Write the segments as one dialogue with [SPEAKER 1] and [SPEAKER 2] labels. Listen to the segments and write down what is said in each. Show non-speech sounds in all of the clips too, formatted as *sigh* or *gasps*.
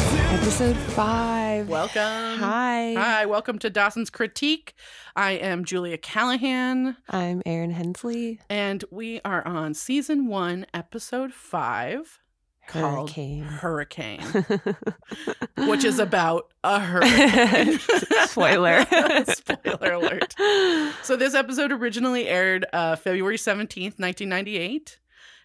[SPEAKER 1] episode five.
[SPEAKER 2] Welcome.
[SPEAKER 1] Hi.
[SPEAKER 2] Hi, welcome to Dawson's Critique. I am Julia Callahan,
[SPEAKER 1] I'm Erin
[SPEAKER 2] *laughs*
[SPEAKER 1] Hensley.
[SPEAKER 2] and we are on season one, episode five, called
[SPEAKER 1] Hurricane.
[SPEAKER 2] Hurricane,
[SPEAKER 1] *laughs*
[SPEAKER 2] which is about a hurricane. *laughs*
[SPEAKER 1] Spoiler.
[SPEAKER 2] Spoiler alert. So, this episode originally aired uh, February 17th, 1998.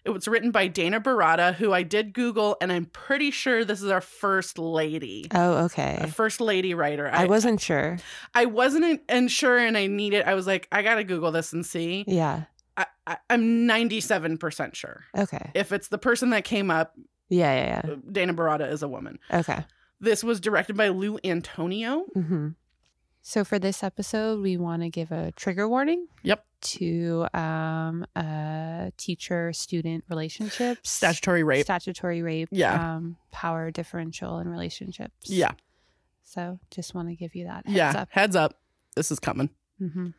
[SPEAKER 2] It was written by Dana Barada, who I did Google, and I'm pretty sure this is our first lady.
[SPEAKER 1] Oh,
[SPEAKER 2] our
[SPEAKER 1] okay.
[SPEAKER 2] First lady writer.
[SPEAKER 1] I wasn't sure.
[SPEAKER 2] I wasn't in- sure, and I needed. I was like, I gotta Google this and see.
[SPEAKER 1] Yeah.
[SPEAKER 2] I, I, I'm 97 percent sure.
[SPEAKER 1] Okay.
[SPEAKER 2] If it's the person that came up, uh,
[SPEAKER 1] Yeah, yeah,
[SPEAKER 2] Dana Barada is a woman.
[SPEAKER 1] yeah. Okay.
[SPEAKER 2] This was directed by Lou Antonio.
[SPEAKER 1] hmm So for this episode, we want to give a trigger warning.
[SPEAKER 2] Yep.
[SPEAKER 1] To um, uh, teacher-student relationships,
[SPEAKER 2] Statutory rape.
[SPEAKER 1] statutory rape,
[SPEAKER 2] Yeah.
[SPEAKER 1] um, power differential in relationships.
[SPEAKER 2] yeah,
[SPEAKER 1] So just want to give you that heads
[SPEAKER 2] yeah.
[SPEAKER 1] up.
[SPEAKER 2] Heads up, this is coming.
[SPEAKER 1] hmm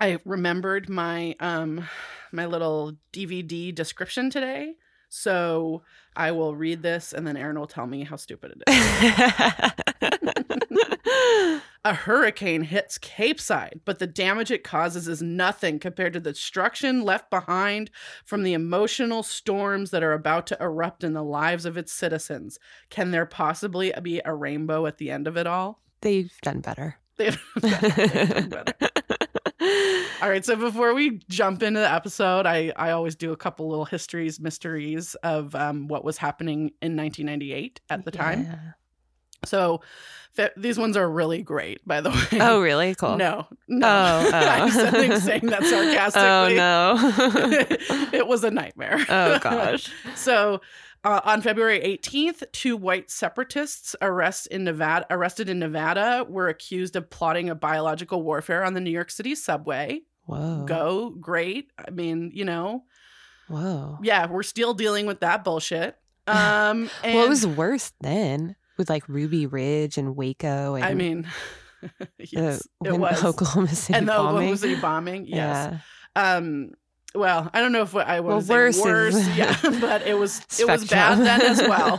[SPEAKER 2] I remembered my um my little DVD description today, so I will read this, and then Aaron will tell me how stupid it is.
[SPEAKER 1] Mm-hmm.
[SPEAKER 2] *laughs*
[SPEAKER 1] *laughs*
[SPEAKER 2] *gasps* A hurricane hits Capeside, but the damage it causes is nothing compared to the destruction left behind from the emotional storms that are about to erupt in the lives of its citizens. Can there possibly be a rainbow at the end of it all? *laughs*
[SPEAKER 1] They've done better.
[SPEAKER 2] They've- they've
[SPEAKER 1] *laughs*
[SPEAKER 2] done better. all right, so before we jump into the episode, I, I always do a couple little histories, mysteries of um, what was happening in 1998 at the time. So fe- these ones are really great, by the *laughs* way.
[SPEAKER 1] Yeah. Oh, really? Cool.
[SPEAKER 2] No,
[SPEAKER 1] Oh,
[SPEAKER 2] no. *laughs*
[SPEAKER 1] oh.
[SPEAKER 2] I'm suddenly
[SPEAKER 1] *laughs*
[SPEAKER 2] saying that sarcastically.
[SPEAKER 1] Oh, no.
[SPEAKER 2] *laughs* it was a nightmare.
[SPEAKER 1] *laughs* oh, gosh.
[SPEAKER 2] *laughs* so, uh, on February 18th, two white separatists arrest in Nevada, arrested in Nevada were accused of plotting a biological warfare on the New York City subway.
[SPEAKER 1] Whoa.
[SPEAKER 2] Go great. I mean, you know,
[SPEAKER 1] Whoa.
[SPEAKER 2] yeah, we're still dealing with that bullshit. Um,
[SPEAKER 1] *laughs*
[SPEAKER 2] and,
[SPEAKER 1] What was worse then with like Ruby Ridge and Waco and
[SPEAKER 2] I mean, *laughs* yes,
[SPEAKER 1] the
[SPEAKER 2] it
[SPEAKER 1] when-
[SPEAKER 2] was.
[SPEAKER 1] Oklahoma City
[SPEAKER 2] and the
[SPEAKER 1] bombing?
[SPEAKER 2] Oklahoma City bombing, yes.
[SPEAKER 1] *laughs* Yeah.
[SPEAKER 2] um well i don't know if what i
[SPEAKER 1] Well,
[SPEAKER 2] was
[SPEAKER 1] worse
[SPEAKER 2] worse,
[SPEAKER 1] is- *laughs*
[SPEAKER 2] yeah but it was it was
[SPEAKER 1] Spectrum.
[SPEAKER 2] bad then
[SPEAKER 1] *laughs*
[SPEAKER 2] as well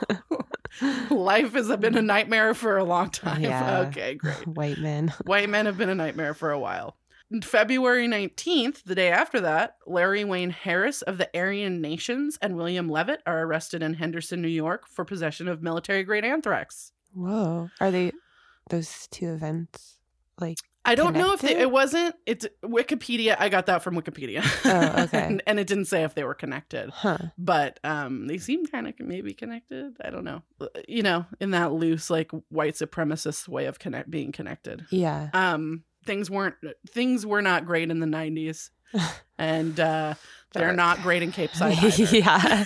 [SPEAKER 2] life has been a nightmare for a long time
[SPEAKER 1] Yeah.
[SPEAKER 2] okay great
[SPEAKER 1] *laughs* White men.
[SPEAKER 2] white men have been a nightmare for a while February 19th, the day after that, Larry Wayne Harris of the Aryan Nations and William Levitt are arrested in Henderson, New York for possession of military grade anthrax.
[SPEAKER 1] Whoa. Are they those two events? Like,
[SPEAKER 2] I don't know if they,
[SPEAKER 1] Connected?
[SPEAKER 2] it wasn't, it's Wikipedia. I got that from Wikipedia.
[SPEAKER 1] Oh, okay.
[SPEAKER 2] and, *laughs* and it didn't say if they were connected.
[SPEAKER 1] huh?
[SPEAKER 2] but um they seem kind of maybe connected i don't know uh, you know in that loose like white supremacist way of connect being connected
[SPEAKER 1] Yeah.
[SPEAKER 2] um things weren't things were not great in
[SPEAKER 1] *laughs*
[SPEAKER 2] the 90s and uh they're not great in cape side
[SPEAKER 1] *laughs*
[SPEAKER 2] either.
[SPEAKER 1] yeah.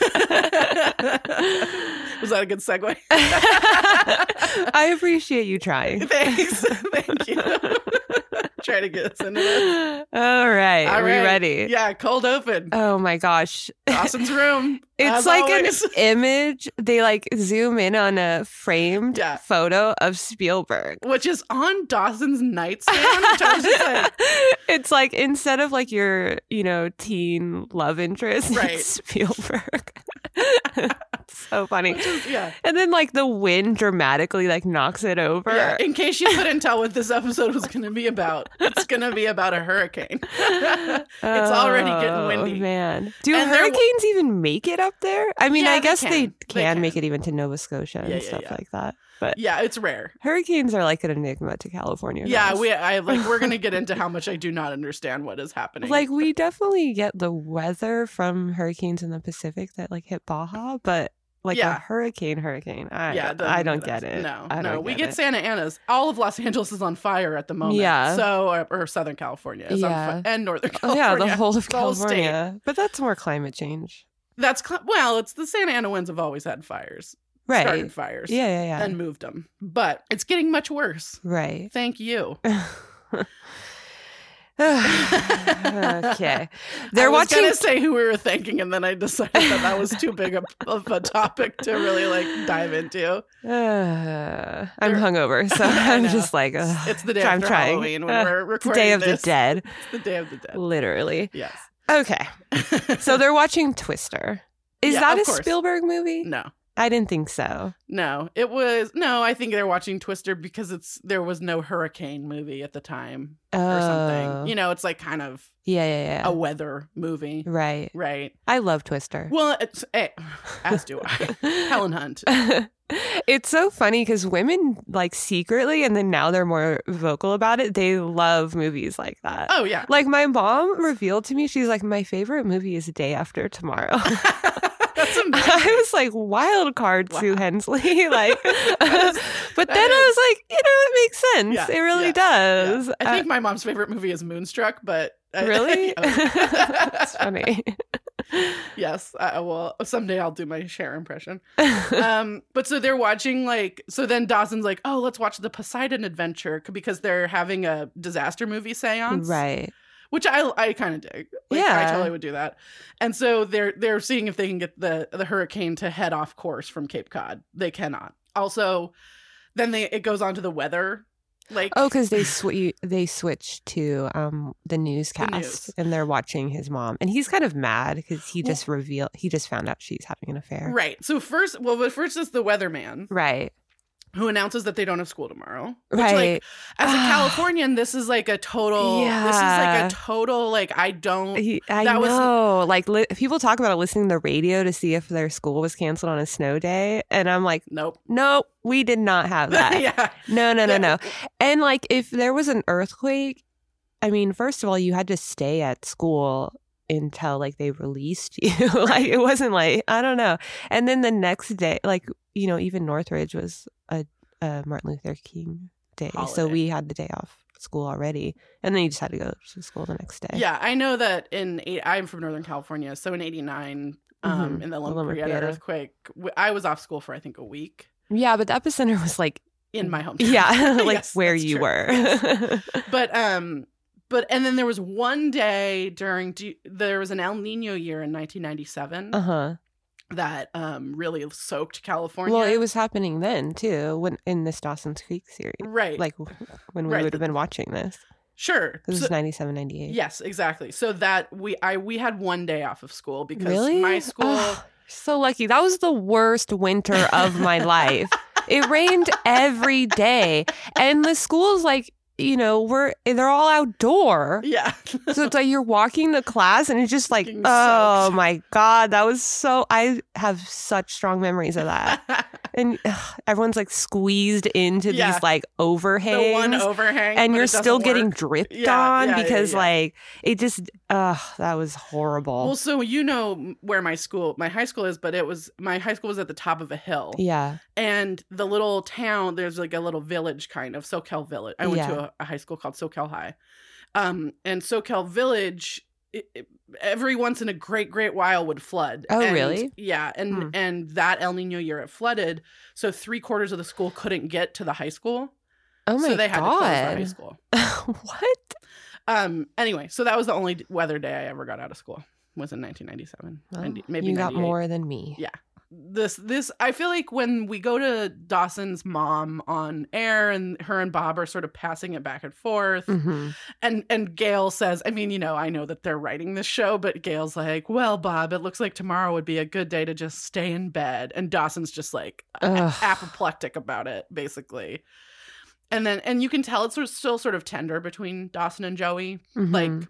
[SPEAKER 2] was that a good segue *laughs*
[SPEAKER 1] I appreciate you trying.
[SPEAKER 2] *laughs* thanks thank you *laughs* try to get us into this
[SPEAKER 1] *laughs* All right.
[SPEAKER 2] All
[SPEAKER 1] Are we
[SPEAKER 2] right.
[SPEAKER 1] ready?
[SPEAKER 2] yeah cold open
[SPEAKER 1] *laughs* Oh my gosh.
[SPEAKER 2] dawson's room
[SPEAKER 1] *laughs* It's
[SPEAKER 2] as
[SPEAKER 1] like
[SPEAKER 2] always.
[SPEAKER 1] an image. They like zoom in on a framed
[SPEAKER 2] Yeah.
[SPEAKER 1] photo of Spielberg.
[SPEAKER 2] which is on dawson's nightstand which i was just like
[SPEAKER 1] it's like instead of like your, you know, teen love interest, *laughs* it's
[SPEAKER 2] Right.
[SPEAKER 1] Spielberg. *laughs* so funny.
[SPEAKER 2] which is- yeah
[SPEAKER 1] And then like the wind dramatically like knocks it over.
[SPEAKER 2] Yeah, in case you couldn't tell what this episode was going to be about, it's going to be about a hurricane. *laughs* already getting
[SPEAKER 1] Oh,
[SPEAKER 2] windy.
[SPEAKER 1] Man, do
[SPEAKER 2] And they're-
[SPEAKER 1] hurricanes even make it up there? I mean,
[SPEAKER 2] Yeah,
[SPEAKER 1] I
[SPEAKER 2] they
[SPEAKER 1] guess they can,
[SPEAKER 2] can. They
[SPEAKER 1] make it
[SPEAKER 2] can.
[SPEAKER 1] even to Nova Scotia and
[SPEAKER 2] Yeah, yeah,
[SPEAKER 1] stuff
[SPEAKER 2] yeah.
[SPEAKER 1] like that. But
[SPEAKER 2] yeah, it's rare.
[SPEAKER 1] hurricanes are like an enigma to California.
[SPEAKER 2] Yeah,
[SPEAKER 1] guys.
[SPEAKER 2] we I like we're going to get into how much I do not understand what is happening.
[SPEAKER 1] like we definitely get the weather from hurricanes in the Pacific that like hit Baja, but like a
[SPEAKER 2] Yeah.
[SPEAKER 1] hurricane, hurricane. I
[SPEAKER 2] yeah,
[SPEAKER 1] don't,
[SPEAKER 2] it doesn't
[SPEAKER 1] I don't
[SPEAKER 2] us.
[SPEAKER 1] get it.
[SPEAKER 2] No,
[SPEAKER 1] I
[SPEAKER 2] no,
[SPEAKER 1] don't
[SPEAKER 2] we
[SPEAKER 1] get
[SPEAKER 2] get Santa Ana's. All of Los Angeles is on fire at the moment.
[SPEAKER 1] Yeah.
[SPEAKER 2] so or, or Southern California is
[SPEAKER 1] Yeah.
[SPEAKER 2] on fire, and Northern
[SPEAKER 1] Oh, yeah,
[SPEAKER 2] California.
[SPEAKER 1] the whole of
[SPEAKER 2] the whole state.
[SPEAKER 1] California, but that's more climate change,
[SPEAKER 2] That's cl- well, it's the Santa Ana winds have always had fires,
[SPEAKER 1] right?
[SPEAKER 2] started fires,
[SPEAKER 1] Yeah, yeah, yeah.
[SPEAKER 2] and moved them, but it's getting much worse.
[SPEAKER 1] right. *laughs* *sighs*
[SPEAKER 2] Thank you.
[SPEAKER 1] okay. They're
[SPEAKER 2] *laughs* I was
[SPEAKER 1] watching. *sighs*
[SPEAKER 2] gonna say who we were thanking, and then I decided that that was too big a, of a topic to really like
[SPEAKER 1] *sighs*
[SPEAKER 2] dive into.
[SPEAKER 1] Uh, I'm
[SPEAKER 2] They're- *laughs*
[SPEAKER 1] hungover, so
[SPEAKER 2] I
[SPEAKER 1] I'm
[SPEAKER 2] know.
[SPEAKER 1] just like, ugh,
[SPEAKER 2] It's the day
[SPEAKER 1] I'm
[SPEAKER 2] after
[SPEAKER 1] trying.
[SPEAKER 2] Halloween when
[SPEAKER 1] Ugh,
[SPEAKER 2] we're
[SPEAKER 1] it's the
[SPEAKER 2] recording
[SPEAKER 1] day of
[SPEAKER 2] this.
[SPEAKER 1] the dead,
[SPEAKER 2] It's the day of the dead.
[SPEAKER 1] literally.
[SPEAKER 2] Yes.
[SPEAKER 1] Okay, so they're watching Twister. Is
[SPEAKER 2] Yeah,
[SPEAKER 1] that
[SPEAKER 2] of
[SPEAKER 1] a
[SPEAKER 2] course.
[SPEAKER 1] Spielberg movie?
[SPEAKER 2] *laughs* No.
[SPEAKER 1] I didn't think so.
[SPEAKER 2] No, it was no. I think they're watching Twister because it's there was no hurricane movie at the time or
[SPEAKER 1] Oh.
[SPEAKER 2] something. You know, Oh. it's like kind of
[SPEAKER 1] Yeah, yeah, yeah.
[SPEAKER 2] a weather movie,
[SPEAKER 1] right.
[SPEAKER 2] right?
[SPEAKER 1] I love Twister.
[SPEAKER 2] Well, it's eh, as do
[SPEAKER 1] *laughs*
[SPEAKER 2] I. Helen Hunt.
[SPEAKER 1] it's so funny because women like secretly, and then now they're more vocal about it. They love movies like that.
[SPEAKER 2] Oh yeah.
[SPEAKER 1] Like my mom revealed to me, she's like, my favorite movie is Day After
[SPEAKER 2] *laughs*
[SPEAKER 1] Tomorrow. *laughs*
[SPEAKER 2] That's amazing.
[SPEAKER 1] I was like, wild card, Sue
[SPEAKER 2] Wow. *laughs*
[SPEAKER 1] Hensley. like,
[SPEAKER 2] That is-
[SPEAKER 1] *laughs* but
[SPEAKER 2] that
[SPEAKER 1] then
[SPEAKER 2] is-
[SPEAKER 1] I was like, you know, it makes sense.
[SPEAKER 2] Yeah,
[SPEAKER 1] it really
[SPEAKER 2] yeah,
[SPEAKER 1] does.
[SPEAKER 2] Yeah. I think my mom's favorite movie is Moonstruck, but
[SPEAKER 1] Uh,
[SPEAKER 2] *laughs*
[SPEAKER 1] *laughs* really? That's *laughs*
[SPEAKER 2] That's
[SPEAKER 1] funny.
[SPEAKER 2] yes, I I will. Someday I'll do my share impression.
[SPEAKER 1] *laughs*
[SPEAKER 2] um but so they're watching like so then dawson's like oh let's watch the poseidon adventure c- because they're having a disaster movie seance
[SPEAKER 1] right.
[SPEAKER 2] which i i kind of dig like,
[SPEAKER 1] Yeah.
[SPEAKER 2] i totally would do that and so they're they're seeing if they can get the the hurricane to head off course from cape cod they cannot also then they it goes on to the weather like
[SPEAKER 1] Oh, because they sw- you- they switch to um the newscast
[SPEAKER 2] news.
[SPEAKER 1] and they're watching his mom, and he's kind of mad because he just revealed he just found out she's having an affair.
[SPEAKER 2] right so first well but first is the weatherman
[SPEAKER 1] Right.
[SPEAKER 2] who announces that they don't have school tomorrow
[SPEAKER 1] Right. Ah.
[SPEAKER 2] which, like, as a Californian, this is like a total.
[SPEAKER 1] Yeah.
[SPEAKER 2] This is like a total. Like I don't.
[SPEAKER 1] He- I
[SPEAKER 2] that was-
[SPEAKER 1] know. like li- people talk about listening to the radio to see if their school was canceled on a snow day, and I'm like,
[SPEAKER 2] Nope. *laughs*
[SPEAKER 1] no, we did not have that.
[SPEAKER 2] yeah.
[SPEAKER 1] No, no, no,
[SPEAKER 2] Yeah.
[SPEAKER 1] no. And like, if there was an earthquake, I mean, first of all, you had to stay at school until like they released *laughs* you. like, it wasn't like I don't know. And then the next day, like you know, even Northridge was a, a Martin Luther King day, so
[SPEAKER 2] Holiday.
[SPEAKER 1] we had the day off school already, and then you just had to go to school the next day.
[SPEAKER 2] Yeah, I know that in eight, I'm from Northern California, so in '89, um,
[SPEAKER 1] Mhm.
[SPEAKER 2] in the
[SPEAKER 1] The
[SPEAKER 2] Loma
[SPEAKER 1] Loma
[SPEAKER 2] Prieta
[SPEAKER 1] Prieta.
[SPEAKER 2] earthquake, w- I was off school for I think a week
[SPEAKER 1] yeah, but the epicenter was
[SPEAKER 2] *laughs*
[SPEAKER 1] like
[SPEAKER 2] in my home.
[SPEAKER 1] Yeah, *laughs*
[SPEAKER 2] *laughs*
[SPEAKER 1] like
[SPEAKER 2] Yes,
[SPEAKER 1] where
[SPEAKER 2] that's
[SPEAKER 1] you
[SPEAKER 2] true.
[SPEAKER 1] were. *laughs*
[SPEAKER 2] Yes. But um, but and then there was one day during do, there was an El Nino year in 1997
[SPEAKER 1] uh huh.
[SPEAKER 2] that um really soaked California.
[SPEAKER 1] Well, it was happening then too, when in this Dawson's Creek series,
[SPEAKER 2] right,
[SPEAKER 1] like when we
[SPEAKER 2] Right,
[SPEAKER 1] would have been watching this.
[SPEAKER 2] sure.
[SPEAKER 1] This
[SPEAKER 2] So-
[SPEAKER 1] is 97, 98.
[SPEAKER 2] Yes, exactly. So that we I we had one day off of school because
[SPEAKER 1] really?
[SPEAKER 2] my school
[SPEAKER 1] Oh, so lucky. That was the worst winter of
[SPEAKER 2] *laughs*
[SPEAKER 1] my life. It rained every day, and the schools like you know we're they're all outdoor.
[SPEAKER 2] Yeah.
[SPEAKER 1] So it's like you're walking to class and it's just like,
[SPEAKER 2] Getting
[SPEAKER 1] oh
[SPEAKER 2] soaked.
[SPEAKER 1] my God, that was so. I have such strong memories of that.
[SPEAKER 2] *laughs*
[SPEAKER 1] and ugh, everyone's like squeezed into
[SPEAKER 2] Yeah.
[SPEAKER 1] these like overhangs
[SPEAKER 2] the one overhang
[SPEAKER 1] and
[SPEAKER 2] but
[SPEAKER 1] you're
[SPEAKER 2] it doesn't
[SPEAKER 1] still getting
[SPEAKER 2] work.
[SPEAKER 1] dripped
[SPEAKER 2] Yeah,
[SPEAKER 1] on
[SPEAKER 2] yeah, yeah,
[SPEAKER 1] because
[SPEAKER 2] yeah.
[SPEAKER 1] like it just uh that was horrible
[SPEAKER 2] Well, so you know where my school, my high school is, but it was my high school was at the top of a hill,
[SPEAKER 1] yeah
[SPEAKER 2] and the little town. There's like a little village, kind of SoCal Village. I went
[SPEAKER 1] Yeah.
[SPEAKER 2] to a, a high school called SoCal High, um, and SoCal Village. It, it- every once in a great, great while would flood.
[SPEAKER 1] Oh,
[SPEAKER 2] And-
[SPEAKER 1] really?
[SPEAKER 2] Yeah, and
[SPEAKER 1] Hmm.
[SPEAKER 2] and that El Nino year it flooded, so three quarters of the school couldn't get to the high school,
[SPEAKER 1] oh my
[SPEAKER 2] so they had to close the high
[SPEAKER 1] god
[SPEAKER 2] school.
[SPEAKER 1] *laughs* what
[SPEAKER 2] Um. Anyway, so that was the only d- weather day I ever got out of school was in 1997.
[SPEAKER 1] Well,
[SPEAKER 2] 90 maybe
[SPEAKER 1] you got
[SPEAKER 2] 98.
[SPEAKER 1] more than me
[SPEAKER 2] Yeah. This this I feel like when we go to Dawson's mom on air and her and Bob are sort of passing it back and forth
[SPEAKER 1] Mhm.
[SPEAKER 2] and and Gail says I mean you know I know that they're writing this show but Gail's like well Bob it looks like tomorrow would be a good day to just stay in bed and Dawson's just like
[SPEAKER 1] Ugh.
[SPEAKER 2] apoplectic about it basically and then and you can tell it's sort of, still sort of tender between Dawson and Joey like
[SPEAKER 1] Mhm.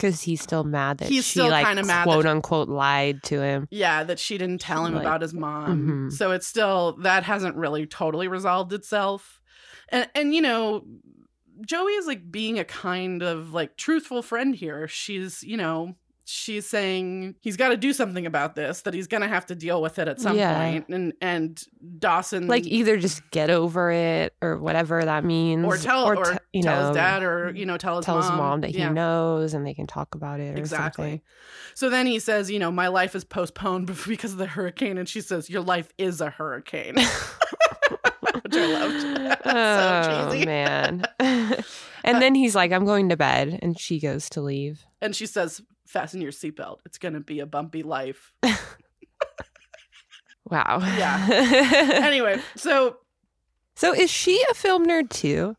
[SPEAKER 1] Cause he's still mad that
[SPEAKER 2] He's
[SPEAKER 1] she
[SPEAKER 2] still
[SPEAKER 1] like
[SPEAKER 2] kinda mad that-
[SPEAKER 1] quote unquote lied to him.
[SPEAKER 2] Yeah, that she didn't tell him
[SPEAKER 1] Like-
[SPEAKER 2] about his mom.
[SPEAKER 1] Mhm.
[SPEAKER 2] So it's still that hasn't really totally resolved itself. And and you know, Joey is like being a kind of like truthful friend here. She's, you know, she's saying he's got to do something about this, that he's going to have to deal with it at some
[SPEAKER 1] Yeah.
[SPEAKER 2] point. And and Dawson
[SPEAKER 1] Like either just get over it or whatever that means,
[SPEAKER 2] Mm. or tell or,
[SPEAKER 1] te- you
[SPEAKER 2] tell
[SPEAKER 1] know,
[SPEAKER 2] his dad or you know, tell his
[SPEAKER 1] tell
[SPEAKER 2] mom.
[SPEAKER 1] his mom that he
[SPEAKER 2] Yeah.
[SPEAKER 1] knows and they can talk about it or
[SPEAKER 2] Exactly.
[SPEAKER 1] something.
[SPEAKER 2] So then he says, you know, my life is postponed *laughs* because of the hurricane. And she says, your life is a hurricane. *laughs* Which I loved. *laughs*
[SPEAKER 1] *laughs*
[SPEAKER 2] So
[SPEAKER 1] oh
[SPEAKER 2] cheesy. *laughs*
[SPEAKER 1] man! *laughs* and then he's like, "I'm going to bed," and she goes to leave.
[SPEAKER 2] And she says, fasten your seatbelt. It's going to be a bumpy
[SPEAKER 1] *laughs*
[SPEAKER 2] life.
[SPEAKER 1] Wow.
[SPEAKER 2] Yeah. anyway, so
[SPEAKER 1] *laughs* so is she a film nerd too?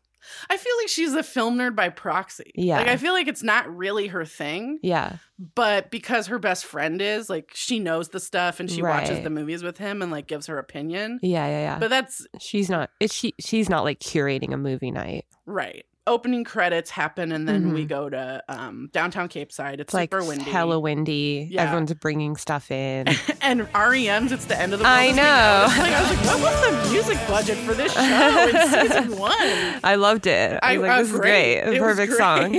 [SPEAKER 2] I feel like she's a film nerd by proxy.
[SPEAKER 1] Yeah.
[SPEAKER 2] Like I feel like it's not really her thing,
[SPEAKER 1] Yeah.
[SPEAKER 2] but because her best friend is, like she knows the stuff and she watches
[SPEAKER 1] Right.
[SPEAKER 2] the movies with him and like gives her opinion.
[SPEAKER 1] Yeah. Yeah. Yeah.
[SPEAKER 2] But that's
[SPEAKER 1] she's not. It's she. She's not like curating a movie night.
[SPEAKER 2] right. Opening credits happen and then we
[SPEAKER 1] Mhm.
[SPEAKER 2] go to um, downtown Cape Side. It's
[SPEAKER 1] It's like
[SPEAKER 2] super windy.
[SPEAKER 1] hella windy.
[SPEAKER 2] Yeah.
[SPEAKER 1] Everyone's bringing stuff in.
[SPEAKER 2] *laughs* and REM's It's the End of the World. *laughs*
[SPEAKER 1] I
[SPEAKER 2] is being
[SPEAKER 1] know.
[SPEAKER 2] noticed. Like, I was like, what was the music budget
[SPEAKER 1] *laughs*
[SPEAKER 2] for this show in season one?
[SPEAKER 1] I loved it. I
[SPEAKER 2] I-
[SPEAKER 1] was like,
[SPEAKER 2] uh,
[SPEAKER 1] this is
[SPEAKER 2] great.
[SPEAKER 1] great. The
[SPEAKER 2] It was
[SPEAKER 1] perfect *laughs*
[SPEAKER 2] great. *laughs*
[SPEAKER 1] song.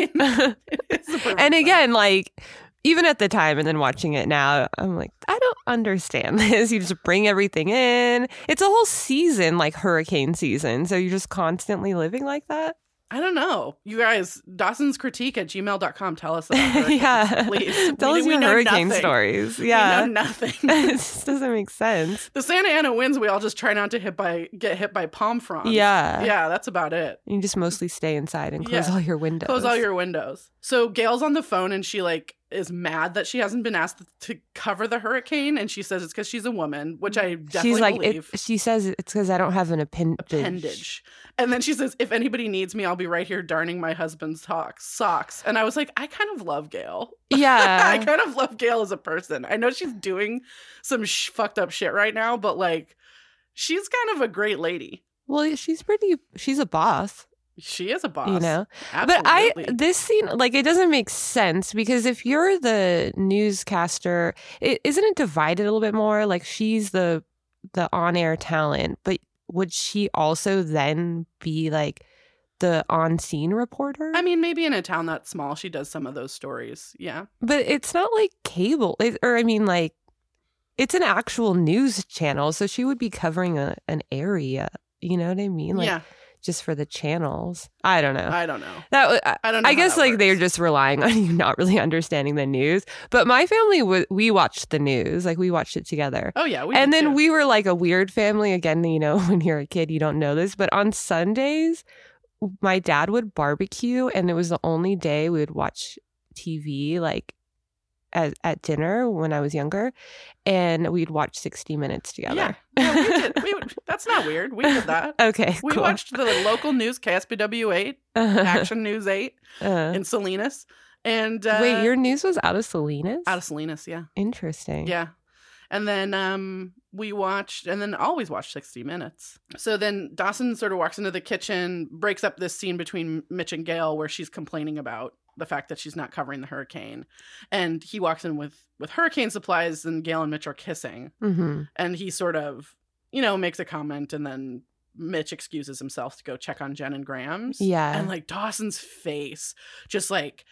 [SPEAKER 2] It's the perfect
[SPEAKER 1] and
[SPEAKER 2] song.
[SPEAKER 1] again, like even at the time and then watching it now, I'm like, I don't understand *laughs* this. You just bring everything in. It's a whole season, like hurricane season. So you're just constantly living like that. *laughs*
[SPEAKER 2] I don't know. You guys, Dawson's critique at gmail.com. Tell
[SPEAKER 1] *laughs*
[SPEAKER 2] us about hurricanes,
[SPEAKER 1] yeah.
[SPEAKER 2] please.
[SPEAKER 1] Tell
[SPEAKER 2] We-
[SPEAKER 1] us
[SPEAKER 2] we
[SPEAKER 1] your
[SPEAKER 2] know
[SPEAKER 1] hurricane
[SPEAKER 2] nothing.
[SPEAKER 1] stories.
[SPEAKER 2] We
[SPEAKER 1] *laughs*
[SPEAKER 2] know
[SPEAKER 1] Yeah.
[SPEAKER 2] nothing.
[SPEAKER 1] it just doesn't make sense.
[SPEAKER 2] the Santa Ana winds, we all just try not to hit by get hit by palm fronds.
[SPEAKER 1] Yeah.
[SPEAKER 2] Yeah, that's about it.
[SPEAKER 1] You just mostly stay inside and close
[SPEAKER 2] Yeah.
[SPEAKER 1] all your windows.
[SPEAKER 2] Close all your windows. So Gail's on the phone and she like is mad that she hasn't been asked to cover the hurricane and she says it's because she's a woman, which I definitely
[SPEAKER 1] She's like,
[SPEAKER 2] believe.
[SPEAKER 1] it, she says it's because I don't have an appendage.
[SPEAKER 2] appendage. *laughs* And then she says, "If anybody needs me, I'll be right here darning my husband's sock- socks." And I was like, "I kind of love Gail. *laughs* I
[SPEAKER 1] Yeah.
[SPEAKER 2] kind of love Gail as a person. I know she's doing some sh- fucked up shit right now, but like, she's kind of a great lady.
[SPEAKER 1] well, she's pretty, she's a boss,
[SPEAKER 2] She is a boss,
[SPEAKER 1] you know? But
[SPEAKER 2] Absolutely.
[SPEAKER 1] I, this scene, like, it doesn't make sense because if you're the newscaster, is isn't it divided a little bit more? Like, she's the, the on air talent, but would she also then be like the on scene reporter?
[SPEAKER 2] I mean, maybe in a town that small, she does some of those stories. Yeah,
[SPEAKER 1] But it's not like cable, it, or I mean, like it's an actual news channel, so she would be covering a, an area. You know what I mean? Like
[SPEAKER 2] yeah.
[SPEAKER 1] just for the channels. I don't *laughs* know.
[SPEAKER 2] I don't know.
[SPEAKER 1] that wa- I,
[SPEAKER 2] I don't. know
[SPEAKER 1] I
[SPEAKER 2] how
[SPEAKER 1] guess
[SPEAKER 2] that
[SPEAKER 1] like
[SPEAKER 2] works.
[SPEAKER 1] they're just relying on *laughs* you not really understanding the news. But my family was we watched the news, like we watched it together.
[SPEAKER 2] Oh yeah, we
[SPEAKER 1] and
[SPEAKER 2] did
[SPEAKER 1] then
[SPEAKER 2] too. *laughs*
[SPEAKER 1] we were like a weird family again, you know, *laughs* when you're a kid you don't know this, but on Sundays my dad would barbecue and it was the only day we would watch TV like at, at dinner when I was younger and we'd watch 60 minutes
[SPEAKER 2] yeah,
[SPEAKER 1] together.
[SPEAKER 2] yeah we did. We, that's not weird. We did that.
[SPEAKER 1] *laughs* okay,
[SPEAKER 2] We
[SPEAKER 1] cool. *laughs* Uh-huh.
[SPEAKER 2] watched the local news, KSBW eight, Action News eight
[SPEAKER 1] Uh,
[SPEAKER 2] in Salinas, and uh,
[SPEAKER 1] Wait, your news was out of Salinas?
[SPEAKER 2] out of Salinas, yeah,
[SPEAKER 1] Interesting.
[SPEAKER 2] yeah. And then um, we watched, and then always watched sixty minutes. So then Dawson sort of walks into the kitchen, breaks up this scene between Mitch and Gail where she's complaining about the fact that she's not covering the hurricane, and he walks in with with hurricane supplies, and Gail and Mitch are kissing.
[SPEAKER 1] hmm
[SPEAKER 2] and he sort of you know makes a comment and then mitch excuses himself to go check on jen and graham's
[SPEAKER 1] Yeah.
[SPEAKER 2] and like dawson's face just like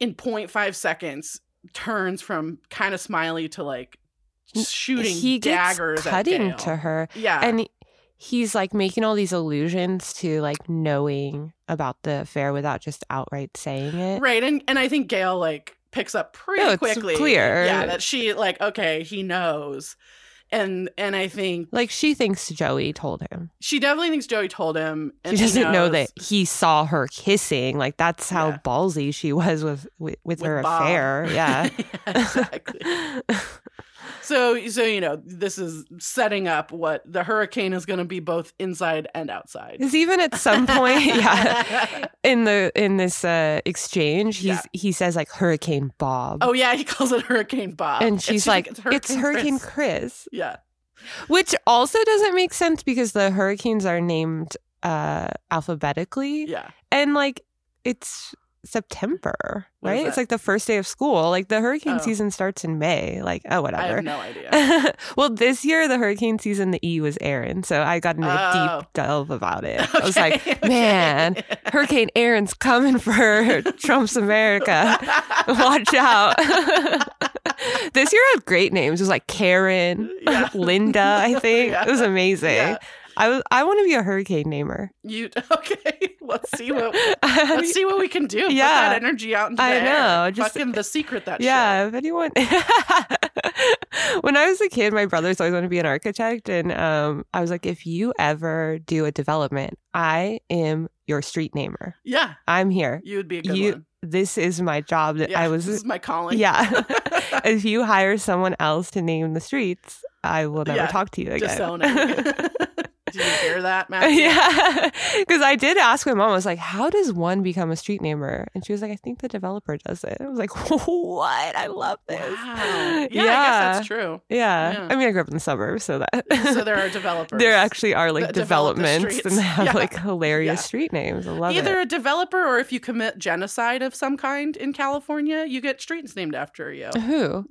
[SPEAKER 2] in 0.5 seconds turns from kind of smiley to like shooting
[SPEAKER 1] he gets
[SPEAKER 2] daggers
[SPEAKER 1] cutting
[SPEAKER 2] at Gail.
[SPEAKER 1] to her,
[SPEAKER 2] yeah
[SPEAKER 1] and he's like making all these allusions to like knowing about the affair without just outright saying it.
[SPEAKER 2] right and and i think gail like picks up pretty
[SPEAKER 1] No, it's
[SPEAKER 2] quickly
[SPEAKER 1] clear.
[SPEAKER 2] yeah that she like okay he knows and and i think
[SPEAKER 1] Like she thinks Joey told him.
[SPEAKER 2] she definitely thinks joey told him
[SPEAKER 1] She
[SPEAKER 2] and
[SPEAKER 1] doesn't know
[SPEAKER 2] knows.
[SPEAKER 1] that he saw her kissing. Like that's how
[SPEAKER 2] Yeah.
[SPEAKER 1] ballsy she was with with, with,
[SPEAKER 2] With
[SPEAKER 1] her
[SPEAKER 2] Bob.
[SPEAKER 1] affair.
[SPEAKER 2] *laughs*
[SPEAKER 1] Yeah. *laughs*
[SPEAKER 2] exactly. So, so you know, this is setting up what the hurricane is going to be both inside and outside.
[SPEAKER 1] Because even at some point, yeah,
[SPEAKER 2] *laughs*
[SPEAKER 1] in the in this uh, exchange, he's he says like Hurricane Bob,
[SPEAKER 2] Oh yeah, he calls it Hurricane Bob,
[SPEAKER 1] and she's like, "It's Hurricane
[SPEAKER 2] Chris."
[SPEAKER 1] Chris.
[SPEAKER 2] Yeah,
[SPEAKER 1] Which also doesn't make sense because the hurricanes are named uh alphabetically.
[SPEAKER 2] yeah,
[SPEAKER 1] And like it's September,
[SPEAKER 2] What is
[SPEAKER 1] right? It's
[SPEAKER 2] that?
[SPEAKER 1] like the first day of school. Like the hurricane
[SPEAKER 2] Oh.
[SPEAKER 1] season starts in May. Like, oh
[SPEAKER 2] I
[SPEAKER 1] whatever. *laughs*
[SPEAKER 2] have no idea. *laughs*
[SPEAKER 1] well, this year the hurricane season, the E was Aaron, so I got into a
[SPEAKER 2] Oh.
[SPEAKER 1] deep delve about it.
[SPEAKER 2] *laughs*
[SPEAKER 1] I was like,
[SPEAKER 2] Okay, okay.
[SPEAKER 1] man, Hurricane Aaron's coming
[SPEAKER 2] *laughs*
[SPEAKER 1] for Trump's America. *laughs* Watch out. this year had great names. It was like Karen,
[SPEAKER 2] Yeah.
[SPEAKER 1] *laughs* Linda,
[SPEAKER 2] *laughs*
[SPEAKER 1] I think. It was amazing.
[SPEAKER 2] Yeah.
[SPEAKER 1] I was, I want to be a hurricane namer.
[SPEAKER 2] You okay? Let's see what let's
[SPEAKER 1] *laughs* I-
[SPEAKER 2] see what we can do. Put
[SPEAKER 1] Yeah.
[SPEAKER 2] that energy out into
[SPEAKER 1] I
[SPEAKER 2] the air.
[SPEAKER 1] know, just-
[SPEAKER 2] fucking the secret that shit.
[SPEAKER 1] yeah, if anyone. *laughs* when I was a kid, my brothers always wanted to be an architect, and um, I was like, if you ever do a development, I am your street namer.
[SPEAKER 2] yeah,
[SPEAKER 1] I'm here.
[SPEAKER 2] you would be a good
[SPEAKER 1] You-
[SPEAKER 2] one.
[SPEAKER 1] This is my job that
[SPEAKER 2] Yeah,
[SPEAKER 1] I was
[SPEAKER 2] this is my calling. *laughs*
[SPEAKER 1] Yeah. *laughs* if you hire someone else to name the streets, I will never *laughs*
[SPEAKER 2] Yeah,
[SPEAKER 1] talk to you again.
[SPEAKER 2] Disown it. Did you
[SPEAKER 1] *laughs*
[SPEAKER 2] hear that, Matt?
[SPEAKER 1] yeah. *laughs* Because I did ask my mom, I was like, how does one become a street namer? And she was like, I think the developer does it. I was like, *laughs* what? I love this. *laughs*
[SPEAKER 2] Wow. Yeah, I guess
[SPEAKER 1] Yeah.
[SPEAKER 2] that's true.
[SPEAKER 1] Yeah.
[SPEAKER 2] Yeah.
[SPEAKER 1] I mean, I grew up in the suburbs, so that.
[SPEAKER 2] So there are developers.
[SPEAKER 1] *laughs* There actually are like
[SPEAKER 2] that develop the
[SPEAKER 1] developments and *laughs*
[SPEAKER 2] streets.
[SPEAKER 1] they have
[SPEAKER 2] Yeah.
[SPEAKER 1] like hilarious
[SPEAKER 2] Yeah.
[SPEAKER 1] street names. I love
[SPEAKER 2] Either
[SPEAKER 1] it.
[SPEAKER 2] a developer or if you commit genocide of some kind in California, you get streets named
[SPEAKER 1] *laughs*
[SPEAKER 2] after you.
[SPEAKER 1] Who?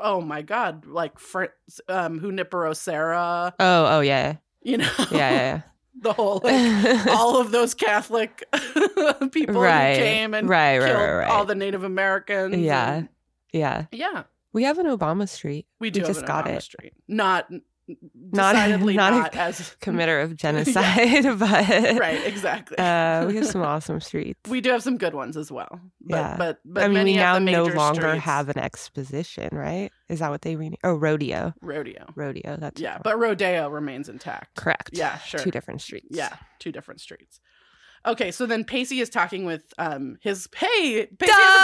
[SPEAKER 2] oh my God, like Fr- um, Junipero Serra,
[SPEAKER 1] Oh, oh yeah,
[SPEAKER 2] you know,
[SPEAKER 1] yeah, yeah.
[SPEAKER 2] *laughs* the whole, like,
[SPEAKER 1] yeah. *laughs*
[SPEAKER 2] all of those Catholic *laughs* people
[SPEAKER 1] Right,
[SPEAKER 2] who came and
[SPEAKER 1] right, right,
[SPEAKER 2] killed
[SPEAKER 1] right, right.
[SPEAKER 2] all the Native Americans.
[SPEAKER 1] Yeah.
[SPEAKER 2] and-
[SPEAKER 1] yeah,
[SPEAKER 2] yeah.
[SPEAKER 1] we have an Obama Street.
[SPEAKER 2] We do have
[SPEAKER 1] just
[SPEAKER 2] an
[SPEAKER 1] got
[SPEAKER 2] Obama
[SPEAKER 1] it.
[SPEAKER 2] Street. Not
[SPEAKER 1] Not- *laughs*
[SPEAKER 2] not decidedly
[SPEAKER 1] not
[SPEAKER 2] not,
[SPEAKER 1] a *laughs*
[SPEAKER 2] as
[SPEAKER 1] Committer
[SPEAKER 2] *laughs*
[SPEAKER 1] of genocide, *laughs* but
[SPEAKER 2] Mm. Right, exactly.
[SPEAKER 1] uh,
[SPEAKER 2] *laughs*
[SPEAKER 1] we have some awesome streets.
[SPEAKER 2] we do have some good ones as well. But
[SPEAKER 1] Yeah.
[SPEAKER 2] but, but
[SPEAKER 1] I mean,
[SPEAKER 2] many
[SPEAKER 1] we now
[SPEAKER 2] of the
[SPEAKER 1] no
[SPEAKER 2] major
[SPEAKER 1] longer
[SPEAKER 2] streets-
[SPEAKER 1] have an exposition, right? Is that what they rename? Oh, rodeo,
[SPEAKER 2] rodeo.
[SPEAKER 1] rodeo. That's
[SPEAKER 2] Yeah, but rodeo remains intact.
[SPEAKER 1] correct.
[SPEAKER 2] Yeah, sure.
[SPEAKER 1] Two different streets.
[SPEAKER 2] Yeah, two different streets. Okay, so then Pacey is talking with um his hey
[SPEAKER 1] Doug!
[SPEAKER 2] Pacey has *laughs* a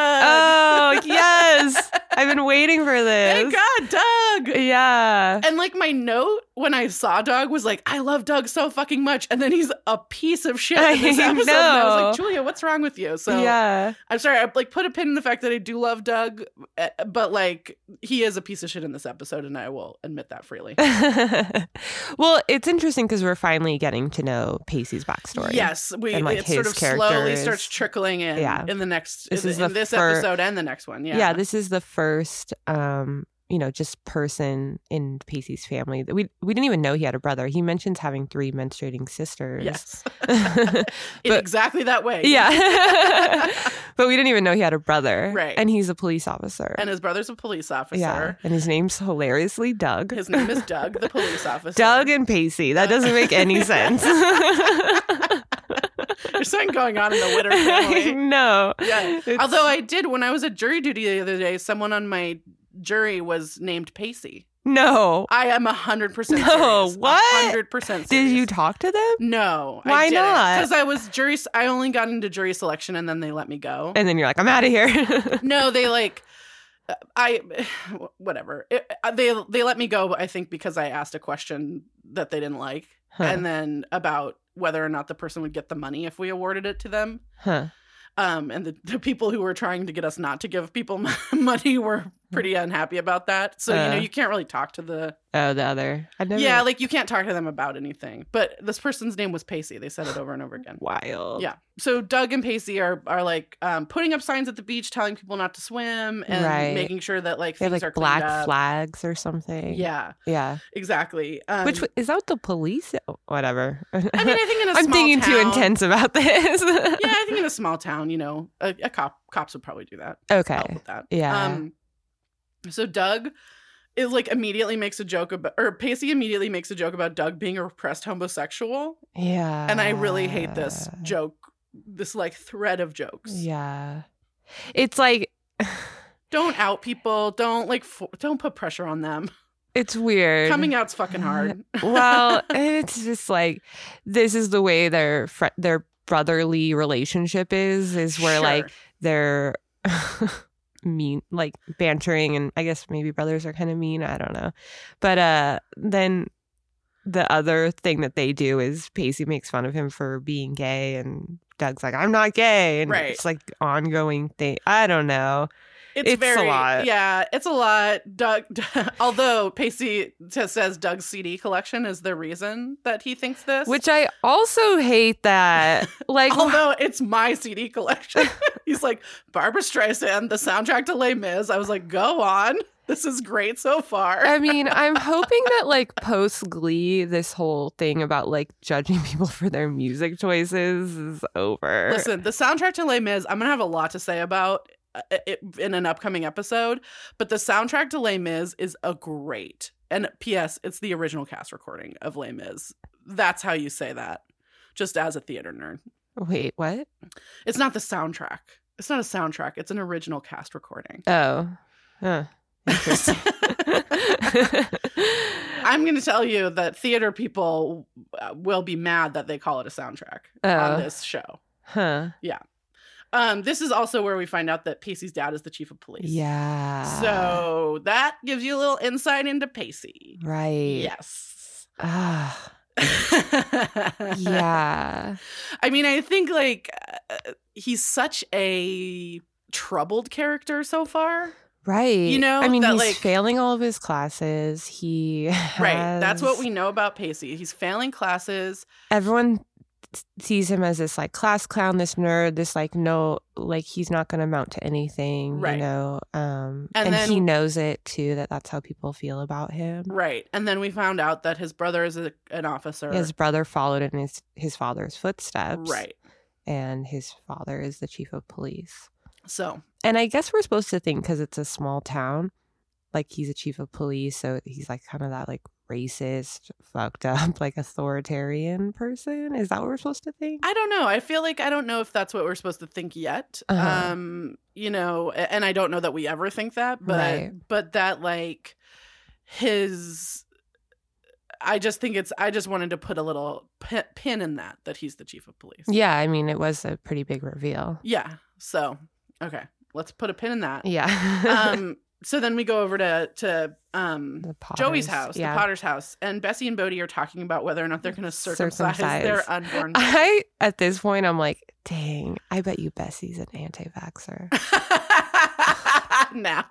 [SPEAKER 2] brother. Doug!
[SPEAKER 1] Oh yes, I've been waiting for
[SPEAKER 2] Thank
[SPEAKER 1] this.
[SPEAKER 2] God, Doug.
[SPEAKER 1] Yeah.
[SPEAKER 2] And like my note when I saw Doug was like, I love Doug so fucking much, and then he's a piece of shit in
[SPEAKER 1] *laughs*
[SPEAKER 2] this
[SPEAKER 1] I
[SPEAKER 2] episode. And I was
[SPEAKER 1] know.
[SPEAKER 2] like, Julia, what's wrong with you? So
[SPEAKER 1] yeah. *laughs*
[SPEAKER 2] I'm sorry, I like put a pin in the fact that I do love Doug, eh, but like he is a piece of shit in this episode, and I will admit that freely.
[SPEAKER 1] well, it's interesting because we're finally getting to know Pacey's backstory.
[SPEAKER 2] Yes, we
[SPEAKER 1] And, like,
[SPEAKER 2] it sort
[SPEAKER 1] his
[SPEAKER 2] of slowly
[SPEAKER 1] characters.
[SPEAKER 2] starts trickling in
[SPEAKER 1] Yeah.
[SPEAKER 2] in the next
[SPEAKER 1] This
[SPEAKER 2] in,
[SPEAKER 1] is the
[SPEAKER 2] in this
[SPEAKER 1] fir-
[SPEAKER 2] episode and the next one. Yeah,
[SPEAKER 1] yeah. this is the first, um, you know, just person in Pacey's family that we we didn't even know he had a brother. He mentions having three menstruating sisters. *laughs*
[SPEAKER 2] yes, *laughs* in
[SPEAKER 1] But-
[SPEAKER 2] exactly that way. *laughs*
[SPEAKER 1] yeah. but we didn't even know he had a brother.
[SPEAKER 2] Right.
[SPEAKER 1] And he's a police officer.
[SPEAKER 2] and his brother's a police officer.
[SPEAKER 1] yeah. And his name's hilariously Doug.
[SPEAKER 2] His name is Doug,
[SPEAKER 1] *laughs*
[SPEAKER 2] the police officer.
[SPEAKER 1] Doug and Pacey. That doesn't make
[SPEAKER 2] *laughs*
[SPEAKER 1] any sense.
[SPEAKER 2] There's something going on in the
[SPEAKER 1] *laughs*
[SPEAKER 2] Witter family.
[SPEAKER 1] no.
[SPEAKER 2] Yeah.
[SPEAKER 1] It's-
[SPEAKER 2] Although I did, when I was at jury duty the other day, someone on my jury was named Pacey.
[SPEAKER 1] no.
[SPEAKER 2] I am 100%
[SPEAKER 1] No,
[SPEAKER 2] serious.
[SPEAKER 1] what?
[SPEAKER 2] 100% serious.
[SPEAKER 1] Did you talk to them?
[SPEAKER 2] No.
[SPEAKER 1] Why not?
[SPEAKER 2] Because I was jury, I only got into jury selection and then they let me go.
[SPEAKER 1] And then you're like, I'm out of
[SPEAKER 2] *laughs*
[SPEAKER 1] here.
[SPEAKER 2] no, they like. uh, I *sighs* whatever It- uh, they they let me go I think because I asked a question that they didn't like
[SPEAKER 1] Huh.
[SPEAKER 2] and then about whether or not the person would get the money if we awarded it to them
[SPEAKER 1] Huh.
[SPEAKER 2] um, and the, the people who were trying to get us not to give people *laughs* money were pretty unhappy about that. So you
[SPEAKER 1] Uh.
[SPEAKER 2] know you can't really talk to the
[SPEAKER 1] Oh, the other. I never.
[SPEAKER 2] yeah, like you can't talk to them about anything. But this person's name was Pacey. They said it over and over again.
[SPEAKER 1] wild.
[SPEAKER 2] Yeah. So Doug and Pacey are are like um, putting up signs at the beach, telling people not to swim, and
[SPEAKER 1] Right.
[SPEAKER 2] making sure that like
[SPEAKER 1] They have
[SPEAKER 2] things are
[SPEAKER 1] like
[SPEAKER 2] cleaned
[SPEAKER 1] black
[SPEAKER 2] up.
[SPEAKER 1] flags or something.
[SPEAKER 2] Yeah,
[SPEAKER 1] Yeah.
[SPEAKER 2] exactly. Um,
[SPEAKER 1] Which is that the police? Oh, Whatever. I
[SPEAKER 2] I mean, I
[SPEAKER 1] *laughs*
[SPEAKER 2] think in a
[SPEAKER 1] am
[SPEAKER 2] small
[SPEAKER 1] thinking too
[SPEAKER 2] town-
[SPEAKER 1] intense about this.
[SPEAKER 2] *laughs* Yeah, I
[SPEAKER 1] *laughs*
[SPEAKER 2] think in a small town, you know, a, a cop cops would probably do that. help
[SPEAKER 1] Okay.
[SPEAKER 2] with that.
[SPEAKER 1] Yeah.
[SPEAKER 2] Um, so Doug is like immediately makes a joke about, or Pacey immediately makes a joke about Doug being a repressed homosexual,
[SPEAKER 1] Yeah.
[SPEAKER 2] and I really hate this joke, this like thread of jokes.
[SPEAKER 1] Ah. Yeah. It's like.
[SPEAKER 2] Don't out people. Don't like. For, don't put pressure on them.
[SPEAKER 1] It's weird.
[SPEAKER 2] Coming out's fucking hard. *laughs*
[SPEAKER 1] well, and it's just like this is the way their fr- their brotherly relationship is *laughs* is where
[SPEAKER 2] Sure.
[SPEAKER 1] like they're *laughs* mean like bantering and I guess maybe brothers are kind of mean, I don't know. But uh then the other thing that they do is Pacey makes fun of him for being gay and Doug's like I'm not gay and
[SPEAKER 2] Right.
[SPEAKER 1] it's like ongoing thing. I don't know.
[SPEAKER 2] it's,
[SPEAKER 1] it's a
[SPEAKER 2] very
[SPEAKER 1] lot.
[SPEAKER 2] yeah, it's a lot. Doug, *laughs* although Pacey t- says Doug's CD collection is the reason that he thinks this,
[SPEAKER 1] Which I also hate
[SPEAKER 2] *laughs*
[SPEAKER 1] that like *laughs*
[SPEAKER 2] Although it's my CD collection. *laughs* He's like, Barbara Streisand, the soundtrack to Les Mis. I was like, go on. This is great so far.
[SPEAKER 1] I mean, I'm hoping that like post Glee, this whole thing about like judging *laughs* people for their music choices is over.
[SPEAKER 2] Listen, the soundtrack to Les Mis, I'm going to have a lot to say about uh, it in an upcoming episode, but the soundtrack to Les Mis is a great. And P.S., it's the original cast recording of Les Mis. That's how you say that, just as a theater nerd.
[SPEAKER 1] Wait, what?
[SPEAKER 2] It's not the soundtrack. It's not a soundtrack. It's an original cast recording.
[SPEAKER 1] Oh, huh.
[SPEAKER 2] *laughs*
[SPEAKER 1] interesting.
[SPEAKER 2] I'm going to tell you that theater people uh, will be mad that they call it a soundtrack
[SPEAKER 1] Oh.
[SPEAKER 2] on this show.
[SPEAKER 1] huh?
[SPEAKER 2] Um, this is also where we find out that Pacey's dad is the chief of police.
[SPEAKER 1] Yeah.
[SPEAKER 2] So that gives you a little insight into Pacey.
[SPEAKER 1] right.
[SPEAKER 2] Yes.
[SPEAKER 1] Ah, yeah.
[SPEAKER 2] *laughs* I mean, I think like uh, he's such a troubled character so far.
[SPEAKER 1] *laughs* Right.
[SPEAKER 2] You know,
[SPEAKER 1] I mean,
[SPEAKER 2] that,
[SPEAKER 1] he's
[SPEAKER 2] like-
[SPEAKER 1] failing all of his classes. He
[SPEAKER 2] Right.
[SPEAKER 1] has-
[SPEAKER 2] That's what we know about Pacey. He's failing classes.
[SPEAKER 1] everyone s- sees him as this like class clown, this nerd, this like no, like he's not going to amount to anything,
[SPEAKER 2] Right.
[SPEAKER 1] you know. Um,
[SPEAKER 2] And
[SPEAKER 1] and
[SPEAKER 2] then-
[SPEAKER 1] he knows it too that that's how people feel about him.
[SPEAKER 2] Right. And then we found out that his brother is a, an officer.
[SPEAKER 1] His brother followed in his his father's footsteps,
[SPEAKER 2] right.
[SPEAKER 1] And his father is the chief of police.
[SPEAKER 2] So,
[SPEAKER 1] And I guess we're supposed to think because it's a small town, like he's a chief of police, so he's like kind of that like racist, fucked up, *laughs* like authoritarian person. Is that what we're supposed to think?
[SPEAKER 2] I don't know. I feel like I don't know if that's what we're supposed to think yet.
[SPEAKER 1] Uh-huh.
[SPEAKER 2] Um, you know, a- and I don't know that we ever think that, but
[SPEAKER 1] Right.
[SPEAKER 2] but that like his I just think it's I just wanted to put a little pin, pin in that that he's the chief of police.
[SPEAKER 1] Yeah, I mean it was a pretty big reveal.
[SPEAKER 2] Yeah. So, okay. Let's put a pin
[SPEAKER 1] *laughs*
[SPEAKER 2] in that.
[SPEAKER 1] Yeah.
[SPEAKER 2] Um so then we go over to to um
[SPEAKER 1] The Potters,
[SPEAKER 2] Joey's house,
[SPEAKER 1] yeah.
[SPEAKER 2] the Potter's house, and Bessie and Bodie are talking about whether or not they're going to circumcise, their
[SPEAKER 1] Circumcise. *laughs*
[SPEAKER 2] unborn.
[SPEAKER 1] I at this point I'm like, dang, I bet you Bessie's an anti-vaxxer.
[SPEAKER 2] *laughs* now,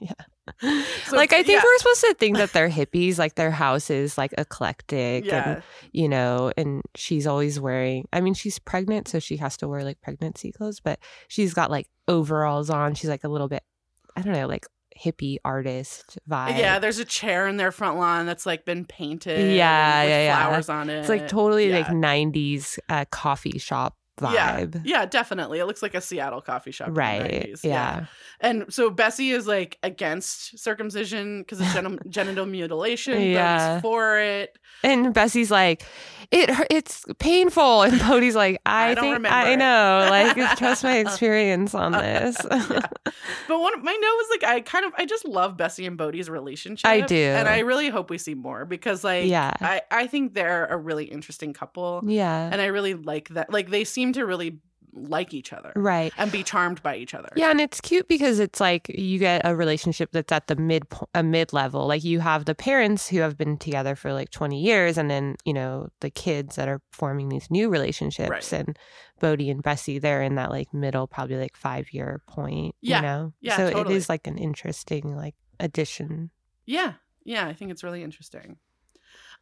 [SPEAKER 1] yeah.
[SPEAKER 2] *laughs* So
[SPEAKER 1] like I
[SPEAKER 2] it's-
[SPEAKER 1] think
[SPEAKER 2] yeah.
[SPEAKER 1] we're supposed to think that they're hippies, like their house is like eclectic
[SPEAKER 2] yeah,
[SPEAKER 1] and you know, and she's always wearing I mean, she's pregnant, so she has to wear like pregnancy clothes, but she's got like overalls on. She's like a little bit I don't know, like hippie artist vibe.
[SPEAKER 2] yeah. There's a chair in their front lawn that's like been painted,
[SPEAKER 1] Yeah,
[SPEAKER 2] with
[SPEAKER 1] yeah, yeah.
[SPEAKER 2] flowers on it.
[SPEAKER 1] It's like totally
[SPEAKER 2] yeah.
[SPEAKER 1] like '90s uh, coffee shop vibe,
[SPEAKER 2] yeah, definitely. It looks like a Seattle coffee shop, in the
[SPEAKER 1] right?
[SPEAKER 2] 90s.
[SPEAKER 1] Yeah.
[SPEAKER 2] And so Bessie is like against circumcision because it's
[SPEAKER 1] *laughs*
[SPEAKER 2] genital, genital mutilation. Yeah,
[SPEAKER 1] Yeah.
[SPEAKER 2] for it.
[SPEAKER 1] and Bessie's like, it hu- it's painful, and Bodie's like, I,
[SPEAKER 2] I don't
[SPEAKER 1] think
[SPEAKER 2] remember
[SPEAKER 1] I
[SPEAKER 2] it."
[SPEAKER 1] know, like trust
[SPEAKER 2] *laughs*
[SPEAKER 1] my experience on this.
[SPEAKER 2] Yeah. But one of my note was like I kind of I just love Bessie and Bodie's relationship.
[SPEAKER 1] I do.
[SPEAKER 2] And I really hope we see more because like
[SPEAKER 1] Yeah.
[SPEAKER 2] I, I think they're a really interesting couple.
[SPEAKER 1] *laughs* yeah,
[SPEAKER 2] And I really like that like they seem to really like each other
[SPEAKER 1] right.
[SPEAKER 2] and be charmed by each other.
[SPEAKER 1] Yeah, and it's cute because it's like you get a relationship that's at the mid po- a mid level. Like you have the parents who have been together for like twenty years, and then you know the kids that are forming these new relationships.
[SPEAKER 2] Right.
[SPEAKER 1] And Bodie and Bessie, they're in that like middle, probably like five year point.
[SPEAKER 2] Yeah.
[SPEAKER 1] you know,
[SPEAKER 2] Yeah,
[SPEAKER 1] so
[SPEAKER 2] totally.
[SPEAKER 1] it is like an interesting like addition.
[SPEAKER 2] Yeah. Yeah, I think it's really interesting.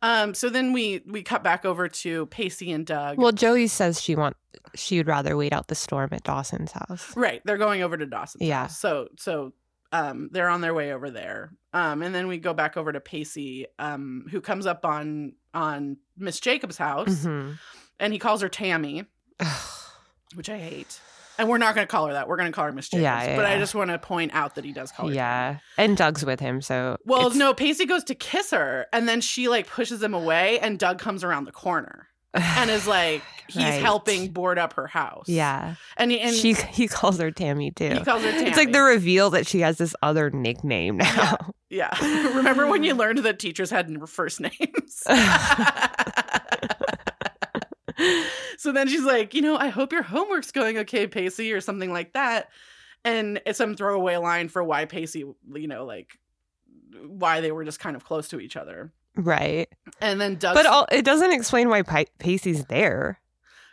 [SPEAKER 2] Um so then we we cut back over to Pacey and Doug.
[SPEAKER 1] Well, Joey says she want she would rather wait out the storm at Dawson's house.
[SPEAKER 2] right, they're going over to Dawson.
[SPEAKER 1] Yeah.
[SPEAKER 2] So so um they're on their way over there. Um and then we go back over to Pacey um who comes up on on Miss Jacobs'
[SPEAKER 1] *sighs*
[SPEAKER 2] house.
[SPEAKER 1] Mhm.
[SPEAKER 2] and he calls her Tammy, which I hate. And we're not going to call her that. We're going to call her Miss Jacobs.
[SPEAKER 1] Yeah, yeah,
[SPEAKER 2] but I
[SPEAKER 1] yeah.
[SPEAKER 2] just want to point out that he does call her. Tammy.
[SPEAKER 1] yeah, and Doug's with him, so
[SPEAKER 2] Well,
[SPEAKER 1] *sighs* it's-
[SPEAKER 2] no, Pacey goes to kiss her, and then she like pushes him away, and Doug comes around the corner and
[SPEAKER 1] *sighs*
[SPEAKER 2] is like, he's
[SPEAKER 1] Right.
[SPEAKER 2] helping board up her house.
[SPEAKER 1] yeah.
[SPEAKER 2] and he, and
[SPEAKER 1] And she *laughs* he calls her Tammy too.
[SPEAKER 2] he calls her Tammy.
[SPEAKER 1] It's like the reveal that she has this other nickname now. *laughs*
[SPEAKER 2] yeah. *laughs* Remember when you learned that teachers had first names? *laughs* so then she's like, you know, I hope your homework's going okay, Pacey, or something like that. And it's some throwaway line for why Pacey, you know, like why they were just kind of close to each other.
[SPEAKER 1] right.
[SPEAKER 2] And then Doug,
[SPEAKER 1] But all, it doesn't explain why Pi- Pacey's there.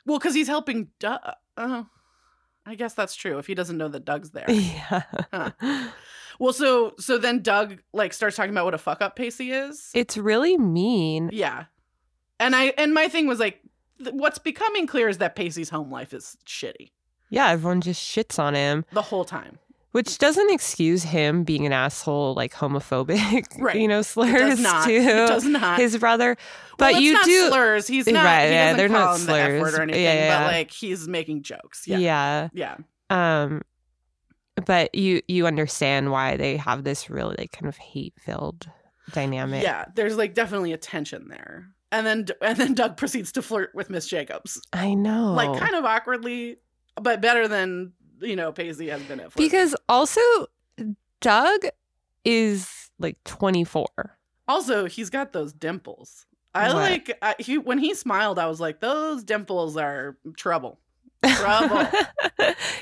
[SPEAKER 2] well, because he's helping Doug. Oh, I guess that's true. If he doesn't know that
[SPEAKER 1] *laughs*
[SPEAKER 2] Doug's there,
[SPEAKER 1] Yeah.
[SPEAKER 2] well, so so then Doug like starts talking about what a fuck up Pacey is.
[SPEAKER 1] It's really mean.
[SPEAKER 2] yeah, and I and my thing was like, th- what's becoming clear is that Pacey's home life is shitty
[SPEAKER 1] Yeah, everyone just shits on him,
[SPEAKER 2] the whole time.
[SPEAKER 1] which doesn't excuse him being an asshole, like homophobic, *laughs*
[SPEAKER 2] Right.
[SPEAKER 1] you know,
[SPEAKER 2] It
[SPEAKER 1] slurs
[SPEAKER 2] does not.
[SPEAKER 1] too.
[SPEAKER 2] It *laughs* does not.
[SPEAKER 1] his brother.
[SPEAKER 2] Well,
[SPEAKER 1] But
[SPEAKER 2] it's
[SPEAKER 1] you
[SPEAKER 2] not
[SPEAKER 1] do,
[SPEAKER 2] slurs. He's not.
[SPEAKER 1] Right,
[SPEAKER 2] he
[SPEAKER 1] yeah,
[SPEAKER 2] doesn't
[SPEAKER 1] they're
[SPEAKER 2] call
[SPEAKER 1] not
[SPEAKER 2] him the F word
[SPEAKER 1] slurs.
[SPEAKER 2] or
[SPEAKER 1] Yeah,
[SPEAKER 2] anything.
[SPEAKER 1] yeah,
[SPEAKER 2] But
[SPEAKER 1] yeah.
[SPEAKER 2] like he's making jokes. Yeah. Yeah.
[SPEAKER 1] yeah. Um, but you you understand why they have this really like kind of hate filled dynamic.
[SPEAKER 2] Yeah, there's like definitely a tension there, and then and then Doug proceeds to flirt with Miss Jacobs,
[SPEAKER 1] I know,
[SPEAKER 2] like kind of awkwardly, but better than you know Paisley has been at. Flirting.
[SPEAKER 1] because also Doug is like twenty four.
[SPEAKER 2] also he's got those dimples. I
[SPEAKER 1] What?
[SPEAKER 2] like I, he when he smiled. I was like, those dimples are trouble.
[SPEAKER 1] *laughs*
[SPEAKER 2] Trouble.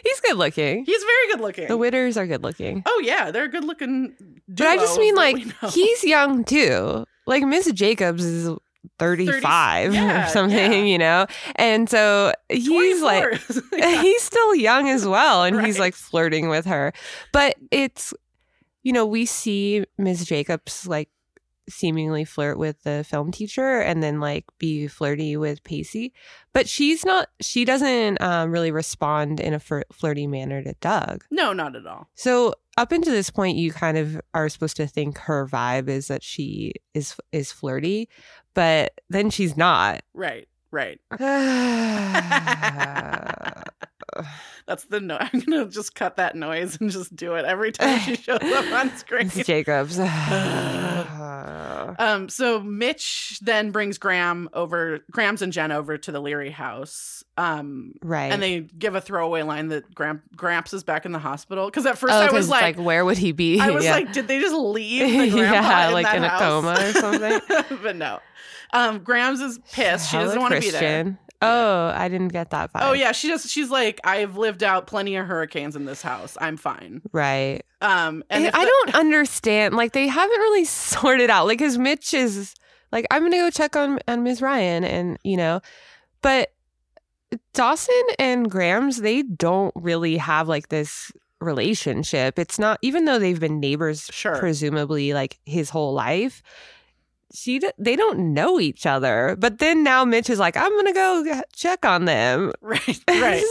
[SPEAKER 1] He's good looking.
[SPEAKER 2] he's very good looking.
[SPEAKER 1] The Witters are good looking.
[SPEAKER 2] oh yeah, they're a good looking. *laughs*
[SPEAKER 1] But I just mean like he's young too. like Miss Jacobs is 35
[SPEAKER 2] yeah,
[SPEAKER 1] or something,
[SPEAKER 2] yeah.
[SPEAKER 1] *laughs* you know? And so he's like,
[SPEAKER 2] 24.
[SPEAKER 1] *laughs* he's still young as well. And he's
[SPEAKER 2] Right.
[SPEAKER 1] like flirting with her. But it's, you know, we see Ms. Jacobs like seemingly flirt with the film teacher and then like be flirty with Pacey. But she's not, she doesn't um, really respond in a fir- flirty manner to Doug.
[SPEAKER 2] *laughs* no, not at all.
[SPEAKER 1] So up until this point, you kind of are supposed to think her vibe is that she is is flirty, but then she's
[SPEAKER 2] *laughs*
[SPEAKER 1] not. *sighs*
[SPEAKER 2] Right, right.
[SPEAKER 1] it's
[SPEAKER 2] That's the no. *laughs* I'm gonna just cut that noise and just do it every time
[SPEAKER 1] *laughs*
[SPEAKER 2] she shows up on screen. *sighs*
[SPEAKER 1] *sighs* Jacobs.
[SPEAKER 2] Um, so Mitch then brings Graham over, Graham's and Jen over to the Leary house. Um,
[SPEAKER 1] right.
[SPEAKER 2] and they give a throwaway line that Gram- Gramps is back in the hospital. Because at
[SPEAKER 1] Oh,
[SPEAKER 2] first I
[SPEAKER 1] 'cause
[SPEAKER 2] was
[SPEAKER 1] it's
[SPEAKER 2] like,
[SPEAKER 1] where would he be?
[SPEAKER 2] I was
[SPEAKER 1] *laughs* Yeah.
[SPEAKER 2] like, did they just leave the
[SPEAKER 1] *laughs*
[SPEAKER 2] grandpa
[SPEAKER 1] Yeah,
[SPEAKER 2] in
[SPEAKER 1] like
[SPEAKER 2] that
[SPEAKER 1] in a
[SPEAKER 2] house?
[SPEAKER 1] coma or something.
[SPEAKER 2] *laughs* but no, um, Gramps is pissed. She
[SPEAKER 1] Hello,
[SPEAKER 2] doesn't want to be there.
[SPEAKER 1] Christian. Oh, I didn't get that vibe.
[SPEAKER 2] Oh yeah, she just she's like, I've lived out plenty of hurricanes in this house. I'm fine.
[SPEAKER 1] Right.
[SPEAKER 2] Um,
[SPEAKER 1] And
[SPEAKER 2] and if
[SPEAKER 1] I
[SPEAKER 2] the-
[SPEAKER 1] don't understand. Like they haven't really *laughs* sorted out. Like because Mitch is like, I'm gonna go check on on Ms. Ryan, and you know, but Dawson and Graham's they don't really have like this relationship. It's not even though they've been neighbors
[SPEAKER 2] Sure.
[SPEAKER 1] presumably like his whole life. She d- they don't know each other. But then now Mitch is like, I'm gonna go g- check on them. *laughs*
[SPEAKER 2] *laughs* Right,
[SPEAKER 1] It's
[SPEAKER 2] right.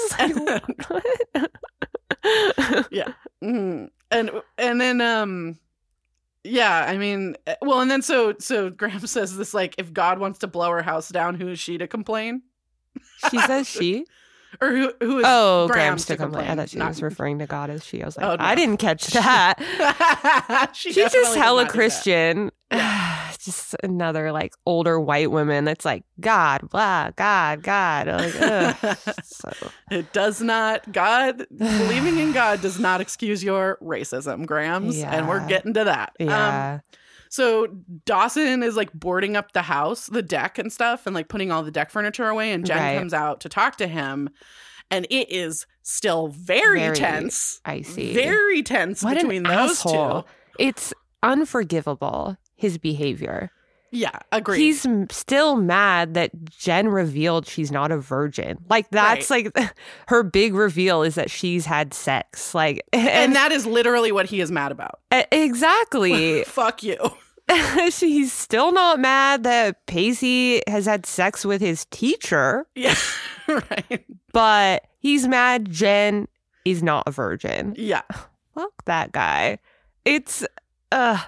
[SPEAKER 1] just like,
[SPEAKER 2] *laughs*
[SPEAKER 1] what? *laughs*
[SPEAKER 2] Mhm. And and then um yeah, I mean eh, well and then so so Graham *laughs* says this like if God wants to blow her house down, who is she to complain?
[SPEAKER 1] she says she.
[SPEAKER 2] Or who who is
[SPEAKER 1] Oh, Graham's
[SPEAKER 2] Graham's to
[SPEAKER 1] to complain. I
[SPEAKER 2] complain,
[SPEAKER 1] thought she
[SPEAKER 2] not-
[SPEAKER 1] was referring to God as she. I was like,
[SPEAKER 2] Oh, no.
[SPEAKER 1] I didn't
[SPEAKER 2] *laughs*
[SPEAKER 1] catch that.
[SPEAKER 2] *laughs* she
[SPEAKER 1] She's just
[SPEAKER 2] definitely did
[SPEAKER 1] hella
[SPEAKER 2] not do that.
[SPEAKER 1] Christian. *sighs* just another like older white woman that's like, God, blah, God, God. I'm Like,
[SPEAKER 2] *laughs*
[SPEAKER 1] ugh. so,
[SPEAKER 2] It does not
[SPEAKER 1] *sighs*
[SPEAKER 2] God believing in God does not excuse your racism, Grams. And we're
[SPEAKER 1] Yeah.
[SPEAKER 2] getting to that. Um
[SPEAKER 1] yeah.
[SPEAKER 2] So Dawson is like boarding up the house, the deck and stuff, and like putting all the deck furniture away. And Jen
[SPEAKER 1] Right.
[SPEAKER 2] comes out to talk to him, and it is still very,
[SPEAKER 1] Very
[SPEAKER 2] tense.
[SPEAKER 1] I see.
[SPEAKER 2] Very tense
[SPEAKER 1] What an
[SPEAKER 2] between those
[SPEAKER 1] asshole.
[SPEAKER 2] two.
[SPEAKER 1] it's unforgivable, his behavior.
[SPEAKER 2] Yeah, agreed.
[SPEAKER 1] He's m- still mad that Jen revealed she's not a virgin. Like, that's like *laughs* her big reveal is that she's had sex. Like,
[SPEAKER 2] and,
[SPEAKER 1] and,
[SPEAKER 2] that is literally what he is mad about.
[SPEAKER 1] E- Exactly. *laughs*
[SPEAKER 2] *laughs* Fuck you.
[SPEAKER 1] She's still not mad that Pacey has had sex with his teacher,
[SPEAKER 2] Yeah, *laughs* right.
[SPEAKER 1] but he's mad Jen is not a virgin.
[SPEAKER 2] Yeah,
[SPEAKER 1] Fuck that guy. It's, uh,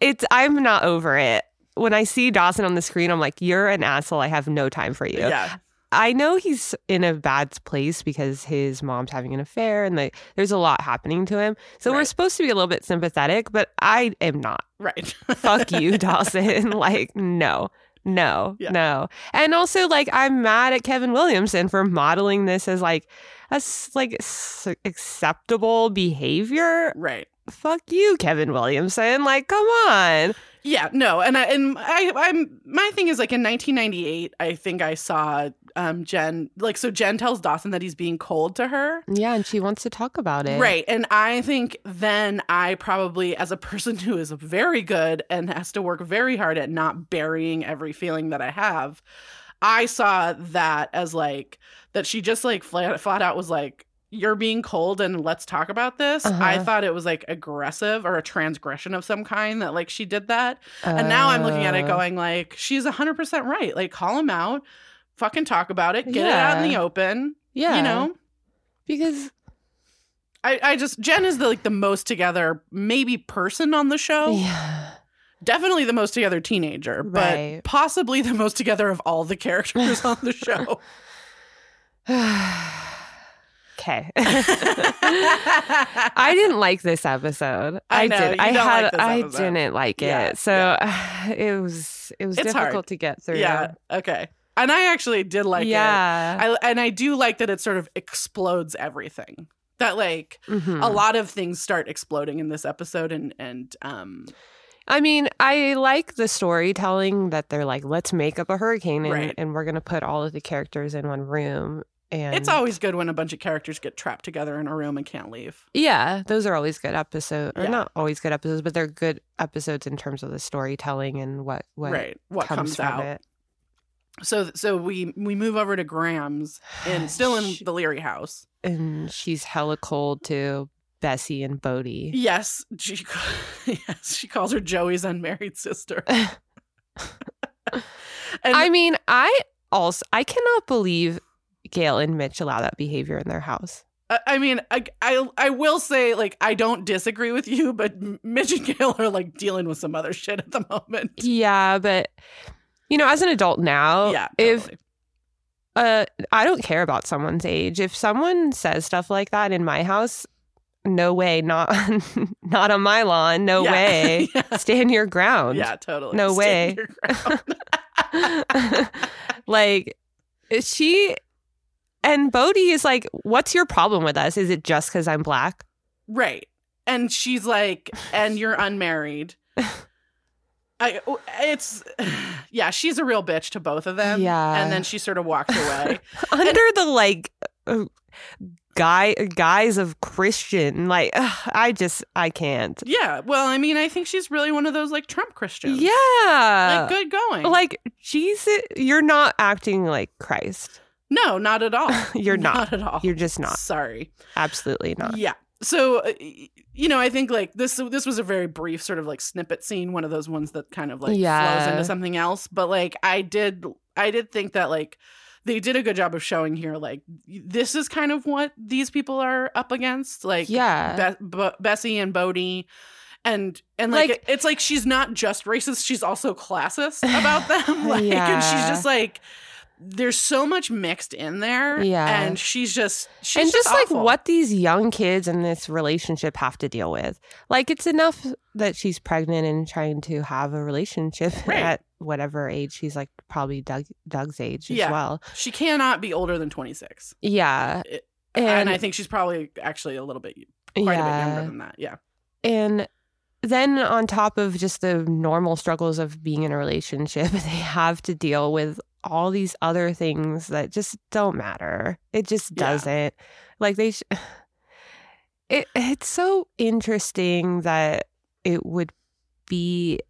[SPEAKER 1] it's, I'm not over it. When I see Dawson on the screen, I'm like, you're an asshole. I have no time for you.
[SPEAKER 2] yeah,
[SPEAKER 1] I know he's in a bad place because his mom's having an affair and like there's a lot happening to him. So we're
[SPEAKER 2] Right.
[SPEAKER 1] supposed to be a little bit sympathetic, but I am not.
[SPEAKER 2] right. *laughs*
[SPEAKER 1] fuck *laughs* you, Dawson. Like, no, no,
[SPEAKER 2] Yeah.
[SPEAKER 1] no. And also, like, I'm mad at Kevin Williamson for modeling this as like a s- like s- acceptable behavior.
[SPEAKER 2] right.
[SPEAKER 1] Fuck you, Kevin Williamson. Like, come on.
[SPEAKER 2] Yeah, no, and I and I I'm my thing is like in 1998, I think I saw um Jen like so Jen tells Dawson that he's being cold to her.
[SPEAKER 1] Yeah, and she wants to talk about it.
[SPEAKER 2] Right. And I think then I probably, as a person *laughs* who is very good and has to work very hard at not burying every feeling that I have, I saw that as like, that she just like flat, flat out was like, you're being cold and let's talk about this. I
[SPEAKER 1] Uh-huh.
[SPEAKER 2] thought it was like aggressive or a transgression of some kind that like she did that. And now I'm looking at it
[SPEAKER 1] Uh,
[SPEAKER 2] going like, she's 100% right. Like, call him out, fucking talk about it, get it out in
[SPEAKER 1] Yeah.
[SPEAKER 2] the open,
[SPEAKER 1] Uh, yeah,
[SPEAKER 2] you know?
[SPEAKER 1] because
[SPEAKER 2] I, I just Jen is the, like the most together maybe person on the
[SPEAKER 1] Oh.
[SPEAKER 2] show.
[SPEAKER 1] yeah, *sighs*
[SPEAKER 2] Definitely the most together teenager,
[SPEAKER 1] Right.
[SPEAKER 2] but possibly the most together of all the characters on the show.
[SPEAKER 1] *laughs*
[SPEAKER 2] *laughs*
[SPEAKER 1] okay. *laughs*
[SPEAKER 2] I
[SPEAKER 1] I didn't like this episode.
[SPEAKER 2] I
[SPEAKER 1] I,
[SPEAKER 2] know,
[SPEAKER 1] did.
[SPEAKER 2] you
[SPEAKER 1] I
[SPEAKER 2] don't
[SPEAKER 1] had.
[SPEAKER 2] like this
[SPEAKER 1] I
[SPEAKER 2] episode.
[SPEAKER 1] didn't like it.
[SPEAKER 2] Yeah,
[SPEAKER 1] so *sighs* it was. It was
[SPEAKER 2] It's
[SPEAKER 1] difficult
[SPEAKER 2] hard.
[SPEAKER 1] to get through.
[SPEAKER 2] yeah, okay. And I actually did like it.
[SPEAKER 1] yeah.
[SPEAKER 2] I, and I do like that it sort of explodes everything. That like
[SPEAKER 1] Mhm.
[SPEAKER 2] a lot of things start exploding in this episode, and and um
[SPEAKER 1] I mean, I like the storytelling that they're like, let's make up a hurricane and,
[SPEAKER 2] Right.
[SPEAKER 1] and we're going to put all of the characters in one room And
[SPEAKER 2] It's always good when a bunch of characters get trapped together in a room and can't leave.
[SPEAKER 1] yeah, those are always good episodes. Or
[SPEAKER 2] Yeah.
[SPEAKER 1] not always good episodes, but they're good episodes in terms of the storytelling and what what,
[SPEAKER 2] right. What comes,
[SPEAKER 1] from
[SPEAKER 2] out.
[SPEAKER 1] it.
[SPEAKER 2] So so we we move over to
[SPEAKER 1] *sighs*
[SPEAKER 2] Graham's and still in the Leary house.
[SPEAKER 1] and she's hella cold to Bessie and Bodie.
[SPEAKER 2] Yes, she *laughs* yes, she calls her Joey's
[SPEAKER 1] *laughs*
[SPEAKER 2] unmarried sister. *laughs* and
[SPEAKER 1] I mean, I also I cannot believe Gail and Mitch allow that behavior in their house.
[SPEAKER 2] uh, I- I mean, I, I I will say like I don't disagree with you, but M- Mitch and Gail are like dealing with some other shit at the moment.
[SPEAKER 1] Yeah, but you know, as an adult now,
[SPEAKER 2] yeah,
[SPEAKER 1] if
[SPEAKER 2] totally.
[SPEAKER 1] uh I don't care about someone's age. If someone says stuff like that in my house, no way, not not on *laughs* my lawn, no
[SPEAKER 2] Yeah. *laughs*
[SPEAKER 1] *laughs* way.
[SPEAKER 2] yeah.
[SPEAKER 1] Stand your ground.
[SPEAKER 2] Yeah, totally.
[SPEAKER 1] No
[SPEAKER 2] Stand
[SPEAKER 1] way.
[SPEAKER 2] your
[SPEAKER 1] *laughs*
[SPEAKER 2] ground.
[SPEAKER 1] like she and Bodhi is like, what's your problem with us? Is it just because I'm black?
[SPEAKER 2] right, and she's like, and you're unmarried. I it's yeah, she's a real bitch to both of them.
[SPEAKER 1] Yeah.
[SPEAKER 2] and then she sort of
[SPEAKER 1] *laughs*
[SPEAKER 2] walked away.
[SPEAKER 1] Under the like uh, guy guise of Christian, like ugh, I just I can't.
[SPEAKER 2] yeah, well, I mean, I think she's really one of those like Trump Christians.
[SPEAKER 1] Yeah,
[SPEAKER 2] like good going.
[SPEAKER 1] like Jesus, you're not acting like Christ.
[SPEAKER 2] no, not at all.
[SPEAKER 1] *laughs* You're not.
[SPEAKER 2] not at all.
[SPEAKER 1] You're just not.
[SPEAKER 2] Sorry.
[SPEAKER 1] Absolutely not.
[SPEAKER 2] Yeah. So uh, y- you know, I think like this this was a very brief sort of like snippet scene, one of those ones that kind of like
[SPEAKER 1] Yeah.
[SPEAKER 2] flows into something else, but like I did I did think that like they did a good job of showing here like this is kind of what these people are up against, like
[SPEAKER 1] yeah.
[SPEAKER 2] Be- Bo- Bessie and Bodie and and like,
[SPEAKER 1] Like-
[SPEAKER 2] it- it's like she's not just racist, she's also classist
[SPEAKER 1] *laughs*
[SPEAKER 2] about them. *laughs* Like and she's
[SPEAKER 1] Yeah.
[SPEAKER 2] just like there's so much mixed in there.
[SPEAKER 1] Yeah.
[SPEAKER 2] And she's just she's
[SPEAKER 1] and just, like
[SPEAKER 2] awful.
[SPEAKER 1] what these young kids in this relationship have to deal with. Like it's enough that she's pregnant and trying to have a relationship *laughs*
[SPEAKER 2] Right.
[SPEAKER 1] at whatever age she's like probably Doug, Doug's age
[SPEAKER 2] Yeah.
[SPEAKER 1] as well.
[SPEAKER 2] She cannot be older than 26.
[SPEAKER 1] Yeah.
[SPEAKER 2] It-
[SPEAKER 1] And,
[SPEAKER 2] And, I think she's probably actually a little bit, quite a bit
[SPEAKER 1] yeah.
[SPEAKER 2] younger than that. Yeah.
[SPEAKER 1] And then on top of just the normal struggles of being in a relationship, *laughs* they have to deal with all these other things that just don't matter. It just
[SPEAKER 2] Yeah.
[SPEAKER 1] doesn't. Like they sh- *sighs* it it's so interesting that it would be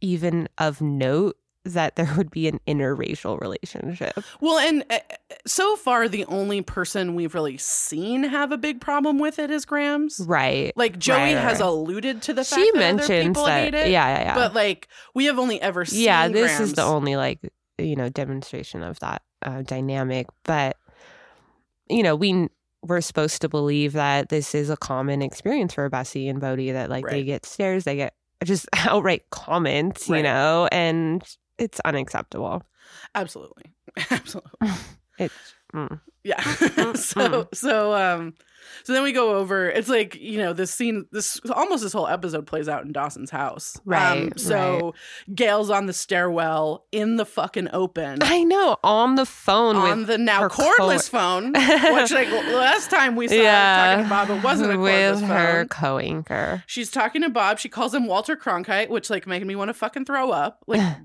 [SPEAKER 1] even of note that there would be an interracial relationship.
[SPEAKER 2] Well, and uh, so far, the only person we've really seen have a big problem with it is Grams.
[SPEAKER 1] Right.
[SPEAKER 2] Like Joey
[SPEAKER 1] Right, right,
[SPEAKER 2] has
[SPEAKER 1] right.
[SPEAKER 2] alluded to the fact
[SPEAKER 1] she
[SPEAKER 2] that other
[SPEAKER 1] mentions
[SPEAKER 2] people
[SPEAKER 1] that
[SPEAKER 2] hate it,
[SPEAKER 1] yeah, yeah, yeah.
[SPEAKER 2] but like we have only ever seen.
[SPEAKER 1] yeah this is the
[SPEAKER 2] Grams.
[SPEAKER 1] only like you know demonstration of that uh, dynamic but you know we we're supposed to believe that this is a common experience for bessie and bodhi that like they
[SPEAKER 2] Right.
[SPEAKER 1] get stares they get just *laughs* outright comments you
[SPEAKER 2] Right.
[SPEAKER 1] know and it's unacceptable
[SPEAKER 2] Absolutely, *laughs* absolutely.
[SPEAKER 1] it's mm.
[SPEAKER 2] Yeah.
[SPEAKER 1] mm,
[SPEAKER 2] *laughs* so so um so then we go over it's like, you know, this scene this almost this whole episode plays out in Dawson's house. Um,
[SPEAKER 1] Right,
[SPEAKER 2] so Gail's on the stairwell in the fucking
[SPEAKER 1] *laughs*
[SPEAKER 2] open
[SPEAKER 1] i know on the phone
[SPEAKER 2] on
[SPEAKER 1] with
[SPEAKER 2] the now
[SPEAKER 1] her
[SPEAKER 2] cordless phone, *laughs*
[SPEAKER 1] *laughs*
[SPEAKER 2] which like last time we saw her talking to Bob it wasn't a
[SPEAKER 1] with
[SPEAKER 2] cordless
[SPEAKER 1] her
[SPEAKER 2] phone.
[SPEAKER 1] co-anchor
[SPEAKER 2] She's talking to Bob. She calls him Walter Cronkite, which like making me want to fucking throw up.
[SPEAKER 1] *laughs*
[SPEAKER 2] Like,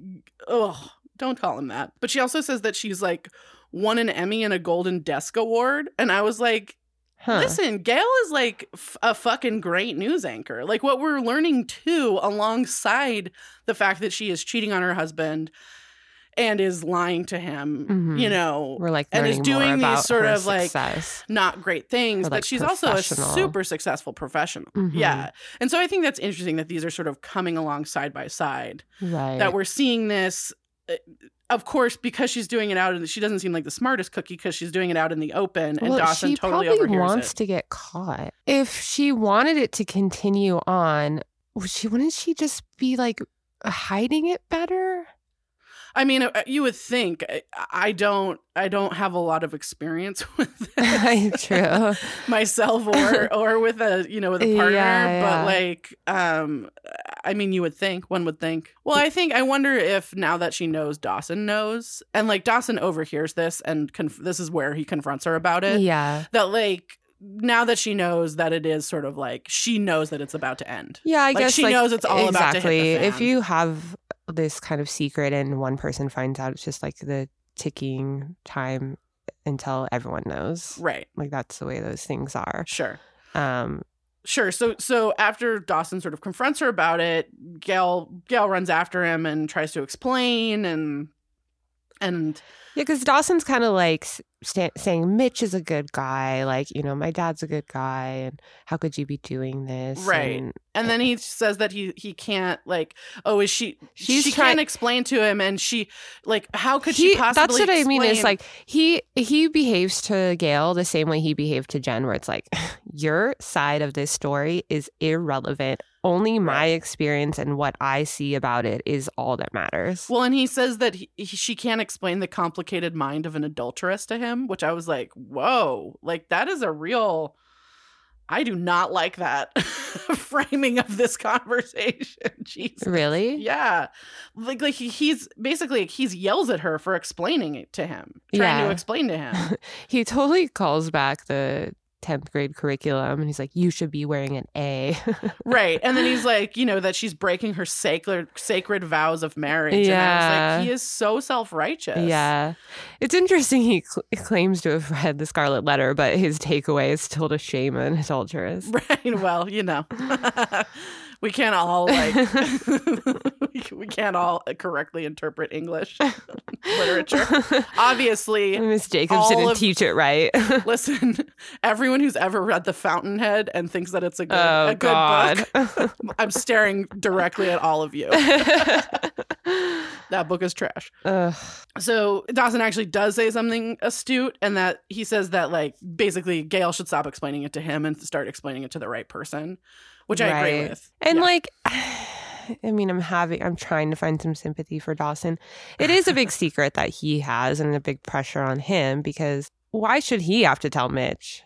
[SPEAKER 2] oh, don't call him that. But she also says that she's like won an Emmy and a Golden Desk Award, and I was like,
[SPEAKER 1] huh
[SPEAKER 2] Listen, Gail is like f- a fucking great news anchor. Like what we're learning too, alongside the fact that she is cheating on her husband and is lying to him,
[SPEAKER 1] Mhm.
[SPEAKER 2] you know,
[SPEAKER 1] we're like
[SPEAKER 2] and is
[SPEAKER 1] learning
[SPEAKER 2] doing
[SPEAKER 1] more
[SPEAKER 2] these
[SPEAKER 1] about
[SPEAKER 2] sort
[SPEAKER 1] her
[SPEAKER 2] of, like,
[SPEAKER 1] success.
[SPEAKER 2] not great things.
[SPEAKER 1] Or,
[SPEAKER 2] but
[SPEAKER 1] like,
[SPEAKER 2] she's also a
[SPEAKER 1] professional.
[SPEAKER 2] super successful professional.
[SPEAKER 1] Mhm.
[SPEAKER 2] Yeah. And so I think that's interesting that these are sort of coming along side by side,
[SPEAKER 1] right
[SPEAKER 2] that we're seeing this. uh, Of course, because she's doing it out, and she doesn't seem like the smartest cookie because she's doing it out in the open, and Dawson
[SPEAKER 1] she
[SPEAKER 2] totally
[SPEAKER 1] probably
[SPEAKER 2] overhears
[SPEAKER 1] wants
[SPEAKER 2] it.
[SPEAKER 1] to get caught. If she wanted it to continue on, would she wouldn't she just be like hiding it better? *laughs*
[SPEAKER 2] I mean, uh, you would think I, I don't. I don't have a lot of experience *laughs* with
[SPEAKER 1] *laughs*
[SPEAKER 2] *laughs* this
[SPEAKER 1] True.
[SPEAKER 2] myself, or or with a you know with a partner.
[SPEAKER 1] Yeah, yeah.
[SPEAKER 2] But like, um, I mean, you would think one would think. Well, I think I wonder if now that she knows Dawson knows, and like Dawson overhears this, and conf- this is where he confronts her about it.
[SPEAKER 1] yeah.
[SPEAKER 2] That like now that she knows that it is sort of like she knows that it's about to end.
[SPEAKER 1] Yeah, I
[SPEAKER 2] Like,
[SPEAKER 1] guess
[SPEAKER 2] she
[SPEAKER 1] like,
[SPEAKER 2] knows it's all about to hit
[SPEAKER 1] exactly.
[SPEAKER 2] the
[SPEAKER 1] If
[SPEAKER 2] fan.
[SPEAKER 1] you have this kind of secret and one person finds out, it's just like the ticking time until everyone knows.
[SPEAKER 2] Right.
[SPEAKER 1] Like that's the way those things are.
[SPEAKER 2] Sure.
[SPEAKER 1] Um,
[SPEAKER 2] Sure. So so after Dawson sort of confronts her about it, Gail Gail runs after him and tries to explain and and
[SPEAKER 1] yeah, because Dawson's kind of like sta- saying Mitch is a good guy. Like you know, my dad's a good guy, and how could you be doing this?
[SPEAKER 2] Right.
[SPEAKER 1] And
[SPEAKER 2] and then he says that he he can't like oh is she
[SPEAKER 1] She's
[SPEAKER 2] she
[SPEAKER 1] try-
[SPEAKER 2] can't explain to him and she like how could
[SPEAKER 1] he-
[SPEAKER 2] she possibly
[SPEAKER 1] that's what I mean. Is
[SPEAKER 2] explain-
[SPEAKER 1] like he he behaves to Gail the same way he behaved to Jen, where it's like *sighs* your side of this story is irrelevant. Only my experience and what I see about it is all that matters.
[SPEAKER 2] well and he says that he, he- she can't explain the complicated mind of an adulteress to him which I was like whoa like that is a real I do not like that *laughs* framing of this conversation *laughs* Jesus
[SPEAKER 1] really?
[SPEAKER 2] Yeah. Like like he- he's basically he's yells at her for explaining it to him. Trying
[SPEAKER 1] Yeah.
[SPEAKER 2] to explain
[SPEAKER 1] *laughs*
[SPEAKER 2] to him.
[SPEAKER 1] He totally calls back the 10th grade curriculum and he's like, You should be wearing an A.
[SPEAKER 2] right. And then he's like, you know, that she's breaking her sacred sacred vows of marriage. And I was
[SPEAKER 1] Yeah.
[SPEAKER 2] like, he is so self-righteous.
[SPEAKER 1] Yeah. It's interesting he cl- claims to have read the Scarlet Letter, but his takeaway is still to shame an adulteress.
[SPEAKER 2] *laughs* Right. Well, you know. *laughs* we can't all like *laughs* we- we can't all correctly interpret English *laughs* literature.
[SPEAKER 1] *laughs*
[SPEAKER 2] Obviously,
[SPEAKER 1] Miss Jacobs
[SPEAKER 2] All
[SPEAKER 1] didn't
[SPEAKER 2] of-
[SPEAKER 1] teach it right. *laughs*
[SPEAKER 2] *laughs* listen, everyone who's ever read The Fountainhead and thinks that it's a good,
[SPEAKER 1] oh,
[SPEAKER 2] a
[SPEAKER 1] God.
[SPEAKER 2] good book
[SPEAKER 1] *laughs*
[SPEAKER 2] *laughs* I'm staring directly at all of you. That book is trash.
[SPEAKER 1] Ugh.
[SPEAKER 2] So Dawson actually does say something astute, and that he says that like basically Gail should stop explaining it to him and start explaining it to the right person, which I agree
[SPEAKER 1] Right.
[SPEAKER 2] with.
[SPEAKER 1] And
[SPEAKER 2] Yeah.
[SPEAKER 1] like, *sighs* I mean, I'm having, I'm trying to find some sympathy for Dawson. It is a
[SPEAKER 2] *laughs*
[SPEAKER 1] big secret that he has and a big pressure on him because why should he have to tell Mitch?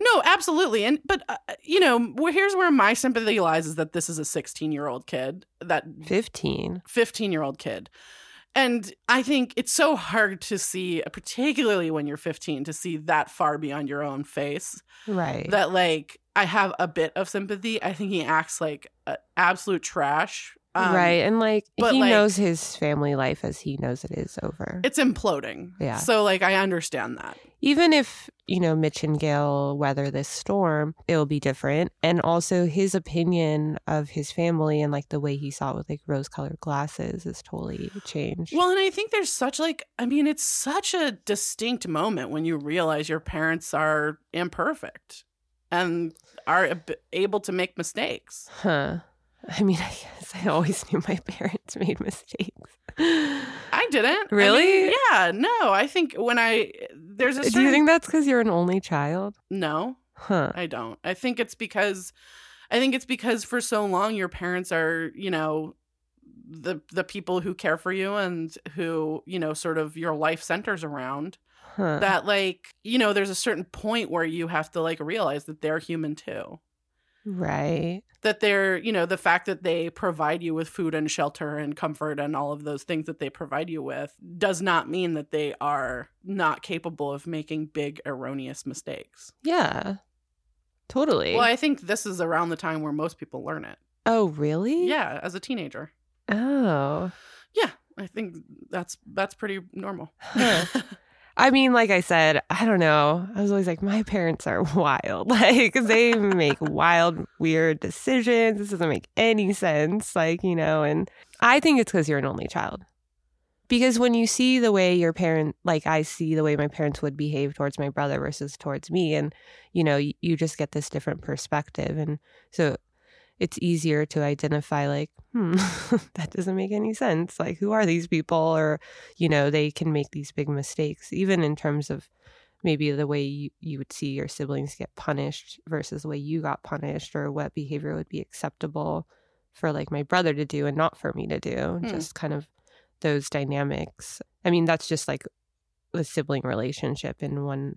[SPEAKER 2] no, absolutely. And but uh, you know, where here's where my sympathy lies is that this is a 16 year old kid that
[SPEAKER 1] 15.
[SPEAKER 2] 15 year old kid. And I think it's so hard to see, uh, particularly when you're 15, to see that far beyond your own face.
[SPEAKER 1] Right.
[SPEAKER 2] that like I have a bit of sympathy. I think he acts like uh, absolute trash. Um,
[SPEAKER 1] right. And like,
[SPEAKER 2] but,
[SPEAKER 1] he
[SPEAKER 2] like-
[SPEAKER 1] knows his family life as he knows it is over.
[SPEAKER 2] It's imploding.
[SPEAKER 1] Yeah.
[SPEAKER 2] So like I understand that.
[SPEAKER 1] Even if, you know, Mitch and Gail weather this storm, it'll be different. And also his opinion of his family and like the way he saw it with like rose colored glasses is totally changed.
[SPEAKER 2] Well, and I think there's such like I mean it's such a distinct moment when you realize your parents are imperfect and are ab- able to make mistakes.
[SPEAKER 1] Huh. I mean, I guess I always knew my *laughs* parents made mistakes.
[SPEAKER 2] I didn't I
[SPEAKER 1] Really?
[SPEAKER 2] mean, yeah. No, I think when I there's a certain,
[SPEAKER 1] Do you think that's because you're an only child?
[SPEAKER 2] no.
[SPEAKER 1] Huh.
[SPEAKER 2] I don't. I think it's because I think it's because for so long your parents are, you know, the the people who care for you and who, you know, sort of your life centers around
[SPEAKER 1] Huh.
[SPEAKER 2] that like, you know, there's a certain point where you have to like realize that they're human too.
[SPEAKER 1] right.
[SPEAKER 2] That they're, you know, the fact that they provide you with food and shelter and comfort and all of those things that they provide you with does not mean that they are not capable of making big erroneous mistakes.
[SPEAKER 1] Yeah. Totally.
[SPEAKER 2] Well, I think this is around the time where most people learn it.
[SPEAKER 1] oh, really?
[SPEAKER 2] Yeah, as a teenager.
[SPEAKER 1] Oh.
[SPEAKER 2] I think that's that's pretty normal. *laughs*
[SPEAKER 1] Huh. I mean, like I said, I don't know. I was always like, my parents are *laughs* wild. Like, they make wild, weird decisions. This doesn't make any sense. Like, you know, and I think it's because you're an only child. Because when you see the way your parent, like, I see the way my parents would behave towards my brother versus towards me, and, you know, you, you just get this different perspective. And so it's easier to identify, like, hmm, *laughs* that doesn't make any sense. Like, who are these people? Or, you know they can make these big mistakes even in terms of maybe the way you, you would see your siblings get punished versus the way you got punished or what behavior would be acceptable for like my brother to do and not for me to do
[SPEAKER 2] Hmm.
[SPEAKER 1] just kind of those dynamics i mean that's just like the sibling relationship and one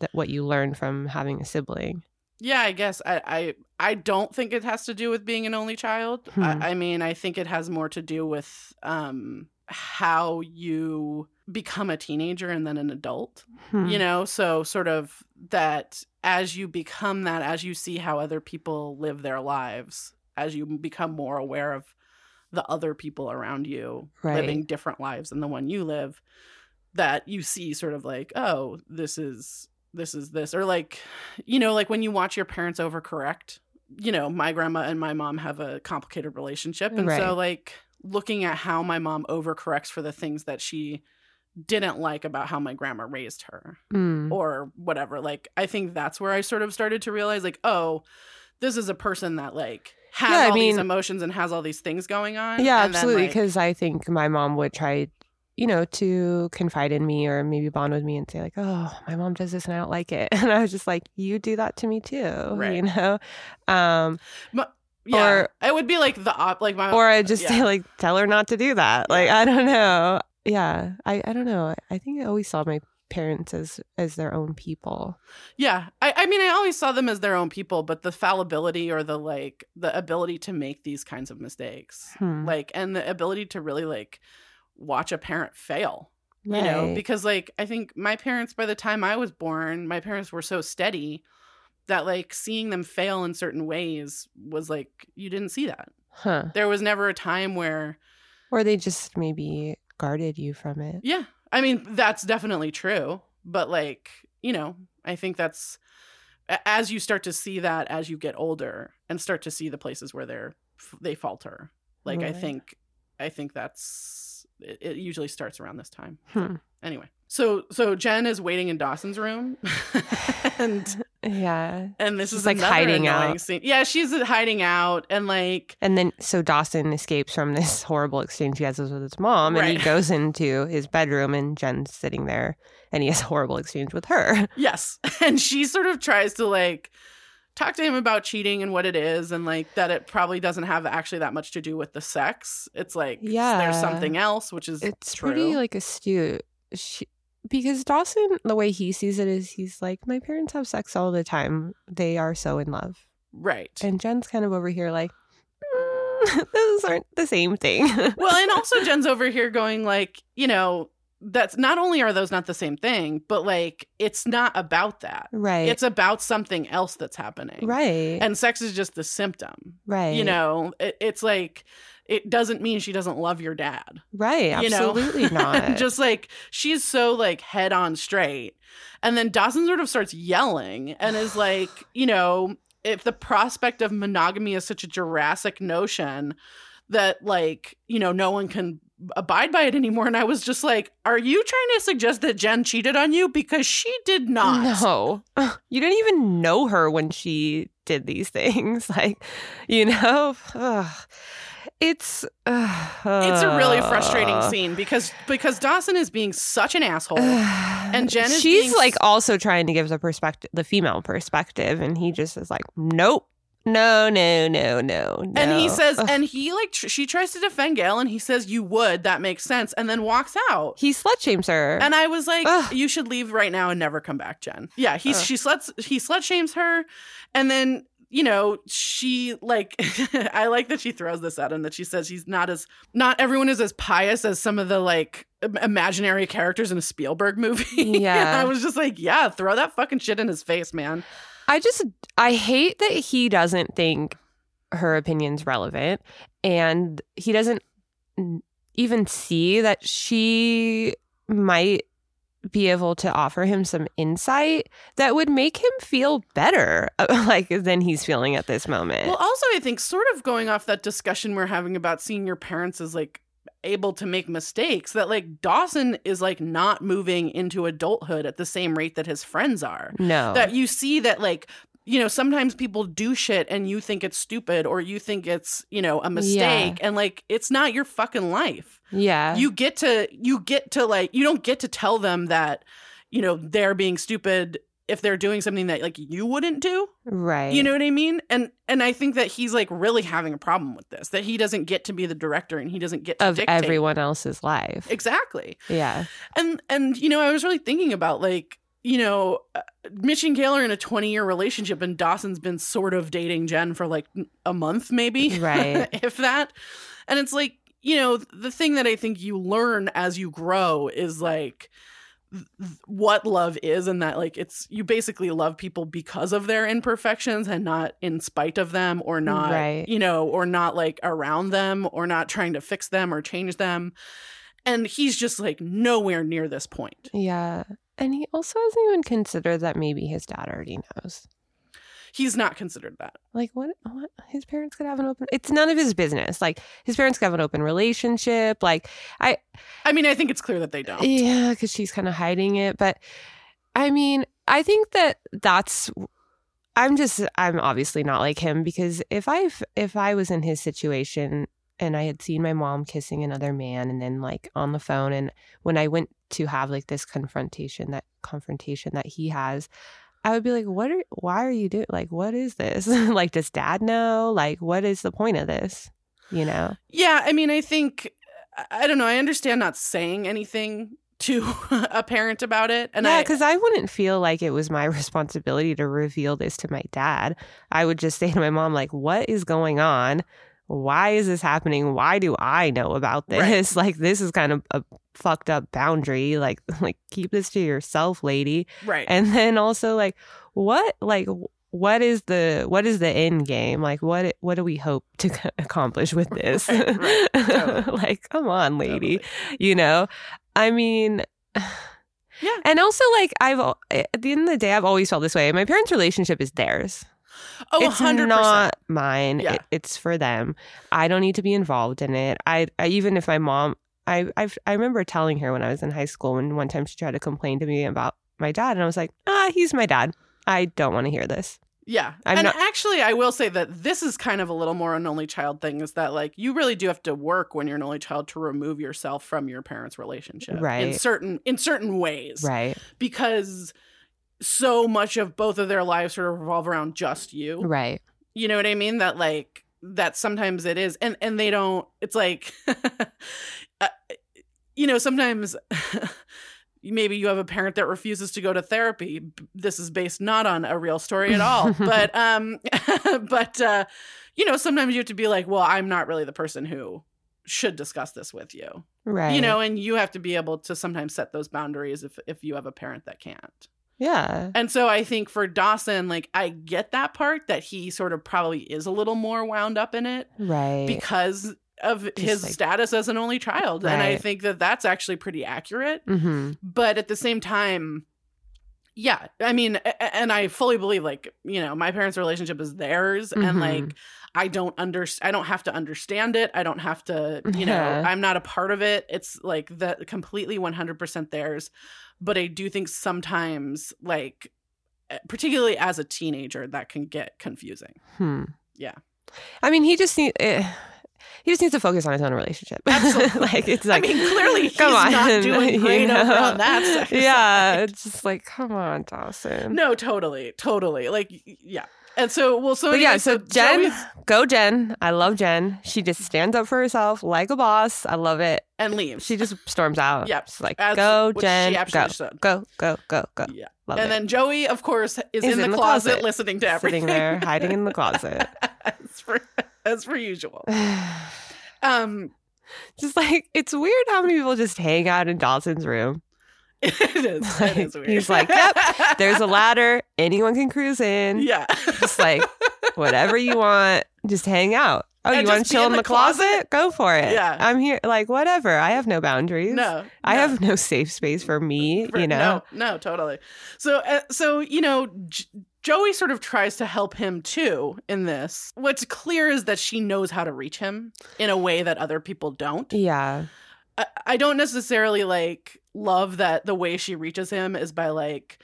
[SPEAKER 1] that what you learn from having a sibling
[SPEAKER 2] yeah, I guess I, I I don't think it has to do with being an only child.
[SPEAKER 1] Hmm.
[SPEAKER 2] I, I mean, I think it has more to do with um how you become a teenager and then an adult.
[SPEAKER 1] Hmm.
[SPEAKER 2] You know, so sort of that as you become that, as you see how other people live their lives, as you become more aware of the other people around you
[SPEAKER 1] Right.
[SPEAKER 2] living different lives than the one you live, that you see sort of like, oh, this is this is this or like you know like when you watch your parents overcorrect you know my grandma and my mom have a complicated relationship and
[SPEAKER 1] Right.
[SPEAKER 2] so like looking at how my mom overcorrects for the things that she didn't like about how my grandma raised her
[SPEAKER 1] Mm.
[SPEAKER 2] or whatever like i think that's where i sort of started to realize like oh this is a person that like has
[SPEAKER 1] Yeah, I
[SPEAKER 2] all these
[SPEAKER 1] mean-
[SPEAKER 2] emotions and has all these things going on
[SPEAKER 1] Yeah,
[SPEAKER 2] and then,
[SPEAKER 1] absolutely.
[SPEAKER 2] like-
[SPEAKER 1] Because I think my mom would try, you know, to confide in me or maybe bond with me and say like, "Oh, my mom does this and I don't like it," *laughs* and I was just like, "You do that to me too," you
[SPEAKER 2] Right.
[SPEAKER 1] know, um,
[SPEAKER 2] yeah
[SPEAKER 1] or-
[SPEAKER 2] it would be like the op like my
[SPEAKER 1] or I just say
[SPEAKER 2] Oh, yeah.
[SPEAKER 1] like, "Tell her not to do that." Like I don't know. Yeah, I I don't know. I think I always saw my parents as as their own people.
[SPEAKER 2] Yeah. I, I mean, I always saw them as their own people, but the fallibility or the like, the ability to make these kinds of mistakes,
[SPEAKER 1] Hmm.
[SPEAKER 2] like, and the ability to really like watch a parent fail, you know,
[SPEAKER 1] Right.
[SPEAKER 2] because like, I think my parents, by the time I was born, my parents were so steady that like seeing them fail in certain ways was like, you didn't see that.
[SPEAKER 1] huh?
[SPEAKER 2] There was never a time where,
[SPEAKER 1] Or they just maybe guarded you from it.
[SPEAKER 2] yeah, I mean, that's definitely true, but like, you know, I think that's a- as you start to see that as you get older and start to see the places where they're f- they falter like i
[SPEAKER 1] Right.
[SPEAKER 2] think i think that's it, it usually starts around this time
[SPEAKER 1] Hmm.
[SPEAKER 2] anyway so so jen is waiting in dawson's room *laughs* and
[SPEAKER 1] yeah.
[SPEAKER 2] and this
[SPEAKER 1] She's,
[SPEAKER 2] is
[SPEAKER 1] like,
[SPEAKER 2] another
[SPEAKER 1] hiding
[SPEAKER 2] annoying
[SPEAKER 1] out.
[SPEAKER 2] scene. yeah she's hiding out and like
[SPEAKER 1] And then, so Dawson escapes from this *laughs* horrible exchange he has with his mom, and
[SPEAKER 2] Right.
[SPEAKER 1] he goes into his bedroom, and Jen's sitting there, and he has a horrible exchange with her.
[SPEAKER 2] yes *laughs* and she sort of tries to like talk to him about cheating and what it is and like that it probably doesn't have actually that much to do with the sex it's like
[SPEAKER 1] Yeah.
[SPEAKER 2] there's something else which
[SPEAKER 1] *laughs*
[SPEAKER 2] is
[SPEAKER 1] It's
[SPEAKER 2] true.
[SPEAKER 1] pretty like astute, she, because Dawson, the way he sees it is, he's like, my parents have sex all the time; they are so in love.
[SPEAKER 2] Right.
[SPEAKER 1] And Jen's kind of over here, like, "Mm, *laughs* those aren't the same thing. *laughs*
[SPEAKER 2] well, and also Jen's over here going like, you know, that's not only are those not the same thing, but like it's not about that.
[SPEAKER 1] right,
[SPEAKER 2] It's about something else that's happening.
[SPEAKER 1] right,
[SPEAKER 2] And sex is just the symptom.
[SPEAKER 1] right,
[SPEAKER 2] You know, it, it's like it doesn't mean she doesn't love your dad.
[SPEAKER 1] right, absolutely *laughs*
[SPEAKER 2] you *laughs* know?
[SPEAKER 1] not.
[SPEAKER 2] just like she's so like head on straight. And then Dawson sort of starts yelling and
[SPEAKER 1] *sighs*
[SPEAKER 2] is like, you know, if the prospect of monogamy is such a Jurassic notion that like, you know, no one can abide by it anymore. And I was just like, are you trying to suggest that Jen cheated on you? Because she did not.
[SPEAKER 1] No. *laughs* You didn't even know her when she did these things. *laughs* Like, you know, *sighs* Ugh. it's. *sighs*
[SPEAKER 2] It's a really frustrating
[SPEAKER 1] ugh.
[SPEAKER 2] scene because because Dawson is being
[SPEAKER 1] *sighs*
[SPEAKER 2] such an asshole.
[SPEAKER 1] and
[SPEAKER 2] Jen is
[SPEAKER 1] she's
[SPEAKER 2] being
[SPEAKER 1] like
[SPEAKER 2] s-
[SPEAKER 1] also trying to give the perspective, the female perspective, and he just is like, nope, no, no, no, no, no.
[SPEAKER 2] And he says, and he like tr- she tries to defend Gail, and he says, "You would that makes sense," and then walks out.
[SPEAKER 1] he slut shames her.
[SPEAKER 2] And I was like,
[SPEAKER 1] Ugh.
[SPEAKER 2] "You should leave right now and never come back, Jen." Yeah, he's
[SPEAKER 1] Ugh.
[SPEAKER 2] she sluts he slut shames her, and then you know she like *laughs* I like that she throws this at him that she says he's not as not everyone is as pious as some of the like im- imaginary characters in a Spielberg movie. *laughs* And
[SPEAKER 1] Yeah.
[SPEAKER 2] I was just like, yeah, throw that fucking shit in his face, man.
[SPEAKER 1] I just I hate that he doesn't think her opinion's relevant and he doesn't n- even see that she might be able to offer him some insight that would make him feel better *laughs* like than he's feeling at this moment.
[SPEAKER 2] Well, also I think sort of going off that discussion we're having about seeing your parents as like able to make mistakes that like Dawson is like not moving into adulthood at the same rate that his friends are.
[SPEAKER 1] no.
[SPEAKER 2] That you see that like you know sometimes people do shit and you think it's stupid or you think it's you know a mistake and like it's not your fucking life.
[SPEAKER 1] yeah.
[SPEAKER 2] You get to you get to like you don't get to tell them that you know they're being stupid if they're doing something that like you wouldn't do.
[SPEAKER 1] right.
[SPEAKER 2] You know what I mean? And and I think that he's like really having a problem with this. That he doesn't get to be the director and he doesn't get to
[SPEAKER 1] of
[SPEAKER 2] dictate.
[SPEAKER 1] everyone else's life.
[SPEAKER 2] Exactly.
[SPEAKER 1] yeah.
[SPEAKER 2] And and you know, I was really thinking about like, you know, uh, Mitch and Gail are in a 20-year relationship and Dawson's been sort of dating Jen for like a month maybe.
[SPEAKER 1] Right.
[SPEAKER 2] *laughs* if that. And it's like, you know, the thing that I think you learn as you grow is like th- th- what love is and that like it's you basically love people because of their imperfections and not in spite of them or not
[SPEAKER 1] Right.
[SPEAKER 2] you know or not like around them or not trying to fix them or change them And he's just like nowhere near this point.
[SPEAKER 1] Yeah. And he also hasn't even considered that maybe his dad already knows.
[SPEAKER 2] He's not considered that.
[SPEAKER 1] Like what, what his parents could have an open it's none of his business. Like his parents could have an open relationship. Like I
[SPEAKER 2] I mean, I think it's clear that they don't.
[SPEAKER 1] yeah, cuz she's kind of hiding it, but I mean, I think that that's I'm just I'm obviously not like him because if I if I was in his situation and I had seen my mom kissing another man and then like on the phone and when I went to have like this confrontation that confrontation that he has I would be like what are why are you doing like what is this *laughs* like does dad know like what is the point of this you know
[SPEAKER 2] Yeah, I mean, I think I don't know. I understand not saying anything to *laughs* a parent about it, and
[SPEAKER 1] yeah,
[SPEAKER 2] I
[SPEAKER 1] because I wouldn't feel like it was my *laughs* responsibility to reveal this to my dad. I would just say to my mom, like, what is going on? Why is this happening? Why do I know about
[SPEAKER 2] Right.
[SPEAKER 1] this? *laughs* Like, this is kind of a fucked up boundary. Like, *laughs* like keep this to yourself, lady.
[SPEAKER 2] right.
[SPEAKER 1] And then also, like, what, like, what is the what is the end game? Like, what what do we hope to c- accomplish with this?
[SPEAKER 2] Right, right. Totally.
[SPEAKER 1] *laughs* like, come on, lady
[SPEAKER 2] Totally.
[SPEAKER 1] you know i mean *sighs*
[SPEAKER 2] Yeah.
[SPEAKER 1] and also like i've al- eh, at the end of the day i've always felt this way my parents relationship is theirs
[SPEAKER 2] Oh,
[SPEAKER 1] it's
[SPEAKER 2] 100%.
[SPEAKER 1] not mine
[SPEAKER 2] Yeah.
[SPEAKER 1] It- it's for them i don't need to be involved in it i, I even if my mom I, I've, I remember telling her when i was in high school when one time she tried to complain to me about my dad and i was like ah he's my dad i don't want to hear this
[SPEAKER 2] Yeah.
[SPEAKER 1] I'm
[SPEAKER 2] and
[SPEAKER 1] not-
[SPEAKER 2] actually, I will say that this is kind of a little more an only child thing is that, like, you really do have to work when you're an only child to remove yourself from your parents' relationship. In
[SPEAKER 1] Right.
[SPEAKER 2] certain, in certain ways.
[SPEAKER 1] right
[SPEAKER 2] Because so much of both of their lives sort of revolve around just you.
[SPEAKER 1] right
[SPEAKER 2] You know what I mean? That, like, that sometimes it is. And, and they don't, it's like, *laughs* uh, you know, sometimes. *laughs* Maybe you have a parent that refuses to go to therapy. B- This is based not on a real story at all, but um, *laughs* but uh, you know, sometimes you have to be like, well, I'm not really the person who should discuss this with you,
[SPEAKER 1] right
[SPEAKER 2] you know, and you have to be able to sometimes set those boundaries if if you have a parent that can't.
[SPEAKER 1] yeah
[SPEAKER 2] And so I think for Dawson, like I get that part that he sort of probably is a little more wound up in it
[SPEAKER 1] right
[SPEAKER 2] because of his
[SPEAKER 1] like-
[SPEAKER 2] status as an only child, and I
[SPEAKER 1] Right.
[SPEAKER 2] think that that's actually pretty accurate
[SPEAKER 1] mm-hmm.
[SPEAKER 2] but at the same time yeah i mean a- a- and i fully believe like you know my parents relationship is theirs and
[SPEAKER 1] Mhm.
[SPEAKER 2] like i don't under i don't have to understand it i don't have to you know
[SPEAKER 1] Yeah.
[SPEAKER 2] i'm not a part of it it's like the completely 100% theirs but i do think sometimes like eh, particularly as a teenager that can get confusing
[SPEAKER 1] Hmm.
[SPEAKER 2] Yeah.
[SPEAKER 1] I mean, he just needs. Uh, he just needs to focus on his own relationship. *laughs*
[SPEAKER 2] Absolutely.
[SPEAKER 1] like it's like.
[SPEAKER 2] i mean clearly
[SPEAKER 1] *laughs*
[SPEAKER 2] he's
[SPEAKER 1] come on.
[SPEAKER 2] not doing
[SPEAKER 1] *laughs*
[SPEAKER 2] great
[SPEAKER 1] you know?
[SPEAKER 2] over on that side.
[SPEAKER 1] Yeah, it's just like come on, Dawson.
[SPEAKER 2] no totally totally like y- yeah and so well so
[SPEAKER 1] But yeah,
[SPEAKER 2] anyway,
[SPEAKER 1] so Jen-
[SPEAKER 2] Joey's-
[SPEAKER 1] Go, Jen. I love Jen. She just stands up for herself like a boss. I love it.
[SPEAKER 2] and leaves
[SPEAKER 1] She just storms out.
[SPEAKER 2] Yep.
[SPEAKER 1] She's like
[SPEAKER 2] As-
[SPEAKER 1] go,
[SPEAKER 2] which
[SPEAKER 1] Jen.
[SPEAKER 2] She
[SPEAKER 1] Go,
[SPEAKER 2] absolutely should.
[SPEAKER 1] go, go, go, go.
[SPEAKER 2] Yeah.
[SPEAKER 1] Love
[SPEAKER 2] And
[SPEAKER 1] it.
[SPEAKER 2] then Joey, of course, is, in, the, closet, listening to everything.
[SPEAKER 1] Sitting there, hiding in the closet.
[SPEAKER 2] *laughs*
[SPEAKER 1] *sighs*
[SPEAKER 2] as, for, as per usual. Um, *laughs*
[SPEAKER 1] just like it's weird how many people just hang out in Dawson's room.
[SPEAKER 2] it
[SPEAKER 1] *laughs*
[SPEAKER 2] is. It is weird.
[SPEAKER 1] He's like, "Yep,
[SPEAKER 2] *laughs*
[SPEAKER 1] There's a ladder. Anyone can cruise in. *laughs*
[SPEAKER 2] yeah.
[SPEAKER 1] Just like whatever you want, just hang out. Oh,
[SPEAKER 2] And
[SPEAKER 1] you want
[SPEAKER 2] just
[SPEAKER 1] to
[SPEAKER 2] be
[SPEAKER 1] chill in
[SPEAKER 2] in the
[SPEAKER 1] the, closet? Go for it.
[SPEAKER 2] Yeah.
[SPEAKER 1] I'm here. Like whatever. I have no boundaries.
[SPEAKER 2] No.
[SPEAKER 1] I
[SPEAKER 2] no.
[SPEAKER 1] have no safe space for me.
[SPEAKER 2] For-
[SPEAKER 1] you know.
[SPEAKER 2] No, no, totally. So, uh, so you know, J- Joey sort of tries to help him too in this. What's clear is that she knows how to reach him in a way that other people don't.
[SPEAKER 1] Yeah.
[SPEAKER 2] I, I don't necessarily like love that the way she reaches him is by like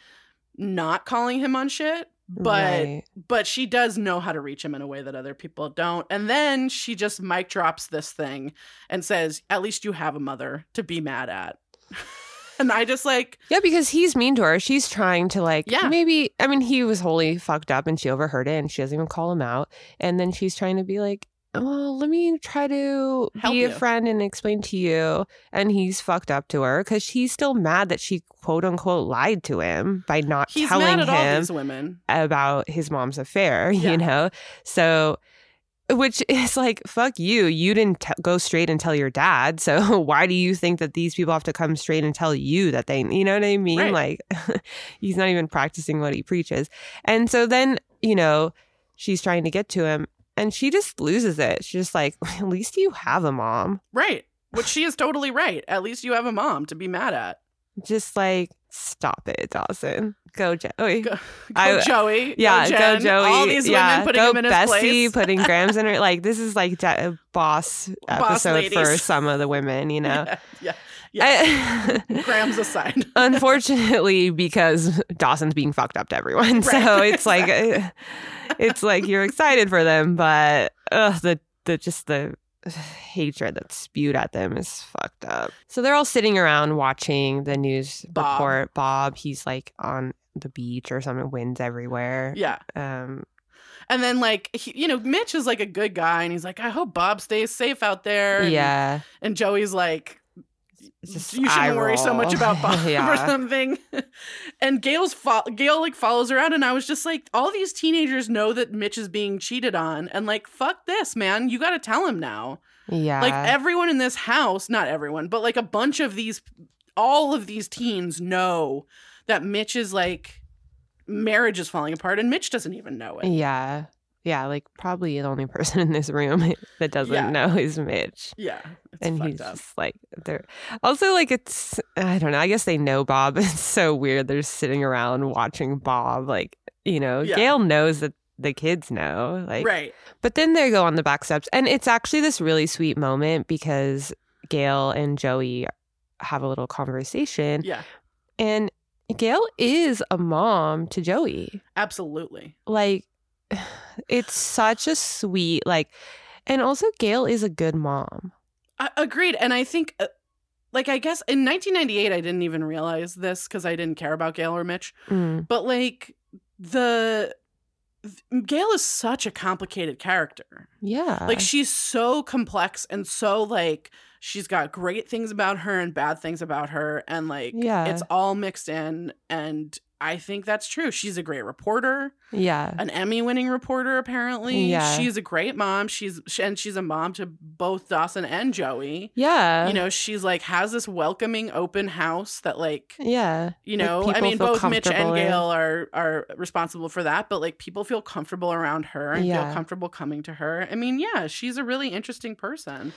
[SPEAKER 2] not calling him on shit, but
[SPEAKER 1] right.
[SPEAKER 2] but she does know how to reach him in a way that other people don't. And then she just mic drops this thing and says, "At least you have a mother to be mad at." *laughs* and I just like,
[SPEAKER 1] yeah, because he's mean to her. She's trying to like
[SPEAKER 2] Yeah.
[SPEAKER 1] maybe. I mean, he was wholly fucked up, and she overheard it, and she doesn't even call him out. And then she's trying to be like. Well, let me try to
[SPEAKER 2] Help
[SPEAKER 1] be
[SPEAKER 2] you."
[SPEAKER 1] a friend and explain to you. And he's fucked up to her because she's still mad that she quote unquote lied to him by not
[SPEAKER 2] he's
[SPEAKER 1] Uh, telling
[SPEAKER 2] mad at all
[SPEAKER 1] him
[SPEAKER 2] these women.
[SPEAKER 1] about his mom's affair, *laughs*
[SPEAKER 2] Yeah.
[SPEAKER 1] you know? So, which is like, fuck you. You didn't t- go straight and tell your dad. So, *laughs* why do you think that these people have to come straight and tell you that they, you know what I mean?
[SPEAKER 2] Right.
[SPEAKER 1] Like, *laughs* he's not even practicing what he preaches. And so then, you know, she's trying to get to him and she just loses it. She's just like, at least you have a mom.
[SPEAKER 2] Right. Which she is totally right. At least you have a mom to be mad at. *laughs*
[SPEAKER 1] Just like stop it, Dawson. Go Joey.
[SPEAKER 2] Go, go
[SPEAKER 1] I- *laughs*
[SPEAKER 2] Joey.
[SPEAKER 1] yeah,
[SPEAKER 2] go,
[SPEAKER 1] go,
[SPEAKER 2] Jen.
[SPEAKER 1] Joey.
[SPEAKER 2] All these
[SPEAKER 1] yeah,
[SPEAKER 2] women putting
[SPEAKER 1] go
[SPEAKER 2] him in his
[SPEAKER 1] Bessie,
[SPEAKER 2] place. *laughs*
[SPEAKER 1] putting Grams in her. Like this is like da- a boss
[SPEAKER 2] Boss
[SPEAKER 1] episode for
[SPEAKER 2] ladies. *laughs*
[SPEAKER 1] some of the women, you know.
[SPEAKER 2] Yeah, yeah.
[SPEAKER 1] *laughs*
[SPEAKER 2] yeah.
[SPEAKER 1] I-
[SPEAKER 2] Grams aside.
[SPEAKER 1] Unfortunately, because Dawson's being fucked up to everyone, *laughs* so
[SPEAKER 2] Right,
[SPEAKER 1] it's like uh, it's like you're excited for them, but ugh, the the just the hatred that's spewed at them is fucked up. So they're all sitting around watching the news
[SPEAKER 2] Bob.
[SPEAKER 1] report. Bob, he's like on the beach or something, winds everywhere.
[SPEAKER 2] Yeah.
[SPEAKER 1] Um,
[SPEAKER 2] And then, like, he, you know, Mitch is like a good guy and he's like, I hope Bob stays safe out there. And-
[SPEAKER 1] yeah.
[SPEAKER 2] And Joey's like,
[SPEAKER 1] It's just
[SPEAKER 2] you
[SPEAKER 1] eye
[SPEAKER 2] shouldn't worry so much
[SPEAKER 1] roll. *laughs*
[SPEAKER 2] about Bob or *laughs*
[SPEAKER 1] yeah.
[SPEAKER 2] something. And Gail's fo- Gail like follows around, and I was just like, all these teenagers know that Mitch is being cheated on, and like, fuck this, man, you got to tell him now. *laughs*
[SPEAKER 1] Yeah.
[SPEAKER 2] Like everyone in this house, not everyone, but like a bunch of these, all of these teens know that Mitch is like, marriage is falling apart, and Mitch doesn't even know it.
[SPEAKER 1] Yeah. Yeah, like probably the only *laughs* person in this room *laughs* that doesn't
[SPEAKER 2] Yeah.
[SPEAKER 1] know is Mitch.
[SPEAKER 2] Yeah, it's
[SPEAKER 1] and
[SPEAKER 2] fucked
[SPEAKER 1] he's
[SPEAKER 2] up.
[SPEAKER 1] just like they're also like it's I don't know, I guess they know Bob. *laughs* It's so weird. They're sitting around watching Bob, like, you know,
[SPEAKER 2] Yeah.
[SPEAKER 1] Gail knows that the kids know. Like
[SPEAKER 2] right.
[SPEAKER 1] but then they go on the back steps. And it's actually this really sweet moment because Gail and Joey have a little conversation.
[SPEAKER 2] Yeah,
[SPEAKER 1] And Gail is a mom to Joey
[SPEAKER 2] absolutely.
[SPEAKER 1] like *sighs* it's such a sweet like and also gail is a good mom
[SPEAKER 2] I- agreed and i think uh, like i guess in 1998 i didn't even realize this because i didn't care about gail or mitch
[SPEAKER 1] Mm,
[SPEAKER 2] but like the th- gail is such a complicated character
[SPEAKER 1] yeah
[SPEAKER 2] like she's so complex and so like she's got great things about her and bad things about her and like
[SPEAKER 1] Yeah.
[SPEAKER 2] it's all mixed in and i think that's true she's a great reporter
[SPEAKER 1] yeah
[SPEAKER 2] an Emmy winning reporter apparently
[SPEAKER 1] Yeah.
[SPEAKER 2] she's a great mom she's and she's a mom to both Dawson and Joey
[SPEAKER 1] yeah
[SPEAKER 2] you know she's like has this welcoming open house that like
[SPEAKER 1] yeah
[SPEAKER 2] you
[SPEAKER 1] Like,
[SPEAKER 2] know i
[SPEAKER 1] people
[SPEAKER 2] mean
[SPEAKER 1] feel
[SPEAKER 2] both mitch and
[SPEAKER 1] comfortable in.
[SPEAKER 2] gail are are responsible for that but like people feel comfortable around her and
[SPEAKER 1] Yeah.
[SPEAKER 2] feel comfortable coming to her i mean yeah she's a really interesting person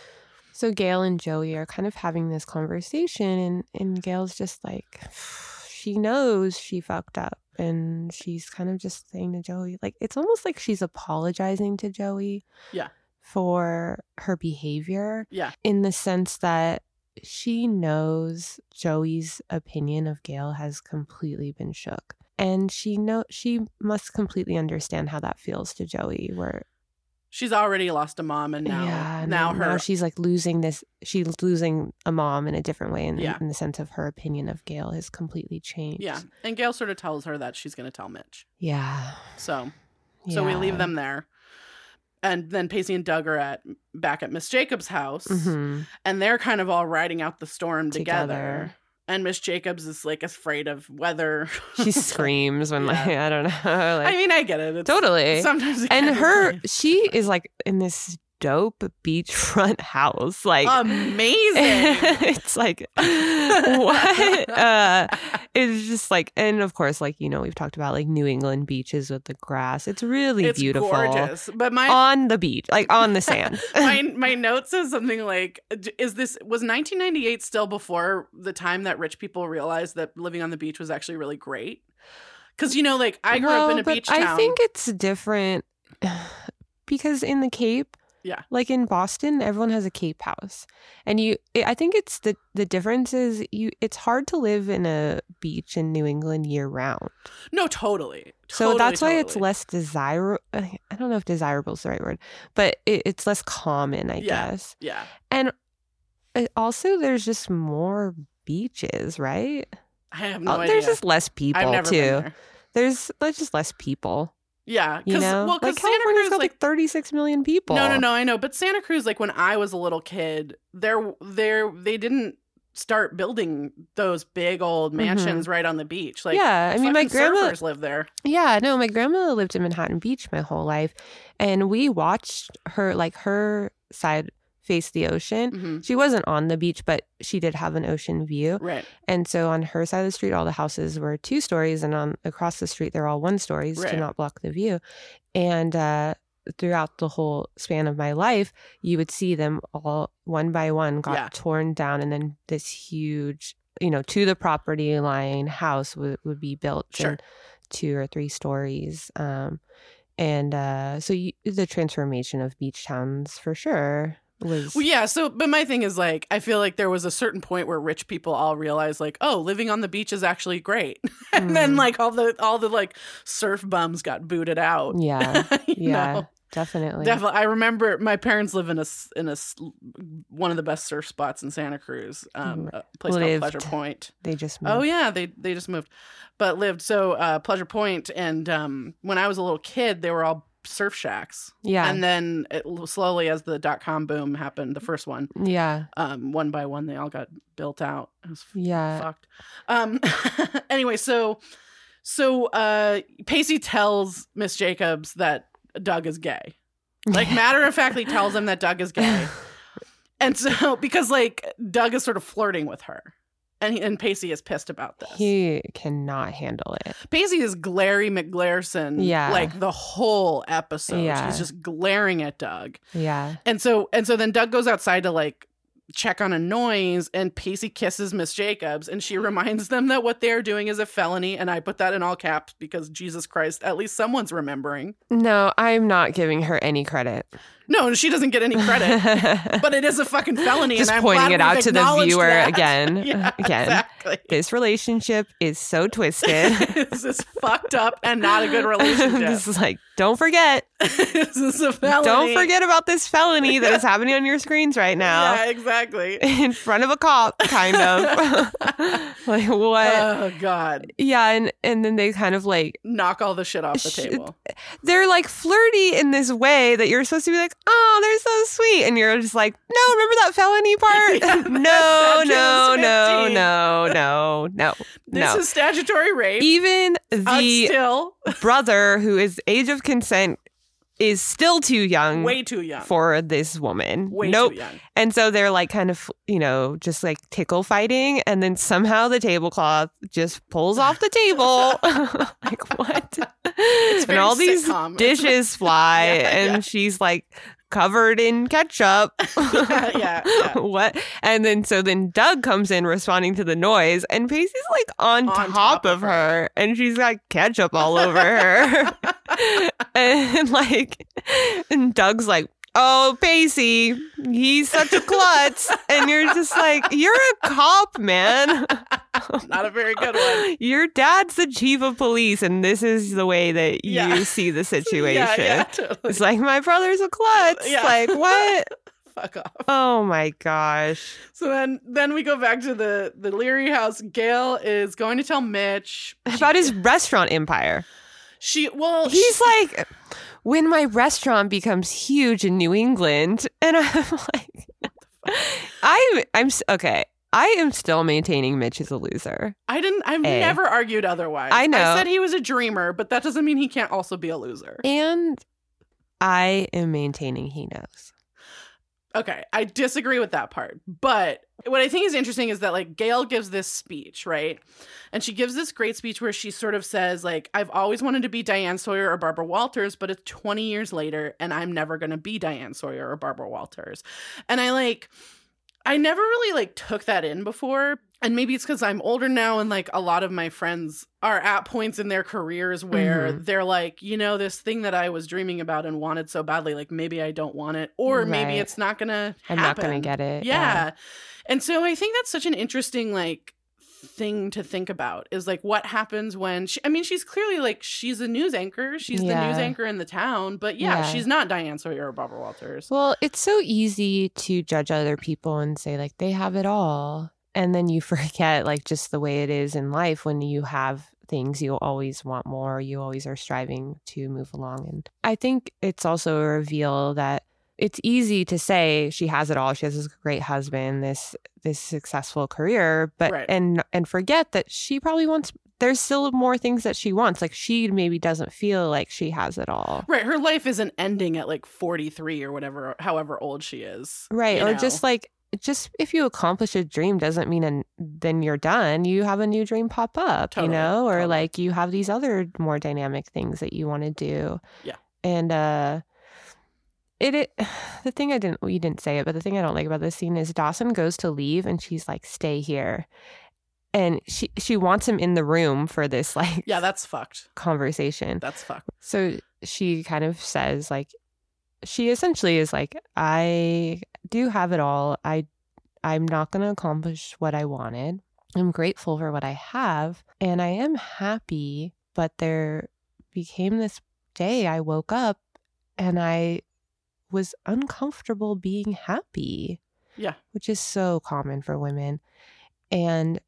[SPEAKER 1] so gail and joey are kind of having this conversation and and gail's just like *sighs* she knows she fucked up and she's kind of just saying to joey like it's almost like she's apologizing to joey
[SPEAKER 2] Yeah.
[SPEAKER 1] for her behavior
[SPEAKER 2] yeah
[SPEAKER 1] in the sense that she knows Joey's opinion of Gail has completely been shook. And she know she must completely understand how that feels to Joey. Where
[SPEAKER 2] she's already lost a mom and now
[SPEAKER 1] yeah,
[SPEAKER 2] now her
[SPEAKER 1] she's like losing this. She's losing a mom in a different way, in,
[SPEAKER 2] Yeah.
[SPEAKER 1] in the sense of her opinion of Gail has completely changed.
[SPEAKER 2] yeah and gail sort of tells her that she's going to tell mitch
[SPEAKER 1] yeah.
[SPEAKER 2] so so we
[SPEAKER 1] yeah.
[SPEAKER 2] leave them there and then Pacey and Doug are at back at Miss Jacobs' house,
[SPEAKER 1] Mhm.
[SPEAKER 2] and they're kind of all riding out the storm together.
[SPEAKER 1] Together.
[SPEAKER 2] And Miss Jacobs is like afraid of weather. *laughs*
[SPEAKER 1] She screams when like I don't know. *laughs*
[SPEAKER 2] I
[SPEAKER 1] Like,
[SPEAKER 2] mean, I get it. It's,
[SPEAKER 1] totally.
[SPEAKER 2] Sometimes, it can
[SPEAKER 1] and
[SPEAKER 2] be
[SPEAKER 1] her
[SPEAKER 2] really
[SPEAKER 1] she is like in this dope beachfront *laughs* house *laughs* like *laughs*
[SPEAKER 2] amazing.
[SPEAKER 1] it's
[SPEAKER 2] *laughs*
[SPEAKER 1] like what uh it's just like and of course like you know we've talked about like new england beaches with the grass it's really
[SPEAKER 2] it's
[SPEAKER 1] beautiful
[SPEAKER 2] gorgeous. But my
[SPEAKER 1] *laughs* on the beach like on the sand
[SPEAKER 2] my my note says something like, "Is this was 1998 still before the time that rich people realized that living on the beach was actually really great?" Because you know, like I grew
[SPEAKER 1] Well,
[SPEAKER 2] up in a
[SPEAKER 1] but
[SPEAKER 2] beach town.
[SPEAKER 1] i think it's different *sighs* because in the cape
[SPEAKER 2] Yeah.
[SPEAKER 1] like in boston everyone has a cape house and you i think it's the the difference is you it's hard to live in a beach in new england year round
[SPEAKER 2] No, totally.
[SPEAKER 1] So
[SPEAKER 2] Totally,
[SPEAKER 1] that's why it's
[SPEAKER 2] totally.
[SPEAKER 1] less desirable. I don't know if desirable is the right word, but it, it's less common, I
[SPEAKER 2] Yeah.
[SPEAKER 1] guess.
[SPEAKER 2] Yeah,
[SPEAKER 1] Uh, also, there's just more beaches, right?
[SPEAKER 2] I have no
[SPEAKER 1] Uh,
[SPEAKER 2] idea.
[SPEAKER 1] there's just less people
[SPEAKER 2] I've never
[SPEAKER 1] too.
[SPEAKER 2] been there.
[SPEAKER 1] There's there's just less people.
[SPEAKER 2] Yeah, because
[SPEAKER 1] You know,
[SPEAKER 2] well, because
[SPEAKER 1] like
[SPEAKER 2] Santa
[SPEAKER 1] California's
[SPEAKER 2] Cruz,
[SPEAKER 1] got
[SPEAKER 2] like
[SPEAKER 1] like 36 million people.
[SPEAKER 2] no, no, no, I know, but Santa Cruz, like when I was a little kid, there, there, they didn't start building those big old mansions right on the beach. Like,
[SPEAKER 1] Mm-hmm. yeah, I mean, my
[SPEAKER 2] fucking
[SPEAKER 1] grandma.
[SPEAKER 2] surfers live there.
[SPEAKER 1] Yeah, no, my grandma lived in Manhattan Beach my whole life, and we watched her like her side face the ocean.
[SPEAKER 2] hmm
[SPEAKER 1] She wasn't on the beach, but she did have an ocean view.
[SPEAKER 2] Right,
[SPEAKER 1] And so on her side of the street, all the houses were two stories, and on across the street, they're all one stories
[SPEAKER 2] Right.
[SPEAKER 1] to not block the view. And uh, throughout the whole span of my life, you would see them all one by one got
[SPEAKER 2] Yeah.
[SPEAKER 1] torn down, and then this huge, you know, to the property line house would, would be built
[SPEAKER 2] Sure.
[SPEAKER 1] in two or three stories. Um, and uh, so you, the transformation of beach towns for sure was
[SPEAKER 2] Well, yeah. So, but my thing is like, I feel like there was a certain point where rich people all realized like, oh, living on the beach is actually great, *laughs* and then
[SPEAKER 1] Mm.
[SPEAKER 2] like all the all the like surf bums got booted out. *laughs*
[SPEAKER 1] yeah,
[SPEAKER 2] You
[SPEAKER 1] yeah,
[SPEAKER 2] know?
[SPEAKER 1] definitely,
[SPEAKER 2] Definitely, I remember my parents live in a s- in a s- one of the best surf spots in Santa Cruz, um, a place
[SPEAKER 1] Mm. Lived. Mm-hmm.
[SPEAKER 2] called Pleasure Point.
[SPEAKER 1] they just moved.
[SPEAKER 2] Oh yeah, they they just moved, but lived so uh, Pleasure Point. And um, when I was a little kid, they were all surf shacks.
[SPEAKER 1] yeah,
[SPEAKER 2] And then it, slowly, as the dot com boom happened, the first one,
[SPEAKER 1] yeah, um,
[SPEAKER 2] um, one by one, they all got built out. It was
[SPEAKER 1] yeah.
[SPEAKER 2] fucked. Um, *laughs* anyway, so so uh, Pacey tells Miss Jacobs that Doug is gay.
[SPEAKER 1] *laughs*
[SPEAKER 2] Like matter of factly tells him that Doug is gay. And so *laughs* because like Doug is sort of flirting with her. And, he- and Pacey is pissed about this.
[SPEAKER 1] He cannot handle it.
[SPEAKER 2] Pacey is Glary McGlarson,
[SPEAKER 1] Yeah.
[SPEAKER 2] like the whole episode.
[SPEAKER 1] Yeah.
[SPEAKER 2] She's just glaring at Doug.
[SPEAKER 1] Yeah.
[SPEAKER 2] And so and so then Doug goes outside to like check on a noise and Pacey kisses Miss Jacobs
[SPEAKER 1] *laughs*
[SPEAKER 2] and she reminds them that what they're doing is a felony and I put that in all caps because Jesus Christ at least someone's remembering.
[SPEAKER 1] No, I'm not giving her any credit.
[SPEAKER 2] No, she doesn't get any
[SPEAKER 1] *laughs*
[SPEAKER 2] credit. but it is a fucking felony
[SPEAKER 1] Just
[SPEAKER 2] and I'm
[SPEAKER 1] pointing
[SPEAKER 2] glad
[SPEAKER 1] it
[SPEAKER 2] we've
[SPEAKER 1] out to the
[SPEAKER 2] acknowledged
[SPEAKER 1] viewer
[SPEAKER 2] that.
[SPEAKER 1] again.
[SPEAKER 2] *laughs* Yeah,
[SPEAKER 1] *laughs* again.
[SPEAKER 2] Exactly.
[SPEAKER 1] This relationship is so twisted.
[SPEAKER 2] this is fucked up and *laughs* not a
[SPEAKER 1] *laughs*
[SPEAKER 2] good relationship.
[SPEAKER 1] this is like, don't forget.
[SPEAKER 2] *laughs* this is a felony.
[SPEAKER 1] Don't forget about this felony that is happening on your screens right now *laughs*
[SPEAKER 2] Yeah, exactly.
[SPEAKER 1] in front of a cop, kind
[SPEAKER 2] *laughs*
[SPEAKER 1] of. *laughs* like, what?
[SPEAKER 2] oh God.
[SPEAKER 1] yeah. And, and then they kind of like,
[SPEAKER 2] Knock all the shit off the
[SPEAKER 1] Shit.
[SPEAKER 2] table.
[SPEAKER 1] they're like flirty in this way that you're supposed to be like, oh, they're so sweet. And you're just like, no, remember that felony part?
[SPEAKER 2] *laughs* Yeah,
[SPEAKER 1] *laughs* no,
[SPEAKER 2] that
[SPEAKER 1] no,
[SPEAKER 2] James
[SPEAKER 1] no,
[SPEAKER 2] 15.
[SPEAKER 1] no, no, no.
[SPEAKER 2] This
[SPEAKER 1] No.
[SPEAKER 2] is statutory
[SPEAKER 1] *laughs*
[SPEAKER 2] rape.
[SPEAKER 1] Even
[SPEAKER 2] I'm
[SPEAKER 1] the
[SPEAKER 2] still *laughs*
[SPEAKER 1] brother who is age of consent is still too young
[SPEAKER 2] way too young.
[SPEAKER 1] mm, for this woman.
[SPEAKER 2] way
[SPEAKER 1] nope.
[SPEAKER 2] too
[SPEAKER 1] *laughs*
[SPEAKER 2] young. *laughs*
[SPEAKER 1] And so they're like kind of, you know, just like tickle fighting. And then somehow the tablecloth just pulls off the
[SPEAKER 2] *laughs*
[SPEAKER 1] table. *laughs* like, what? and
[SPEAKER 2] very
[SPEAKER 1] all these
[SPEAKER 2] sitcom. It's-
[SPEAKER 1] dishes fly.
[SPEAKER 2] *laughs* Yeah,
[SPEAKER 1] and
[SPEAKER 2] yeah.
[SPEAKER 1] she's like covered in ketchup.
[SPEAKER 2] yeah, yeah,
[SPEAKER 1] *laughs*
[SPEAKER 2] yeah.
[SPEAKER 1] what? And then so then Doug comes in responding to the noise. And Pacey's like on,
[SPEAKER 2] On
[SPEAKER 1] top,
[SPEAKER 2] top
[SPEAKER 1] of
[SPEAKER 2] of
[SPEAKER 1] her. And she's got ketchup all over
[SPEAKER 2] *laughs*
[SPEAKER 1] her. and like, and Doug's like, oh, Pacey, he's such a klutz. and you're just like, you're a cop, man.
[SPEAKER 2] Not a very good one.
[SPEAKER 1] Your dad's the chief of police, and this is the way that you
[SPEAKER 2] *laughs* Yeah.
[SPEAKER 1] see the *laughs* situation.
[SPEAKER 2] Yeah, yeah, *laughs* totally.
[SPEAKER 1] It's like, my brother's a klutz.
[SPEAKER 2] Yeah.
[SPEAKER 1] Like,
[SPEAKER 2] *laughs*
[SPEAKER 1] what?
[SPEAKER 2] Fuck off.
[SPEAKER 1] Oh my gosh.
[SPEAKER 2] So then, then we go back to the the Leary house. Gail is going to tell Mitch
[SPEAKER 1] About his restaurant empire.
[SPEAKER 2] she. Well,
[SPEAKER 1] He's
[SPEAKER 2] she-
[SPEAKER 1] like, when my restaurant becomes huge in New England, and I'm *laughs* like, I'm I'm s- okay. I am still maintaining Mitch is a loser.
[SPEAKER 2] I didn't. I've
[SPEAKER 1] A.
[SPEAKER 2] never argued otherwise.
[SPEAKER 1] I know.
[SPEAKER 2] I said he was a dreamer, but that doesn't mean he can't also be a loser.
[SPEAKER 1] And I am maintaining he knows.
[SPEAKER 2] Okay, I disagree with that part. But what I think is interesting is that like Gail gives this speech, right? And she gives this great speech where she sort of says like I've always wanted to be Diane Sawyer or Barbara Walters, but it's 20 years later and I'm never going to be Diane Sawyer or Barbara Walters. And I like I never really like took that in before. And maybe it's because I'm older now and like a lot of my friends are at points in their careers where
[SPEAKER 1] Mhm.
[SPEAKER 2] they're like, you know, this thing that I was dreaming about and wanted so badly, like maybe I don't want it. Or maybe
[SPEAKER 1] Right.
[SPEAKER 2] it's not gonna
[SPEAKER 1] I'm
[SPEAKER 2] happen.
[SPEAKER 1] not going to get it.
[SPEAKER 2] Yeah. And so I think that's such an interesting like thing to think about is like what happens when she I mean she's clearly like she's a news anchor. She's the news
[SPEAKER 1] Yeah.
[SPEAKER 2] anchor in the town, but yeah,
[SPEAKER 1] Yeah.
[SPEAKER 2] she's not Diane Sawyer or Barbara Walters.
[SPEAKER 1] Well, it's so easy to judge other people and say like they have it all, and then you *laughs* forget like just the way it is in life when you have things you always want more, you always are striving to move along. And I think it's also a reveal that it's easy to say she has it all. She has this great husband, this this successful career, but
[SPEAKER 2] Right.
[SPEAKER 1] and and forget that she probably wants there's still more things that she wants. Like she maybe doesn't feel like she has it all.
[SPEAKER 2] Right, her life isn't ending at like 43 or whatever however old she is.
[SPEAKER 1] right
[SPEAKER 2] you
[SPEAKER 1] or
[SPEAKER 2] know?
[SPEAKER 1] just like just if you accomplish a dream doesn't mean an, then you're done you have a new dream pop up
[SPEAKER 2] Totally,
[SPEAKER 1] you know or
[SPEAKER 2] totally.
[SPEAKER 1] like you have these other more dynamic things that you want to do
[SPEAKER 2] Yeah.
[SPEAKER 1] and uh it, it *sighs* the thing I didn't well, you didn't say it, but the thing I don't like about this scene is Dawson goes to leave and she's like, "Stay here," and she she wants him in the room for this *laughs* like
[SPEAKER 2] Yeah, that's fucked.
[SPEAKER 1] conversation.
[SPEAKER 2] That's fucked.
[SPEAKER 1] So she kind of says like she essentially is like I do have it all. I I'm not going to accomplish what I wanted. I'm grateful for what I have and I am happy, but there became this day I woke up and I was uncomfortable being happy,
[SPEAKER 2] Yeah.
[SPEAKER 1] which is so common for women. And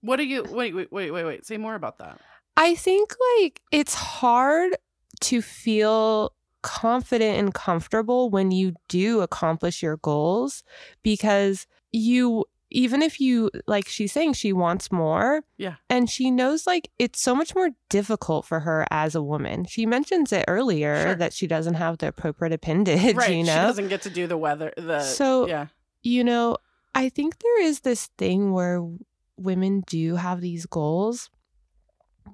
[SPEAKER 2] What do you wait, wait, wait, wait, wait. Say more about that.
[SPEAKER 1] I think like it's hard to feel confident and comfortable when you do accomplish your goals because you even if you like she's saying she wants more
[SPEAKER 2] Yeah.
[SPEAKER 1] and she knows like it's so much more difficult for her as a woman she mentions it earlier
[SPEAKER 2] Sure.
[SPEAKER 1] that she doesn't have the appropriate appendage *laughs*
[SPEAKER 2] right.
[SPEAKER 1] you know
[SPEAKER 2] She doesn't get to do the weather the
[SPEAKER 1] So-
[SPEAKER 2] yeah.
[SPEAKER 1] you know, I think there is this thing where women do have these goals,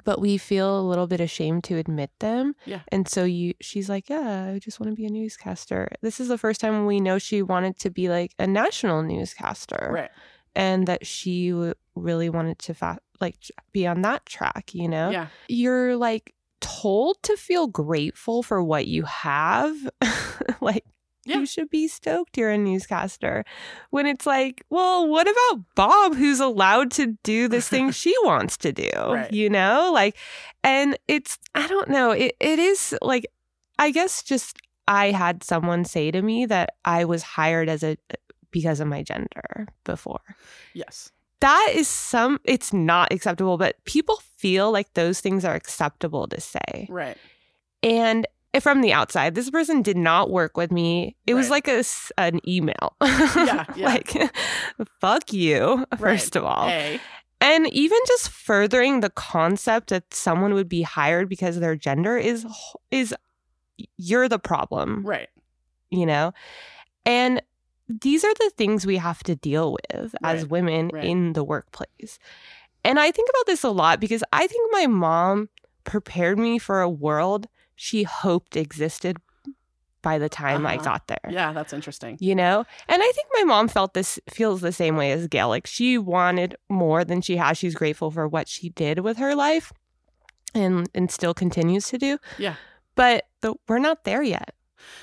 [SPEAKER 1] but we feel a little bit ashamed to admit them.
[SPEAKER 2] Yeah.
[SPEAKER 1] And so you she's like, Yeah, I just want to be a newscaster. This is the first time we know she wanted to be like a national newscaster.
[SPEAKER 2] Right.
[SPEAKER 1] And that she w- really wanted to fa- like be on that track, you know?
[SPEAKER 2] Yeah.
[SPEAKER 1] You're like told to feel grateful for what you have. *laughs* like
[SPEAKER 2] Yeah.
[SPEAKER 1] you should be stoked you're a newscaster when it's like well what about bob who's allowed to do this
[SPEAKER 2] *laughs*
[SPEAKER 1] thing she wants to do
[SPEAKER 2] Right.
[SPEAKER 1] you know like and it's i don't know it, it is like i guess just i had someone say to me that i was hired as a because of my gender before
[SPEAKER 2] Yes.
[SPEAKER 1] that is some it's not acceptable but people feel like those things are acceptable to say
[SPEAKER 2] Right.
[SPEAKER 1] and from the outside this person did not work with me it was
[SPEAKER 2] Right.
[SPEAKER 1] like a s an email *laughs*
[SPEAKER 2] Yeah, yeah.
[SPEAKER 1] like fuck you first
[SPEAKER 2] Right.
[SPEAKER 1] of all
[SPEAKER 2] A.
[SPEAKER 1] and even just furthering the concept that someone would be hired because of their gender is is you're the problem
[SPEAKER 2] Right.
[SPEAKER 1] you know and these are the things we have to deal with as
[SPEAKER 2] Right,
[SPEAKER 1] women
[SPEAKER 2] right.
[SPEAKER 1] in the workplace and i think about this a lot because i think my mom prepared me for a world she hoped existed by the time i
[SPEAKER 2] Uh-huh.
[SPEAKER 1] got there
[SPEAKER 2] Yeah, that's interesting.
[SPEAKER 1] you know and i think my mom felt this feels the same way as gail like she wanted more than she has she's grateful for what she did with her life and and still continues to do
[SPEAKER 2] Yeah.
[SPEAKER 1] but the, we're not there yet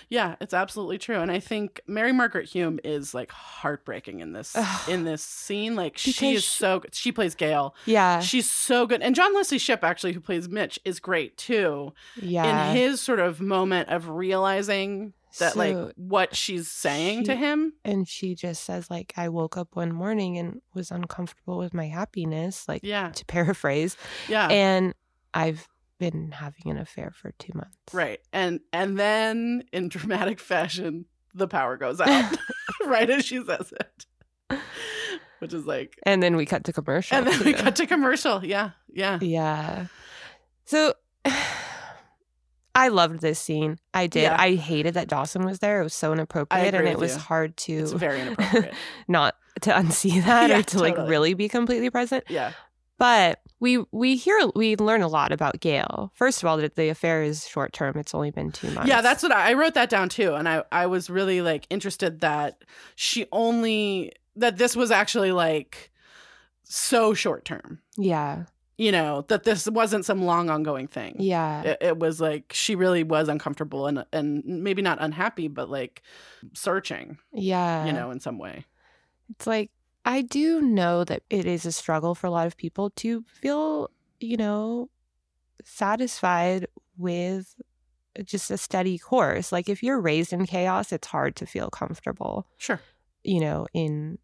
[SPEAKER 2] Yeah, it's absolutely true. And I think Mary Margaret Hume is like heartbreaking in this
[SPEAKER 1] Ugh.
[SPEAKER 2] in this scene. Like she
[SPEAKER 1] Because
[SPEAKER 2] is
[SPEAKER 1] she-
[SPEAKER 2] so good. She plays Gail.
[SPEAKER 1] yeah
[SPEAKER 2] She's so good. And John Leslie Ship actually who plays Mitch is great too.
[SPEAKER 1] yeah
[SPEAKER 2] In his sort of moment of realizing that
[SPEAKER 1] So
[SPEAKER 2] like what she's saying to
[SPEAKER 1] she-
[SPEAKER 2] him.
[SPEAKER 1] and she just says like i woke up one morning and was uncomfortable with my happiness like
[SPEAKER 2] Yeah.
[SPEAKER 1] *laughs* to paraphrase
[SPEAKER 2] Yeah.
[SPEAKER 1] and i've been having an affair for two months
[SPEAKER 2] right. And and then in *laughs* dramatic fashion, the power goes out *laughs* right as she says it.
[SPEAKER 1] *laughs*
[SPEAKER 2] Which is like
[SPEAKER 1] and then we cut to commercial
[SPEAKER 2] and then we cut to commercial. Yeah. Yeah.
[SPEAKER 1] *laughs* yeah so *sighs* i loved this scene i did
[SPEAKER 2] Yeah.
[SPEAKER 1] i hated that dawson was there it was so inappropriate and
[SPEAKER 2] agree
[SPEAKER 1] it
[SPEAKER 2] with
[SPEAKER 1] was
[SPEAKER 2] you.
[SPEAKER 1] hard to
[SPEAKER 2] It's
[SPEAKER 1] *laughs*
[SPEAKER 2] very inappropriate.
[SPEAKER 1] not to unsee *laughs* that
[SPEAKER 2] Yeah,
[SPEAKER 1] or to like
[SPEAKER 2] totally.
[SPEAKER 1] really be completely present
[SPEAKER 2] yeah.
[SPEAKER 1] But we we hear we learn a lot about Gail. First of all, that the affair is short term; it's only been two months.
[SPEAKER 2] Yeah, that's what I, I wrote that down too. And I, I was really like interested that she only that this was actually like so short term.
[SPEAKER 1] yeah,
[SPEAKER 2] You know, that this wasn't some long ongoing thing.
[SPEAKER 1] yeah,
[SPEAKER 2] It, it was like she really was uncomfortable and and maybe not unhappy, but like searching,
[SPEAKER 1] yeah.
[SPEAKER 2] you know, in some way.
[SPEAKER 1] it's like I do know that it is a struggle for a lot of people to feel, you know, satisfied with just a steady course. Like if you're raised in chaos, it's hard to feel comfortable.
[SPEAKER 2] Sure.
[SPEAKER 1] you know in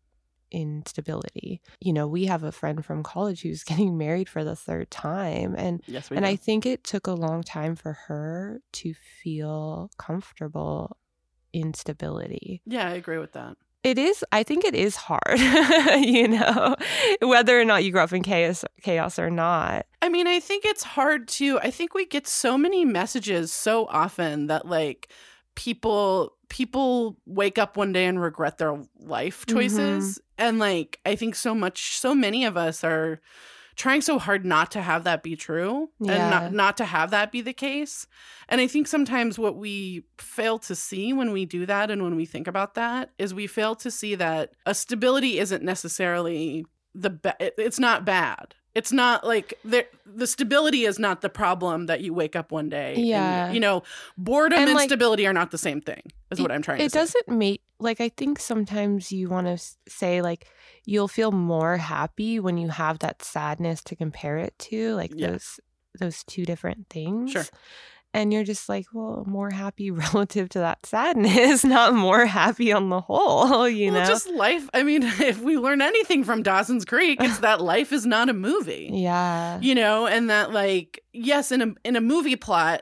[SPEAKER 1] instability you know we have a friend from college who's *laughs* getting married for the third time and
[SPEAKER 2] Yes, we
[SPEAKER 1] and
[SPEAKER 2] do.
[SPEAKER 1] i think it took a long time for her to feel comfortable in stability
[SPEAKER 2] yeah, I agree with that.
[SPEAKER 1] it is i think it is hard *laughs* you know whether or not you grew up in chaos chaos or not
[SPEAKER 2] I mean, I think it's hard to. I think we get so many messages so often that like people people wake up one day and regret their life choices and like I think so much so many of us are trying so hard not to have that be true
[SPEAKER 1] Yeah.
[SPEAKER 2] and not, not to have that be the case. And I think sometimes what we fail to see when we do that and when we think about that is we fail to see that a stability isn't necessarily the ba- it- it's not bad. It's not like the the stability is not the problem that you wake up one day. and,
[SPEAKER 1] Yeah.
[SPEAKER 2] you know, boredom
[SPEAKER 1] And,
[SPEAKER 2] and,
[SPEAKER 1] like,
[SPEAKER 2] stability are not the same thing. Is what I'm trying to
[SPEAKER 1] it
[SPEAKER 2] say.
[SPEAKER 1] doesn't make like i think sometimes you want to say like you'll feel more happy when you have that sadness to compare it to like
[SPEAKER 2] Yeah.
[SPEAKER 1] those those two different things
[SPEAKER 2] Sure.
[SPEAKER 1] and you're just like well more happy *laughs* relative to that sadness *laughs* not more happy on the whole *laughs* you
[SPEAKER 2] well,
[SPEAKER 1] know
[SPEAKER 2] just life. I mean, *laughs* if we learn anything from Dawson's Creek,
[SPEAKER 1] *laughs*
[SPEAKER 2] it's that life is not a movie.
[SPEAKER 1] yeah
[SPEAKER 2] you know and that like yes in a in a movie plot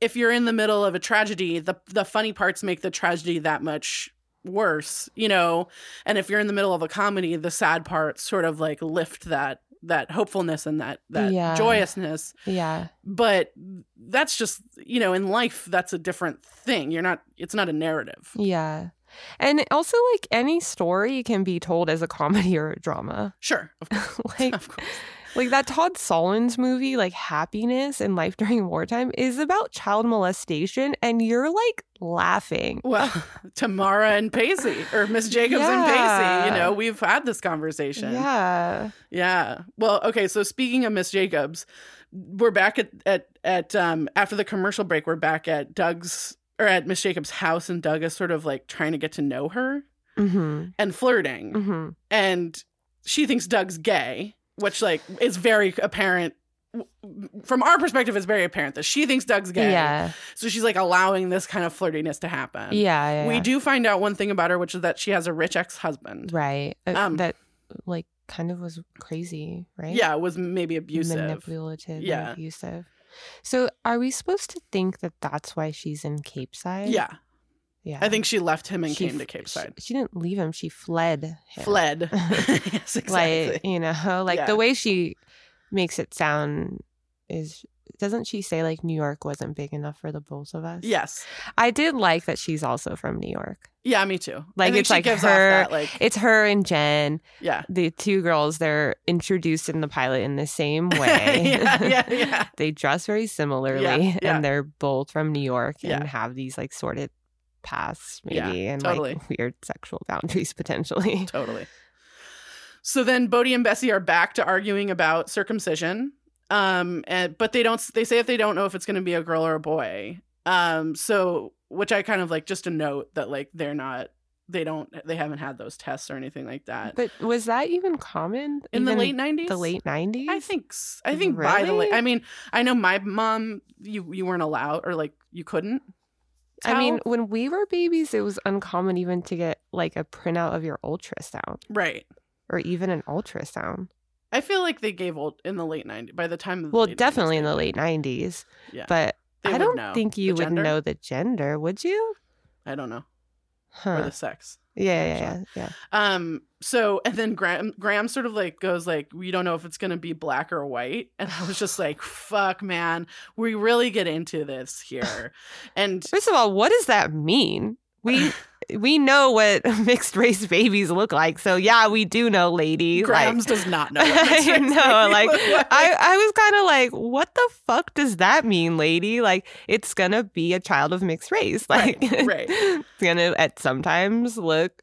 [SPEAKER 2] if you're in the middle of a tragedy the the funny parts make the tragedy that much worse you know and if you're in the middle of a comedy the sad parts sort of like lift that that hopefulness and that that
[SPEAKER 1] Yeah.
[SPEAKER 2] joyousness
[SPEAKER 1] yeah
[SPEAKER 2] but that's just you know in life that's a different thing you're not it's not a narrative
[SPEAKER 1] yeah and also like any story can be told as a comedy or a drama *laughs*
[SPEAKER 2] sure of course,
[SPEAKER 1] like
[SPEAKER 2] of course.
[SPEAKER 1] Like that Todd Solondz movie, like Happiness and Life During Wartime, is about child molestation, and you're like laughing.
[SPEAKER 2] well *laughs* tamara and pacey or miss jacobs and pacey
[SPEAKER 1] Yeah.
[SPEAKER 2] you know we've had this conversation
[SPEAKER 1] Yeah.
[SPEAKER 2] Yeah. Well, okay. So speaking of Miss Jacobs, we're back at at at um after the commercial break, we're back at Doug's or at Miss Jacobs' house, and Doug is sort of like trying to get to know her
[SPEAKER 1] hmm
[SPEAKER 2] and flirting,
[SPEAKER 1] hmm
[SPEAKER 2] and she thinks Doug's gay, which like is very apparent. From our perspective, it's very apparent that she thinks Doug's gay.
[SPEAKER 1] Yeah.
[SPEAKER 2] So she's like allowing this kind of flirtiness to happen.
[SPEAKER 1] Yeah. yeah,
[SPEAKER 2] Um, We
[SPEAKER 1] yeah.
[SPEAKER 2] do find out one thing about her, which is that she has a rich ex husband.
[SPEAKER 1] Right. Uh,
[SPEAKER 2] Um,
[SPEAKER 1] that like kind of was crazy, right?
[SPEAKER 2] Yeah, was maybe abusive.
[SPEAKER 1] Manipulative. and
[SPEAKER 2] Yeah.
[SPEAKER 1] Abusive. So are we supposed to think that that's why she's in Cape Side?
[SPEAKER 2] Yeah.
[SPEAKER 1] Yeah.
[SPEAKER 2] I think she left him and
[SPEAKER 1] She
[SPEAKER 2] came to
[SPEAKER 1] f-
[SPEAKER 2] Cape
[SPEAKER 1] she-
[SPEAKER 2] Side.
[SPEAKER 1] She, didn't leave him. She fled. him. *laughs*
[SPEAKER 2] Fled. *laughs* yes, exactly.
[SPEAKER 1] like you know *laughs* like
[SPEAKER 2] Yeah.
[SPEAKER 1] the way she makes it sound is doesn't she say like new york wasn't big enough for the both of us
[SPEAKER 2] yes.
[SPEAKER 1] i did like that she's also from new york
[SPEAKER 2] Yeah, me too.
[SPEAKER 1] Like,
[SPEAKER 2] I think
[SPEAKER 1] it's
[SPEAKER 2] she
[SPEAKER 1] like
[SPEAKER 2] gives
[SPEAKER 1] her-
[SPEAKER 2] off that like
[SPEAKER 1] it's her and jen
[SPEAKER 2] yeah.
[SPEAKER 1] the two girls they're introduced in the pilot in the same way
[SPEAKER 2] *laughs* Yeah, yeah, yeah.
[SPEAKER 1] *laughs* they dress very similarly
[SPEAKER 2] yeah.
[SPEAKER 1] and they're both from new york
[SPEAKER 2] Yeah.
[SPEAKER 1] and have these like sorted pasts
[SPEAKER 2] Yeah,
[SPEAKER 1] maybe and
[SPEAKER 2] totally.
[SPEAKER 1] like weird sexual boundaries *laughs*
[SPEAKER 2] *laughs*
[SPEAKER 1] potentially
[SPEAKER 2] Totally. So then Bodhi and Bessie are back to arguing about circumcision. Um and but they don't they say if they don't know if it's gonna be a girl or a boy. Um so which I kind of like just a note that like they're not they don't they haven't had those tests or anything like that.
[SPEAKER 1] but was that even common
[SPEAKER 2] In the
[SPEAKER 1] even
[SPEAKER 2] late nineties?
[SPEAKER 1] the late 90s
[SPEAKER 2] I think s- I think by the late.
[SPEAKER 1] Really?
[SPEAKER 2] I mean, I know my mom. You you weren't allowed, or like you couldn't.
[SPEAKER 1] I mean,
[SPEAKER 2] tell.
[SPEAKER 1] when we were babies, it was uncommon even to get like a printout of your ultrasound
[SPEAKER 2] right.
[SPEAKER 1] or even an ultrasound.
[SPEAKER 2] I feel like they gave old in the late nineties. By the time, of the
[SPEAKER 1] Well,
[SPEAKER 2] late 90s,
[SPEAKER 1] definitely in
[SPEAKER 2] they-
[SPEAKER 1] the late 90s,
[SPEAKER 2] Yeah.
[SPEAKER 1] but
[SPEAKER 2] they
[SPEAKER 1] I
[SPEAKER 2] would
[SPEAKER 1] don't
[SPEAKER 2] know
[SPEAKER 1] think you
[SPEAKER 2] the
[SPEAKER 1] would
[SPEAKER 2] gender.
[SPEAKER 1] know the gender, would you?
[SPEAKER 2] I don't know or
[SPEAKER 1] Huh.
[SPEAKER 2] the sex.
[SPEAKER 1] Yeah, yeah, yeah,
[SPEAKER 2] actually. *laughs*
[SPEAKER 1] yeah.
[SPEAKER 2] Um. So and then Graham Graham sort of like goes like, we don't know if it's gonna be black or white, and I was
[SPEAKER 1] *laughs*
[SPEAKER 2] just like, fuck, man, we really get into this here,
[SPEAKER 1] *laughs*
[SPEAKER 2] and
[SPEAKER 1] First of all, what does that mean?
[SPEAKER 2] *laughs*
[SPEAKER 1] We we know what *laughs* mixed race babies look like, so yeah, we do know, lady.
[SPEAKER 2] Graham's
[SPEAKER 1] like,
[SPEAKER 2] does
[SPEAKER 1] *laughs*
[SPEAKER 2] not know. what
[SPEAKER 1] I
[SPEAKER 2] mixed race
[SPEAKER 1] know,
[SPEAKER 2] babies
[SPEAKER 1] like
[SPEAKER 2] *laughs* look
[SPEAKER 1] I, I was kind of like, what the fuck does that mean, lady? Like, it's gonna be a child of mixed race. *laughs* Like,
[SPEAKER 2] Right, right.
[SPEAKER 1] it's gonna at sometimes look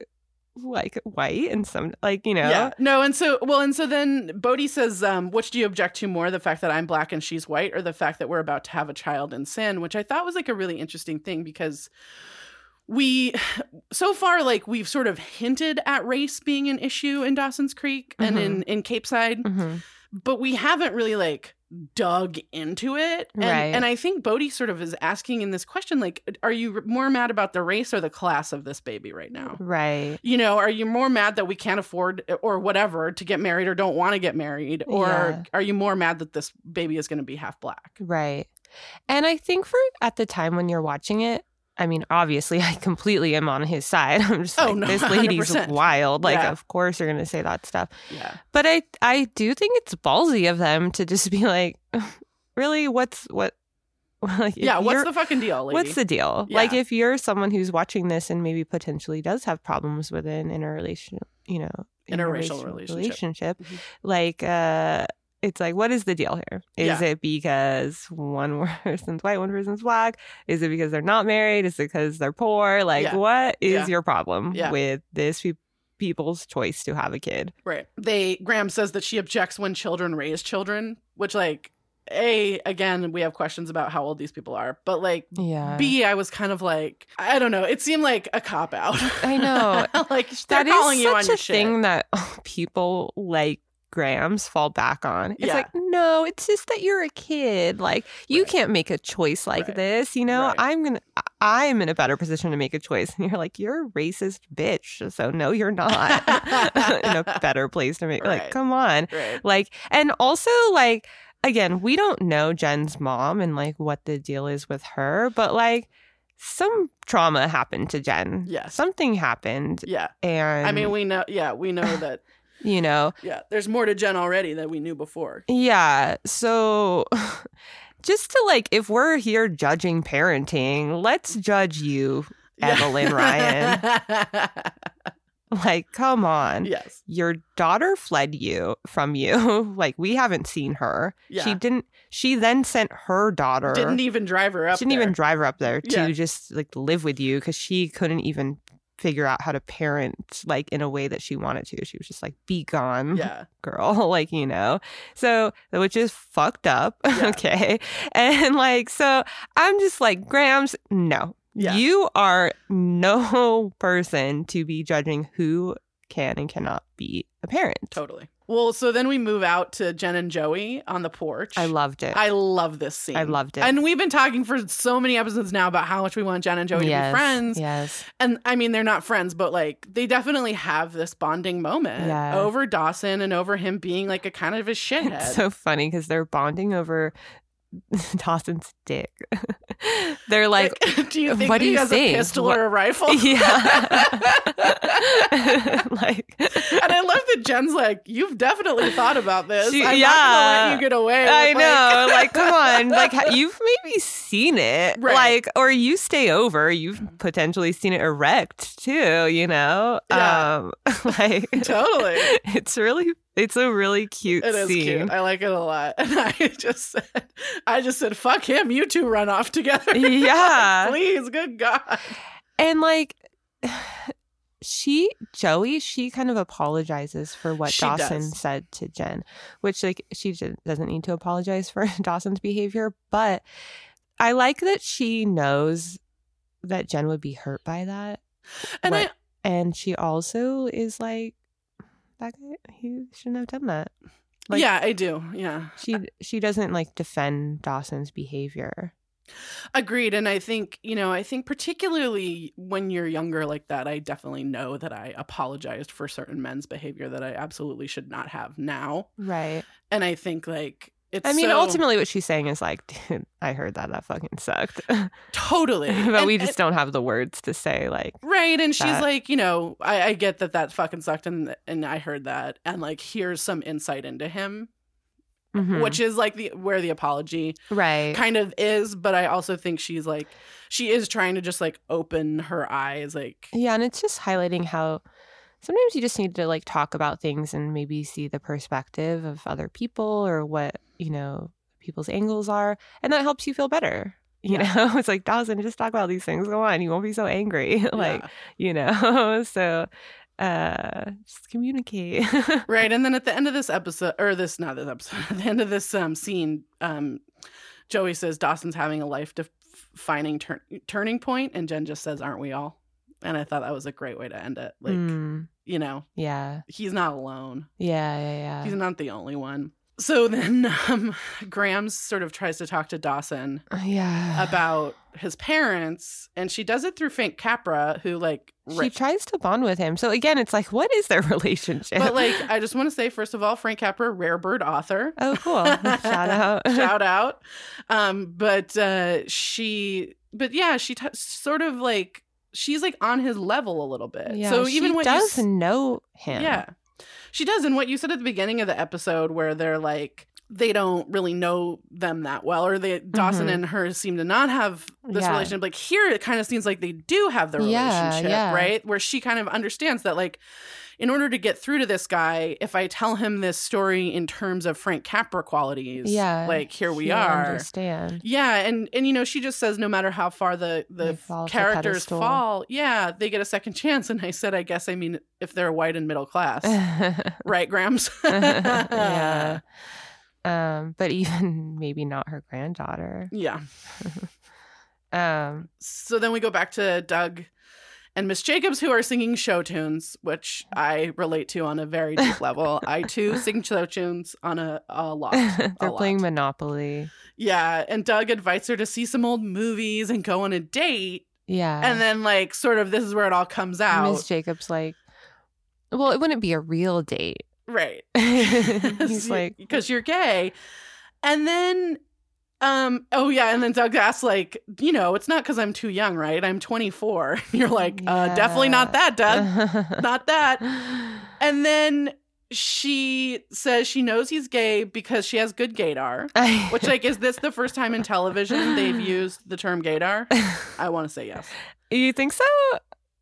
[SPEAKER 1] like white and some like you know,
[SPEAKER 2] Yeah. No, and so well, and so then Bodhi says, um, which do you object to more? The fact that I'm black and she's white, or the fact that we're about to have a child in sin, which I thought was like a really interesting thing because we so far like we've sort of hinted at race being an issue in Dawson's Creek and in in Cape Side,
[SPEAKER 1] Mhm.
[SPEAKER 2] but we haven't really like dug into it. And,
[SPEAKER 1] Right.
[SPEAKER 2] and I think Bodhi sort of is asking in this question, like, are you more mad about the race or the class of this baby right now?
[SPEAKER 1] right?
[SPEAKER 2] you know are you more mad that we can't afford or whatever to get married or don't want to get married or
[SPEAKER 1] Yeah.
[SPEAKER 2] are you more mad that this baby is going to be half black
[SPEAKER 1] Right. And I think for at the time when you're watching it, I mean, obviously, *laughs* I completely am on his side. I'm just
[SPEAKER 2] Oh,
[SPEAKER 1] like,
[SPEAKER 2] no, *laughs*
[SPEAKER 1] this lady's
[SPEAKER 2] 100%.
[SPEAKER 1] wild. Like,
[SPEAKER 2] Yeah.
[SPEAKER 1] of course, you're going to say that stuff.
[SPEAKER 2] yeah
[SPEAKER 1] But I, I do think it's ballsy of them to just be like, *laughs* really, what's what? *laughs* Like, if
[SPEAKER 2] yeah what's
[SPEAKER 1] you're-
[SPEAKER 2] the fucking deal lady?
[SPEAKER 1] What's the deal? Like,
[SPEAKER 2] Yeah.
[SPEAKER 1] if you're someone who's watching this and maybe potentially does have problems with an interrelational, you know,
[SPEAKER 2] Interracial relationship. Mm-hmm.
[SPEAKER 1] relationship,
[SPEAKER 2] Mhm.
[SPEAKER 1] like, uh, it's like, what is the deal here? Is it because one *laughs* person's white, one person's black? Is it because they're not married? Is it because they're poor? Like,
[SPEAKER 2] Yeah.
[SPEAKER 1] what is
[SPEAKER 2] Yeah.
[SPEAKER 1] your problem
[SPEAKER 2] Yeah.
[SPEAKER 1] with this pe- people's choice to have a kid?
[SPEAKER 2] Right. They Graham says that she objects when children raise children, which like a again we have questions about how old these people are, but like
[SPEAKER 1] Yeah.
[SPEAKER 2] B I was kind of like I don't know. It seemed like a cop out.
[SPEAKER 1] I know.
[SPEAKER 2] *laughs* like they're
[SPEAKER 1] that is
[SPEAKER 2] calling
[SPEAKER 1] such
[SPEAKER 2] you on
[SPEAKER 1] a
[SPEAKER 2] your
[SPEAKER 1] thing
[SPEAKER 2] shit.
[SPEAKER 1] that *laughs* people like Grams fall back on. It's
[SPEAKER 2] Yeah.
[SPEAKER 1] like, no, it's just that you're a kid. Like you
[SPEAKER 2] Right.
[SPEAKER 1] can't make a choice like
[SPEAKER 2] Right.
[SPEAKER 1] this. You know,
[SPEAKER 2] Right.
[SPEAKER 1] I'm gonna, I- I'm in a better position to make a choice. And you're like, you're a racist bitch. So no, you're not *laughs* in
[SPEAKER 2] *laughs*
[SPEAKER 1] a better place to make.
[SPEAKER 2] Right.
[SPEAKER 1] Like, come on. *laughs*
[SPEAKER 2] Right.
[SPEAKER 1] Like, and also, like, again, we don't know Jen's mom and like what the deal is with her, but like, some trauma happened to Jen.
[SPEAKER 2] Yes.
[SPEAKER 1] Something happened.
[SPEAKER 2] Yeah.
[SPEAKER 1] And
[SPEAKER 2] I mean, we know. Yeah, we know that.
[SPEAKER 1] you know,
[SPEAKER 2] Yeah, there's more to Jen already that we knew before.
[SPEAKER 1] yeah. So, *laughs* just to like, if we're here judging parenting, let's judge you. *laughs* Evelyn
[SPEAKER 2] Ryan.
[SPEAKER 1] Like, come on.
[SPEAKER 2] *laughs* yes.
[SPEAKER 1] Your daughter fled you from you. *laughs* like, we haven't seen her.
[SPEAKER 2] Yeah.
[SPEAKER 1] She didn't. She then sent her daughter.
[SPEAKER 2] didn't even drive her up.
[SPEAKER 1] She didn't even
[SPEAKER 2] there.
[SPEAKER 1] drive her up there to
[SPEAKER 2] Yeah.
[SPEAKER 1] just like live with you because she couldn't even figure out how to parent like in a way that she wanted to. She was just like, be gone,
[SPEAKER 2] Yeah.
[SPEAKER 1] girl. *laughs* Like, you know. So which is fucked up. *laughs*
[SPEAKER 2] Yeah.
[SPEAKER 1] okay. And like, so I'm just like, Grams, no.
[SPEAKER 2] Yeah.
[SPEAKER 1] You are no *laughs* person to be judging who can and cannot be a parent.
[SPEAKER 2] Totally. Well, so then we move out to Jen and Joey on the porch.
[SPEAKER 1] I loved it.
[SPEAKER 2] I love this scene.
[SPEAKER 1] I loved it.
[SPEAKER 2] And we've been talking for so many episodes now about how much we want Jen and Joey
[SPEAKER 1] yes,
[SPEAKER 2] to be friends.
[SPEAKER 1] Yes.
[SPEAKER 2] And I mean, they're not friends, but like they definitely have this bonding moment
[SPEAKER 1] Yeah.
[SPEAKER 2] over Dawson and over him being like a kind of a shithead.
[SPEAKER 1] It's *laughs* so funny because they're bonding over *laughs* Dawson's dick. *laughs* they're
[SPEAKER 2] *laughs*
[SPEAKER 1] like, *laughs*
[SPEAKER 2] do you think
[SPEAKER 1] what do
[SPEAKER 2] he
[SPEAKER 1] you
[SPEAKER 2] has
[SPEAKER 1] think?
[SPEAKER 2] a pistol
[SPEAKER 1] What-
[SPEAKER 2] or
[SPEAKER 1] *laughs*
[SPEAKER 2] a rifle? *laughs*
[SPEAKER 1] yeah. like,
[SPEAKER 2] And I love that Jen's like, you've definitely thought about this.
[SPEAKER 1] She-
[SPEAKER 2] I'm not gonna
[SPEAKER 1] yeah.
[SPEAKER 2] let you get away. with,
[SPEAKER 1] I
[SPEAKER 2] like-
[SPEAKER 1] know. Like, come on. Like,
[SPEAKER 2] *laughs*
[SPEAKER 1] ha- you've maybe seen it.
[SPEAKER 2] Right.
[SPEAKER 1] Like, or you stay over. You've potentially seen it erect too, you know?
[SPEAKER 2] Yeah.
[SPEAKER 1] Um, *laughs* like,
[SPEAKER 2] *laughs* totally.
[SPEAKER 1] it's really, it's a really cute
[SPEAKER 2] It is
[SPEAKER 1] scene.
[SPEAKER 2] *laughs* cute. I like it a lot. And I just said, I just said, fuck him. You two run off together.
[SPEAKER 1] Yeah.
[SPEAKER 2] Please, good God.
[SPEAKER 1] And like *sighs* she Joey, she kind of apologizes for what
[SPEAKER 2] She
[SPEAKER 1] Dawson
[SPEAKER 2] does.
[SPEAKER 1] said to Jen, which like she j- doesn't need to apologize for *laughs* Dawson's behavior, but I like that she knows that Jen would be hurt by that
[SPEAKER 2] And
[SPEAKER 1] What? and she also is like that guy he shouldn't have done that.
[SPEAKER 2] I,
[SPEAKER 1] Like-
[SPEAKER 2] yeah, uh I do. Yeah.
[SPEAKER 1] She she doesn't like defend Dawson's behavior.
[SPEAKER 2] Agreed. And I think, you know, I think particularly when you're younger like that, I definitely know that I apologized for certain men's behavior that I absolutely should not have now.
[SPEAKER 1] Right.
[SPEAKER 2] And I think, like, it's
[SPEAKER 1] I mean,
[SPEAKER 2] so-
[SPEAKER 1] ultimately what she's saying is like, *laughs* dude, I heard that that fucking sucked. *laughs*
[SPEAKER 2] *laughs* totally.
[SPEAKER 1] but
[SPEAKER 2] And-
[SPEAKER 1] we
[SPEAKER 2] and-
[SPEAKER 1] just don't have the words to say like
[SPEAKER 2] Right, and she's
[SPEAKER 1] that.
[SPEAKER 2] like, you know, I, I get that that fucking sucked, and and I heard that, and like, here's some insight into him,
[SPEAKER 1] mhm.
[SPEAKER 2] which is like the where the apology
[SPEAKER 1] right
[SPEAKER 2] kind of is, but I also think she's like, she is trying to just like open her eyes, like,
[SPEAKER 1] yeah and it's just highlighting how sometimes you just need to like talk about things and maybe see the perspective of other people or what you know people's angles are and that helps you feel better you know *laughs* it's like dawson just talk about these things go on you won't be so angry *laughs* like
[SPEAKER 2] yeah.
[SPEAKER 1] you know *laughs* so uh just communicate *laughs*
[SPEAKER 2] right. And then at the end of this episode, or this not this episode, *laughs* at the end of this um scene, um, Joey says Dawson's having a life defining turn turning point, and Jen just says, "Aren't we all?" And I thought that was a great way to end it, like,
[SPEAKER 1] Mm,
[SPEAKER 2] you know.
[SPEAKER 1] yeah
[SPEAKER 2] he's not alone.
[SPEAKER 1] yeah yeah
[SPEAKER 2] He's
[SPEAKER 1] yeah
[SPEAKER 2] not the only one. So then *laughs* um, Graham sort of tries to talk
[SPEAKER 1] *sighs*
[SPEAKER 2] to Dawson
[SPEAKER 1] yeah
[SPEAKER 2] about his parents, and she does it through Frank Capra, who like.
[SPEAKER 1] she
[SPEAKER 2] ri-
[SPEAKER 1] tries to bond with him. So again, it's like, what is their *laughs* relationship? *laughs*
[SPEAKER 2] but like, I just want to say, first of all, Frank Capra, rare bird author.
[SPEAKER 1] oh,
[SPEAKER 2] *laughs*
[SPEAKER 1] cool! Shout out.
[SPEAKER 2] Shout out. Um, but uh, she, but yeah, she t- sort of like she's like on his level a little bit.
[SPEAKER 1] *laughs* Yeah,
[SPEAKER 2] so
[SPEAKER 1] she
[SPEAKER 2] even when you
[SPEAKER 1] does
[SPEAKER 2] s-
[SPEAKER 1] know him.
[SPEAKER 2] Yeah. She does. And what you said at the beginning of the episode, where they're like, they don't really know them that well, or they Dawson
[SPEAKER 3] Mm-hmm.
[SPEAKER 1] Mhm.
[SPEAKER 2] and her seem to not have this
[SPEAKER 1] Yeah.
[SPEAKER 2] relationship. Like here, it kind of seems like they do have the
[SPEAKER 3] Yeah,
[SPEAKER 2] relationship,
[SPEAKER 3] yeah.
[SPEAKER 2] right? Where she kind of understands that, like, in order to get through to this guy, if I tell him this story in terms of Frank Capra qualities,
[SPEAKER 3] Yeah,
[SPEAKER 2] like here we
[SPEAKER 1] He'll
[SPEAKER 2] are.
[SPEAKER 1] Understand.
[SPEAKER 2] Yeah, and and you know she just says no matter how far the
[SPEAKER 3] They
[SPEAKER 2] the
[SPEAKER 3] fall off the
[SPEAKER 2] characters
[SPEAKER 3] pedestal.
[SPEAKER 2] fall, yeah, they get a second chance. And I said, I guess I mean if they're white and
[SPEAKER 1] *laughs*
[SPEAKER 2] middle class, right, Grams? *laughs*
[SPEAKER 1] yeah. Um, but even *laughs* maybe not her granddaughter.
[SPEAKER 2] yeah.
[SPEAKER 1] Um,
[SPEAKER 2] So then we go back to Doug and Miss Jacobs, who are singing show tunes, which I relate to on a very deep level. I too sing show tunes on a, a
[SPEAKER 1] *laughs*
[SPEAKER 2] lot.
[SPEAKER 1] they're
[SPEAKER 2] a lot.
[SPEAKER 1] playing Monopoly.
[SPEAKER 2] Yeah, and Doug invites her to see some old movies and go on a date.
[SPEAKER 1] Yeah.
[SPEAKER 2] And then, like, sort of, this is where it all comes out.
[SPEAKER 1] Miss Jacobs like, well, it wouldn't be a real date. *laughs*
[SPEAKER 2] *laughs* right.
[SPEAKER 1] He's like, *laughs*
[SPEAKER 2] because you're gay and then um oh yeah and then doug asks like you know it's not because i'm too young right i'm *laughs* 24 you're like uh definitely not that
[SPEAKER 1] *laughs*
[SPEAKER 2] doug not that and then she says she knows he's gay because she has good gaydar which like is this the first time in
[SPEAKER 1] *laughs*
[SPEAKER 2] television they've used the term gaydar i want to say yes
[SPEAKER 1] you think so?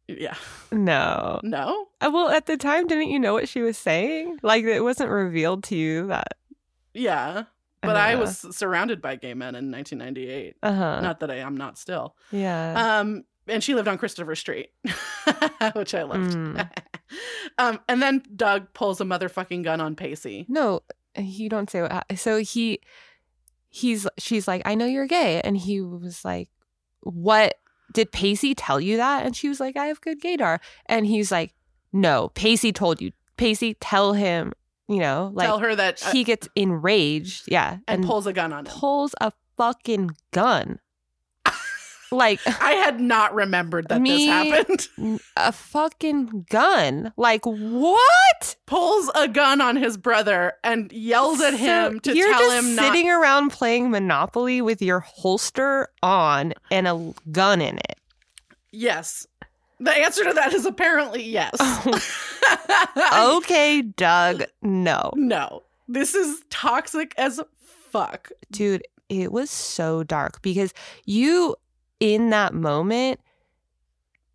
[SPEAKER 2] yeah
[SPEAKER 1] No.
[SPEAKER 2] no
[SPEAKER 1] Uh, Well, at the time, didn't you know what she was saying? Like, it wasn't revealed to you that.
[SPEAKER 2] yeah but i was surrounded by gay men in 1998
[SPEAKER 1] Uh huh.
[SPEAKER 2] not that i am not still
[SPEAKER 1] yeah.
[SPEAKER 2] Um, and she lived on Christopher Street, *laughs* which I loved.
[SPEAKER 1] Mm.
[SPEAKER 2] *laughs* um, and then Doug pulls a motherfucking gun on Pacey.
[SPEAKER 1] no, you don't say what. hap- So he, he's, she's like, I know you're gay, and he was like, what? Did Pacey tell you that? And she was like, I have good gaydar, and he's like, no, Pacey told you. Pacey, tell him. You know, like
[SPEAKER 2] Tell her that uh,
[SPEAKER 1] he gets enraged. Yeah,
[SPEAKER 2] and, pulls a gun on him.
[SPEAKER 1] pulls a fucking gun. like
[SPEAKER 2] I had not remembered that
[SPEAKER 1] Me-
[SPEAKER 2] this happened. *laughs*
[SPEAKER 1] a fucking gun. Like what?
[SPEAKER 2] pulls a gun on his brother and yells at
[SPEAKER 1] So
[SPEAKER 2] him to
[SPEAKER 1] you're
[SPEAKER 2] tell
[SPEAKER 1] just
[SPEAKER 2] him not.
[SPEAKER 1] sitting around playing Monopoly with your holster on and a gun in
[SPEAKER 2] *laughs*
[SPEAKER 1] it.
[SPEAKER 2] Yes. The answer to that is apparently yes.
[SPEAKER 1] Oh.
[SPEAKER 2] *laughs*
[SPEAKER 1] okay, Doug. No.
[SPEAKER 2] No. This is toxic as fuck.
[SPEAKER 1] Dude, it was so dark because you in that moment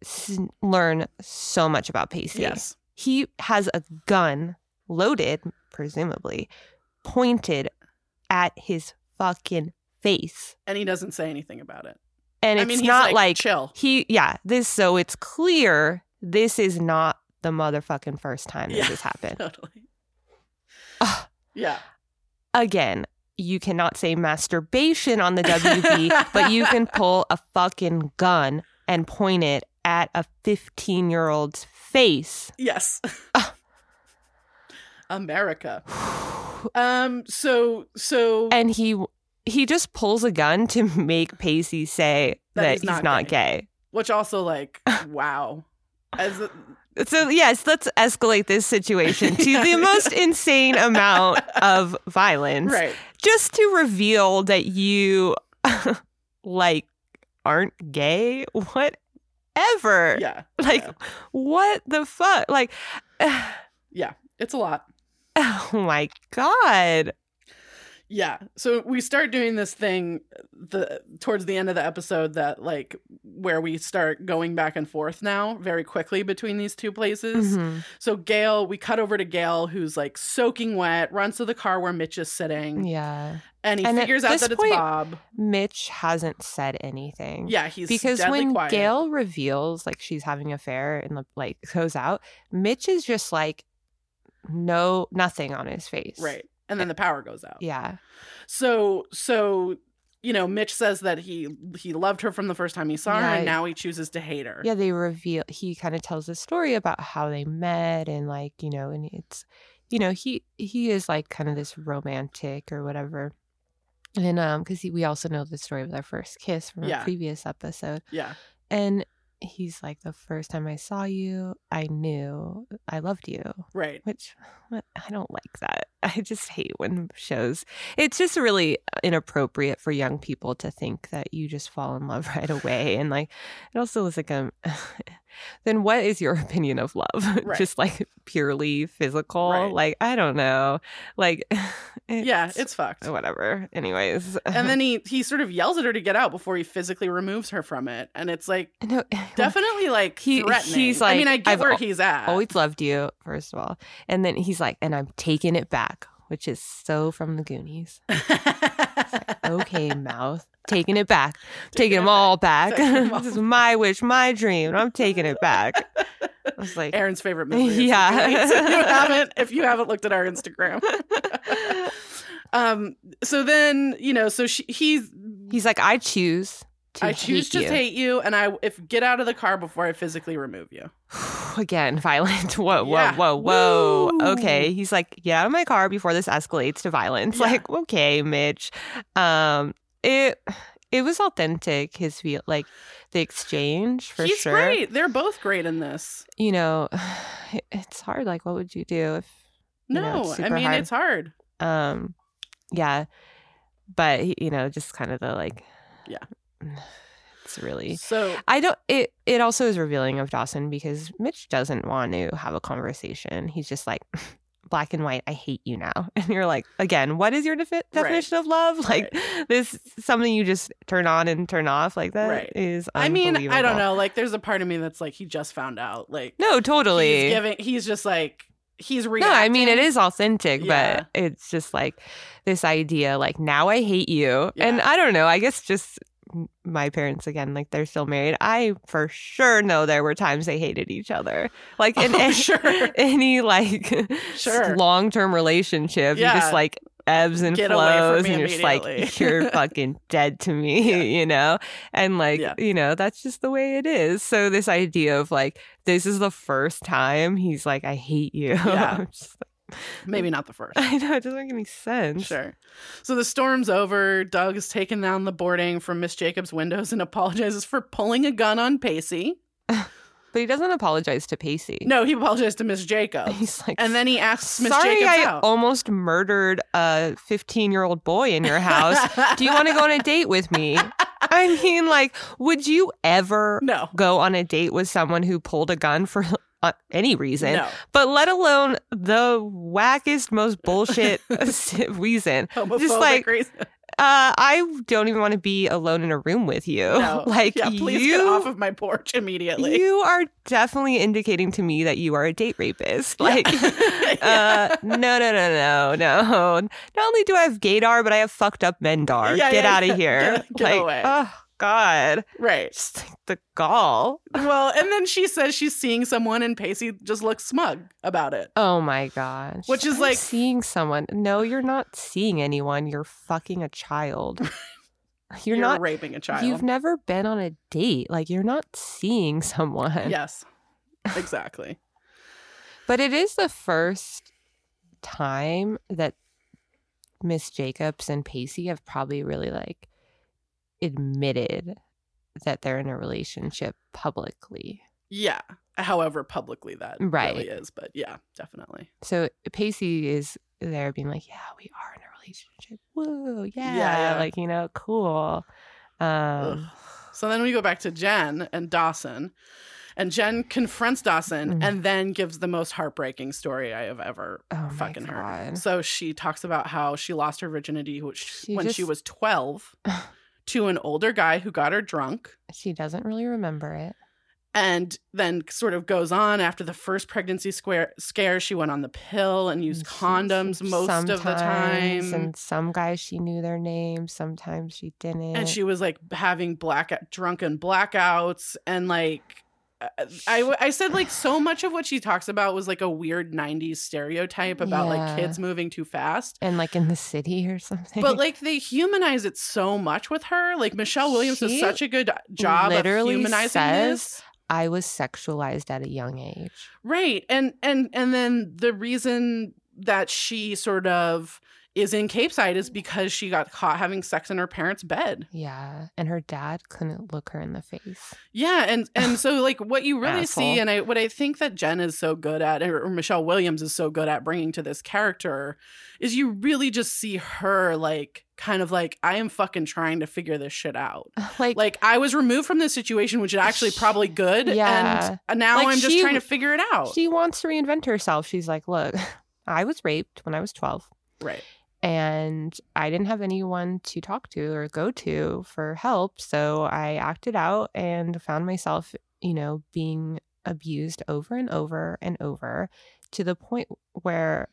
[SPEAKER 1] s- learn so much about Pacey.
[SPEAKER 2] Yes.
[SPEAKER 1] he has a gun loaded, presumably, pointed at his fucking face.
[SPEAKER 2] And he doesn't say anything about it.
[SPEAKER 1] And
[SPEAKER 2] I
[SPEAKER 1] it's
[SPEAKER 2] mean, he's
[SPEAKER 1] not like,
[SPEAKER 2] chill.
[SPEAKER 1] he, yeah, this, so it's clear this is not the motherfucking first time
[SPEAKER 2] Yeah.
[SPEAKER 1] this has happened.
[SPEAKER 2] *laughs* Totally.
[SPEAKER 1] Ugh.
[SPEAKER 2] yeah.
[SPEAKER 1] Again, you cannot say masturbation on the WB, but you
[SPEAKER 2] *laughs*
[SPEAKER 1] can pull a fucking gun and point it at a 15 year old's face.
[SPEAKER 2] Yes.
[SPEAKER 1] Ah.
[SPEAKER 2] America. Um. So. So.
[SPEAKER 1] and he he just pulls a gun to *laughs* make Pacey say
[SPEAKER 2] That
[SPEAKER 1] that,
[SPEAKER 2] he's
[SPEAKER 1] he's,
[SPEAKER 2] not
[SPEAKER 1] not, gay.
[SPEAKER 2] which also like wow. As
[SPEAKER 1] *laughs*
[SPEAKER 2] a-
[SPEAKER 1] So yes, let's escalate this situation
[SPEAKER 2] *laughs*
[SPEAKER 1] to
[SPEAKER 2] Yeah.
[SPEAKER 1] the most insane amount of violence,
[SPEAKER 2] right.
[SPEAKER 1] just to reveal that you *laughs* like aren't gay. Whatever.
[SPEAKER 2] Yeah.
[SPEAKER 1] like
[SPEAKER 2] yeah.
[SPEAKER 1] what the fuck? Like,
[SPEAKER 2] it's a lot.
[SPEAKER 1] oh my god.
[SPEAKER 2] Yeah. So we start doing this thing the towards the end of the episode that like where we start going back and forth now very quickly between these two places.
[SPEAKER 1] Mhm.
[SPEAKER 2] So Gail, we cut over to Gail who's like soaking wet, runs to the car where Mitch is sitting,
[SPEAKER 1] Yeah.
[SPEAKER 2] and he
[SPEAKER 1] And at
[SPEAKER 2] figures out
[SPEAKER 1] this
[SPEAKER 2] that it's
[SPEAKER 1] point-
[SPEAKER 2] Bob.
[SPEAKER 1] Mitch hasn't said anything.
[SPEAKER 2] Yeah, he's
[SPEAKER 1] because
[SPEAKER 2] deadly
[SPEAKER 1] when
[SPEAKER 2] quiet.
[SPEAKER 1] Gail reveals like she's having an affair and the- like goes out, Mitch is just like no nothing on his face.
[SPEAKER 2] right, Oh, and then the power goes out.
[SPEAKER 1] Yeah.
[SPEAKER 2] So so you know, Mitch says that he he loved her from the first time he saw her,
[SPEAKER 1] Yeah.
[SPEAKER 2] and now he chooses to hate her.
[SPEAKER 1] Yeah, they reveal he kind of tells a story about how they met and like, you know, and it's you know, he he is like kind of this romantic or whatever. And um cuz we also know the story of their first kiss from
[SPEAKER 2] Yeah.
[SPEAKER 1] a previous episode.
[SPEAKER 2] Yeah.
[SPEAKER 1] And he's like the first time I saw you, I knew I loved you.
[SPEAKER 2] right.
[SPEAKER 1] which what- I don't like that. *laughs* I just hate when shows. It's just really uh, inappropriate for *laughs* young people to think that you just fall in love right away, and like it also is like um, *laughs* then what is your *laughs* opinion of love? *laughs*
[SPEAKER 2] Right.
[SPEAKER 1] Just like purely physical?
[SPEAKER 2] Right.
[SPEAKER 1] Like, I don't know. Like, *laughs* it's, Oh.
[SPEAKER 2] yeah, it's
[SPEAKER 1] *laughs*
[SPEAKER 2] fucked.
[SPEAKER 1] whatever. Anyways. *laughs*
[SPEAKER 2] And then he he sort of yells at her to get out before he physically removes her from it, and it's like
[SPEAKER 1] no, *laughs*
[SPEAKER 2] definitely like
[SPEAKER 1] He-
[SPEAKER 2] threatening.
[SPEAKER 1] he's
[SPEAKER 2] I mean,
[SPEAKER 1] like,
[SPEAKER 2] I get
[SPEAKER 1] "I've
[SPEAKER 2] where
[SPEAKER 1] al-
[SPEAKER 2] he's at. *laughs*
[SPEAKER 1] always loved you, first of all. And then he's like, and I'm taking it back, which is so from the Goonies. Okay, mouth. Taking it
[SPEAKER 2] *laughs*
[SPEAKER 1] back. Taking
[SPEAKER 2] it
[SPEAKER 1] them all back.
[SPEAKER 2] back. Taking 'em
[SPEAKER 1] *laughs*
[SPEAKER 2] all
[SPEAKER 1] this is my wish, my dream. and I'm taking it
[SPEAKER 2] *laughs*
[SPEAKER 1] back. I was like,
[SPEAKER 2] Aaron's favorite movie. if you
[SPEAKER 1] Yeah.
[SPEAKER 2] haven't-
[SPEAKER 1] *laughs*
[SPEAKER 2] if you haven't if you haven't looked at our Instagram. um. So then you know. So she, he's.
[SPEAKER 1] *gasps* he's like, I choose to
[SPEAKER 2] I choose
[SPEAKER 1] hate
[SPEAKER 2] to
[SPEAKER 1] you.
[SPEAKER 2] hate you, and I if get out of the car before I physically remove you.
[SPEAKER 1] *sighs* Again, *laughs* violent. Whoa, whoa,
[SPEAKER 2] Yeah.
[SPEAKER 1] whoa, whoa.
[SPEAKER 2] Woo.
[SPEAKER 1] Okay. He's like, get out of my car before this escalates to violence. *laughs*
[SPEAKER 2] Yeah.
[SPEAKER 1] Like, okay, Mitch. Um, it it was authentic, his feel like the exchange for
[SPEAKER 2] he's
[SPEAKER 1] sure.
[SPEAKER 2] great. They're both great in this.
[SPEAKER 1] You know, *sighs* it- it's hard. Like, what would you do if You
[SPEAKER 2] No,
[SPEAKER 1] know, it's
[SPEAKER 2] I
[SPEAKER 1] super
[SPEAKER 2] mean
[SPEAKER 1] hard.
[SPEAKER 2] it's hard.
[SPEAKER 1] um yeah. But he- you know, just kind of the like
[SPEAKER 2] Yeah.
[SPEAKER 1] *sighs* It's really
[SPEAKER 2] So
[SPEAKER 1] I don't it it also is revealing of Dawson because Mitch doesn't want to have a conversation. He's just like *laughs* black and white, I hate you now. *laughs* And you're like, again, what is your defi- definition of love? *laughs* Like this something you just turn on and turn off like that
[SPEAKER 2] Right.
[SPEAKER 1] is
[SPEAKER 2] I mean, I don't
[SPEAKER 1] unbelievable.
[SPEAKER 2] know. Like, there's a part of me that's like, he just found out. Like,
[SPEAKER 1] No, totally.
[SPEAKER 2] he's giving. He's just like, he's
[SPEAKER 1] no,
[SPEAKER 2] reacting.
[SPEAKER 1] I mean it is authentic,
[SPEAKER 2] Yeah.
[SPEAKER 1] but it's just like this idea like now I hate you. And
[SPEAKER 2] Yeah.
[SPEAKER 1] I don't know, I guess just my parents again, like they're still married. I for sure know there were times they hated each other. Like in
[SPEAKER 2] *laughs* Oh,
[SPEAKER 1] any-
[SPEAKER 2] sure.
[SPEAKER 1] *laughs* any like
[SPEAKER 2] Sure.
[SPEAKER 1] long term relationship. You
[SPEAKER 2] Yeah.
[SPEAKER 1] just like ebbs and
[SPEAKER 2] Get away from
[SPEAKER 1] flows
[SPEAKER 2] me
[SPEAKER 1] and you're just like
[SPEAKER 2] immediately. *laughs*
[SPEAKER 1] you're fucking dead to me, *laughs*
[SPEAKER 2] Yeah.
[SPEAKER 1] you know? And like,
[SPEAKER 2] Yeah.
[SPEAKER 1] you know, that's just the way it is. So this idea of like this is the first time he's like, I hate you. *laughs*
[SPEAKER 2] Yeah.
[SPEAKER 1] I'm just like,
[SPEAKER 2] maybe not
[SPEAKER 1] *laughs*
[SPEAKER 2] the first.
[SPEAKER 1] I know it doesn't make any sense.
[SPEAKER 2] Sure. So the storm's over. Doug is taken down the boarding from Miss Jacobs' windows and apologizes for pulling a gun on Pacey.
[SPEAKER 1] But he doesn't apologize to Pacey.
[SPEAKER 2] No, he apologized to Miss Jacobs.
[SPEAKER 1] *laughs* He's like
[SPEAKER 2] And then he asks Miss
[SPEAKER 1] Sorry,
[SPEAKER 2] Jacobs
[SPEAKER 1] I
[SPEAKER 2] out.
[SPEAKER 1] almost murdered a 15 year old boy in your
[SPEAKER 2] *laughs*
[SPEAKER 1] house. Do you want to go on a date with me? I mean, like, would you ever
[SPEAKER 2] No.
[SPEAKER 1] go on a date with someone who pulled a gun for uh, any reason,
[SPEAKER 2] No.
[SPEAKER 1] but let alone the wackest,
[SPEAKER 2] *laughs*
[SPEAKER 1] most bullshit reason?
[SPEAKER 2] Homophobic
[SPEAKER 1] like-
[SPEAKER 2] reason.
[SPEAKER 1] Uh, I don't even want to be alone in a room with you.
[SPEAKER 2] No.
[SPEAKER 1] oh, *laughs* like,
[SPEAKER 2] yeah, please
[SPEAKER 1] you,
[SPEAKER 2] get off of my porch immediately.
[SPEAKER 1] you are definitely indicating to me that you are a date rapist.
[SPEAKER 2] *laughs* Yeah. *laughs*
[SPEAKER 1] Like,
[SPEAKER 2] Yeah.
[SPEAKER 1] uh, no, no, no, no, no. Not only do I have gaydar, but I have fucked up mendar.
[SPEAKER 2] Yeah,
[SPEAKER 1] get
[SPEAKER 2] yeah,
[SPEAKER 1] out of
[SPEAKER 2] yeah.
[SPEAKER 1] here.
[SPEAKER 2] Get- get
[SPEAKER 1] like,
[SPEAKER 2] away.
[SPEAKER 1] oh God,
[SPEAKER 2] right.
[SPEAKER 1] just like the gall.
[SPEAKER 2] Well, and then she says she's seeing someone, and Pacey just looks smug about it.
[SPEAKER 1] Oh my God,
[SPEAKER 2] Which is
[SPEAKER 1] I'm
[SPEAKER 2] like-
[SPEAKER 1] seeing someone. No, you're not seeing anyone. You're fucking a
[SPEAKER 2] *laughs*
[SPEAKER 1] child. You're,
[SPEAKER 2] You're,
[SPEAKER 1] not.
[SPEAKER 2] raping a child.
[SPEAKER 1] You've never been on a date. Like you're not seeing someone.
[SPEAKER 2] yes, exactly.
[SPEAKER 1] But it is the first time that Miss Jacobs and Pacey have probably really like admitted that they're in a relationship publicly.
[SPEAKER 2] Yeah. However, publicly that
[SPEAKER 1] Right.
[SPEAKER 2] really is, but yeah, definitely.
[SPEAKER 1] So Pacey is there being like, yeah, we are in a relationship. Woo, yeah.
[SPEAKER 2] yeah.
[SPEAKER 1] Like, you know, cool. Um,
[SPEAKER 2] So then we go back to Jen and Dawson, and Jen confronts Dawson
[SPEAKER 1] Mm.
[SPEAKER 2] and then gives the most heartbreaking story I have ever.
[SPEAKER 1] oh my
[SPEAKER 2] Fucking her.
[SPEAKER 1] God.
[SPEAKER 2] So she talks about how she lost her virginity which,
[SPEAKER 1] She
[SPEAKER 2] when
[SPEAKER 1] just-
[SPEAKER 2] she
[SPEAKER 1] *laughs*
[SPEAKER 2] was 12 to an older guy who got her drunk.
[SPEAKER 1] She doesn't really remember it.
[SPEAKER 2] and then sort of goes on after the first pregnancy square scare she went on the pill and used
[SPEAKER 1] She-
[SPEAKER 2] condoms most of the
[SPEAKER 1] sometimes,
[SPEAKER 2] time and,
[SPEAKER 1] And some guys she knew their names, sometimes she didn't.
[SPEAKER 2] she was like having black drunken blackouts and like uh, I, I said like so much of what she talks about was like a weird 90s stereotype about
[SPEAKER 1] Yeah.
[SPEAKER 2] like kids moving too fast
[SPEAKER 1] and like in the city or *laughs* something.
[SPEAKER 2] but like they humanize it so much with her like michelle williams does
[SPEAKER 1] She
[SPEAKER 2] such a good job of
[SPEAKER 1] literally
[SPEAKER 2] humanizing
[SPEAKER 1] says
[SPEAKER 2] this
[SPEAKER 1] I was sexualized at a young age.
[SPEAKER 2] Right. And and and then the reason that she sort of is in Cape Side is because she got caught having sex in her parents' bed.
[SPEAKER 1] Yeah, and her dad couldn't look her in the face. *laughs*
[SPEAKER 2] Yeah, and and
[SPEAKER 1] *sighs*
[SPEAKER 2] so like what you really
[SPEAKER 1] Asshole.
[SPEAKER 2] see, and I what I think that Jen is so good at, or or Michelle Williams is so good at bringing to this character, is you really just see her like kind of like I am fucking trying to figure this shit out.
[SPEAKER 1] Like,
[SPEAKER 2] Like I was removed from this situation, which is actually probably good,
[SPEAKER 1] Yeah.
[SPEAKER 2] and now
[SPEAKER 1] Like,
[SPEAKER 2] I'm just
[SPEAKER 1] she-
[SPEAKER 2] trying to figure it out.
[SPEAKER 1] she wants to reinvent herself. She's like, look, *laughs* I was raped when I was twelve.
[SPEAKER 2] right.
[SPEAKER 1] and I didn't have anyone to talk to or go to for help. So I acted out and found myself, you know, being abused over and over and over to the point where,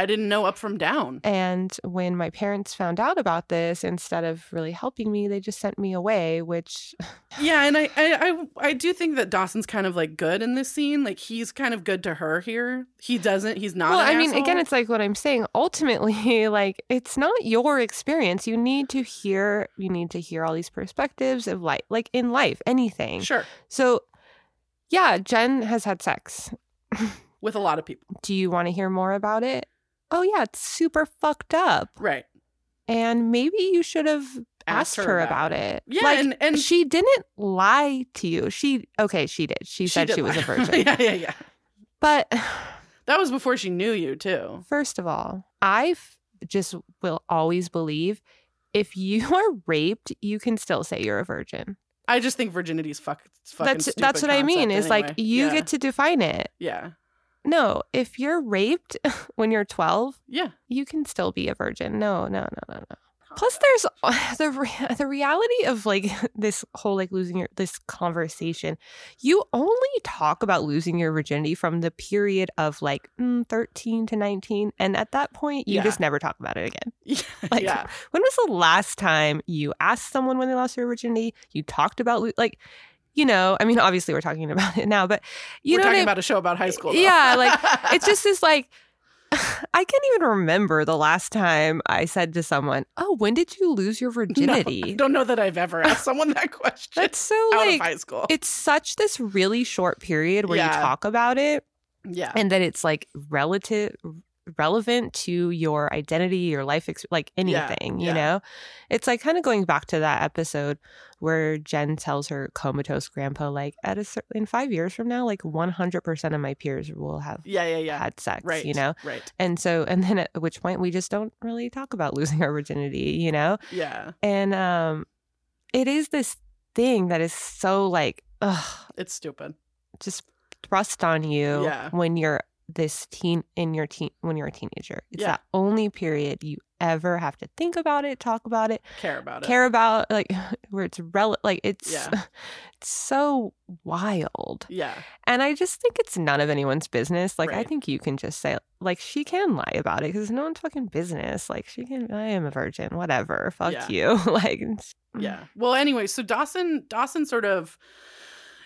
[SPEAKER 2] I didn't know up from down.
[SPEAKER 1] and when my parents found out about this, instead of really helping me, they just sent me away, which, *laughs*
[SPEAKER 2] Yeah, and I, I I I do think that Dawson's kind of like good in this scene. Like he's kind of good to her here. He doesn't. He's not.
[SPEAKER 1] well,
[SPEAKER 2] an
[SPEAKER 1] I mean,
[SPEAKER 2] asshole.
[SPEAKER 1] again, it's like what I'm saying. Ultimately, *laughs* like, it's not your experience. You need to hear, you need to hear all these perspectives of life, like in life, anything.
[SPEAKER 2] sure
[SPEAKER 1] So, yeah, Jen has had sex.
[SPEAKER 2] with a lot of people.
[SPEAKER 1] Do you want to hear more about it? Oh, yeah, it's super fucked up.
[SPEAKER 2] Right.
[SPEAKER 1] And maybe you should have asked, her, about it.
[SPEAKER 2] Yeah,
[SPEAKER 1] Like,
[SPEAKER 2] and and
[SPEAKER 1] she didn't lie to you. She, okay, she did. She, said
[SPEAKER 2] did
[SPEAKER 1] she was a
[SPEAKER 2] lie. *laughs*
[SPEAKER 1] virgin.
[SPEAKER 2] yeah, yeah, yeah.
[SPEAKER 1] But
[SPEAKER 2] That was before she knew you too.
[SPEAKER 1] first of all, I f- just will always believe if you *laughs* are raped, you can still say you're a virgin.
[SPEAKER 2] I just think virginity's fuck. it's fucking
[SPEAKER 1] That's
[SPEAKER 2] stupid
[SPEAKER 1] that's what I mean.
[SPEAKER 2] concept
[SPEAKER 1] Is like
[SPEAKER 2] anyway.
[SPEAKER 1] you
[SPEAKER 2] yeah.
[SPEAKER 1] get to define it.
[SPEAKER 2] yeah
[SPEAKER 1] No, if you're raped *laughs* when you're 12,
[SPEAKER 2] yeah.
[SPEAKER 1] you can still be a virgin. No, no, no, no, no. Plus, there's *laughs* the re- the reality of like *laughs* this whole like losing your this conversation. You only talk about losing your virginity from the period of like mm, 13 to 19, and at that point, you
[SPEAKER 2] Yeah.
[SPEAKER 1] just never talk about it *laughs* again.
[SPEAKER 2] Yeah,
[SPEAKER 1] Like,
[SPEAKER 2] yeah,
[SPEAKER 1] When was the last time you asked someone when they lost their virginity? You talked about lo- like, you know, I mean, obviously we're talking about *laughs* it now, but you
[SPEAKER 2] we're
[SPEAKER 1] know what
[SPEAKER 2] talking
[SPEAKER 1] I-
[SPEAKER 2] about a show about high school. though.
[SPEAKER 1] Yeah,
[SPEAKER 2] *laughs*
[SPEAKER 1] like, it's just this like *sighs* I can't even remember the last time I said to someone, "Oh, when did you lose your
[SPEAKER 2] *laughs* No,
[SPEAKER 1] virginity?"
[SPEAKER 2] I don't know that I've ever asked someone that *laughs* question
[SPEAKER 1] That's so
[SPEAKER 2] out of
[SPEAKER 1] like
[SPEAKER 2] high school.
[SPEAKER 1] it's such this really short period where you
[SPEAKER 2] Yeah.
[SPEAKER 1] talk about it
[SPEAKER 2] yeah,
[SPEAKER 1] and that it's like relative relevant to your identity, your life ex- like
[SPEAKER 2] Yeah,
[SPEAKER 1] anything, you
[SPEAKER 2] yeah.
[SPEAKER 1] know. It's like kind of going back to that episode where Jen tells her comatose grandpa like at a cer- in 5 years from now like 100% of my peers will have
[SPEAKER 2] yeah, yeah, yeah.
[SPEAKER 1] had sex,
[SPEAKER 2] Right.
[SPEAKER 1] you know.
[SPEAKER 2] Right.
[SPEAKER 1] And so, and then at which point we just don't really talk about losing our virginity, you know?
[SPEAKER 2] Yeah.
[SPEAKER 1] And um it is this thing that is so like, ugh,
[SPEAKER 2] It's stupid.
[SPEAKER 1] just thrust on you
[SPEAKER 2] Yeah.
[SPEAKER 1] when you're this teen in your teen when you're a teenager. It's
[SPEAKER 2] Yeah.
[SPEAKER 1] that only period you ever have to think about it, talk about it,
[SPEAKER 2] Care about it.
[SPEAKER 1] care about like *laughs* where it's rel like it's
[SPEAKER 2] Yeah.
[SPEAKER 1] *laughs* it's so wild.
[SPEAKER 2] Yeah.
[SPEAKER 1] And I just think it's none of anyone's business. Like, I
[SPEAKER 2] Right.
[SPEAKER 1] think you can just say, like, she can lie about it because it's no one's fucking business. Like, she can, I am a virgin, whatever. Fuck
[SPEAKER 2] Yeah.
[SPEAKER 1] you. *laughs* like, it's-
[SPEAKER 2] Yeah. Well, anyway, so Dawson Dawson sort of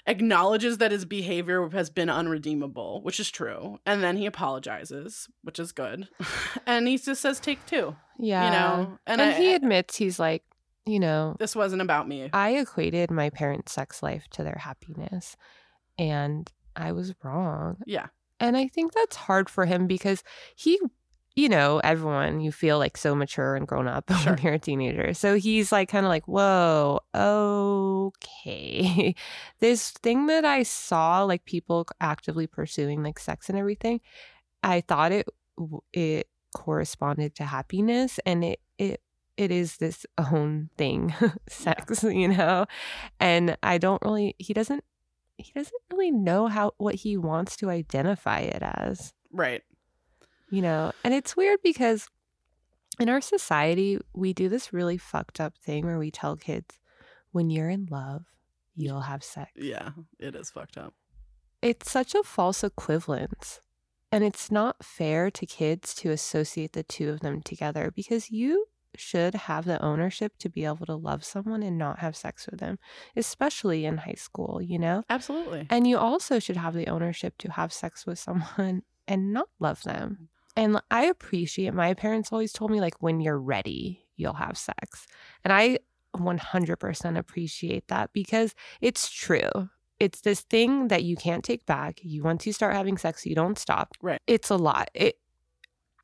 [SPEAKER 2] acknowledges that his behavior has been unredeemable, which is true, and then he apologizes, which is good, *laughs* and he just says, "Take two,
[SPEAKER 1] yeah.
[SPEAKER 2] you know,
[SPEAKER 1] and
[SPEAKER 2] and, I,
[SPEAKER 1] he admits he's like, you know,
[SPEAKER 2] this wasn't about me.
[SPEAKER 1] I equated my parents' sex life to their happiness and I was wrong.
[SPEAKER 2] yeah.
[SPEAKER 1] And I think that's hard for him because he, you know, everyone, you feel like so mature and grown up *laughs*
[SPEAKER 2] Sure.
[SPEAKER 1] when you're a teenager. So he's like, kind of like, whoa, okay. *laughs* this thing that I saw, like people actively pursuing like sex and everything, I thought it, it corresponded to happiness and it, it, it is this own thing, *laughs* sex, you know? And I don't really, he doesn't he doesn't really know how what he wants to identify it as
[SPEAKER 2] Right.
[SPEAKER 1] you know and it's weird because in our society we do this really fucked up thing where we tell kids when you're in love you'll have sex
[SPEAKER 2] Yeah. It is fucked up.
[SPEAKER 1] it's such a false equivalence and it's not fair to kids to associate the two of them together because you should have the ownership to be able to love someone and not have sex with them especially in high school you know
[SPEAKER 2] Absolutely.
[SPEAKER 1] and you also should have the ownership to have sex with someone *laughs* and not love them. And I appreciate my parents always told me, like, when you're ready, you'll have sex. And I 100% appreciate that because it's true. It's this thing that you can't take back. You once you start having sex, you don't stop.
[SPEAKER 2] Right.
[SPEAKER 1] It's a lot. It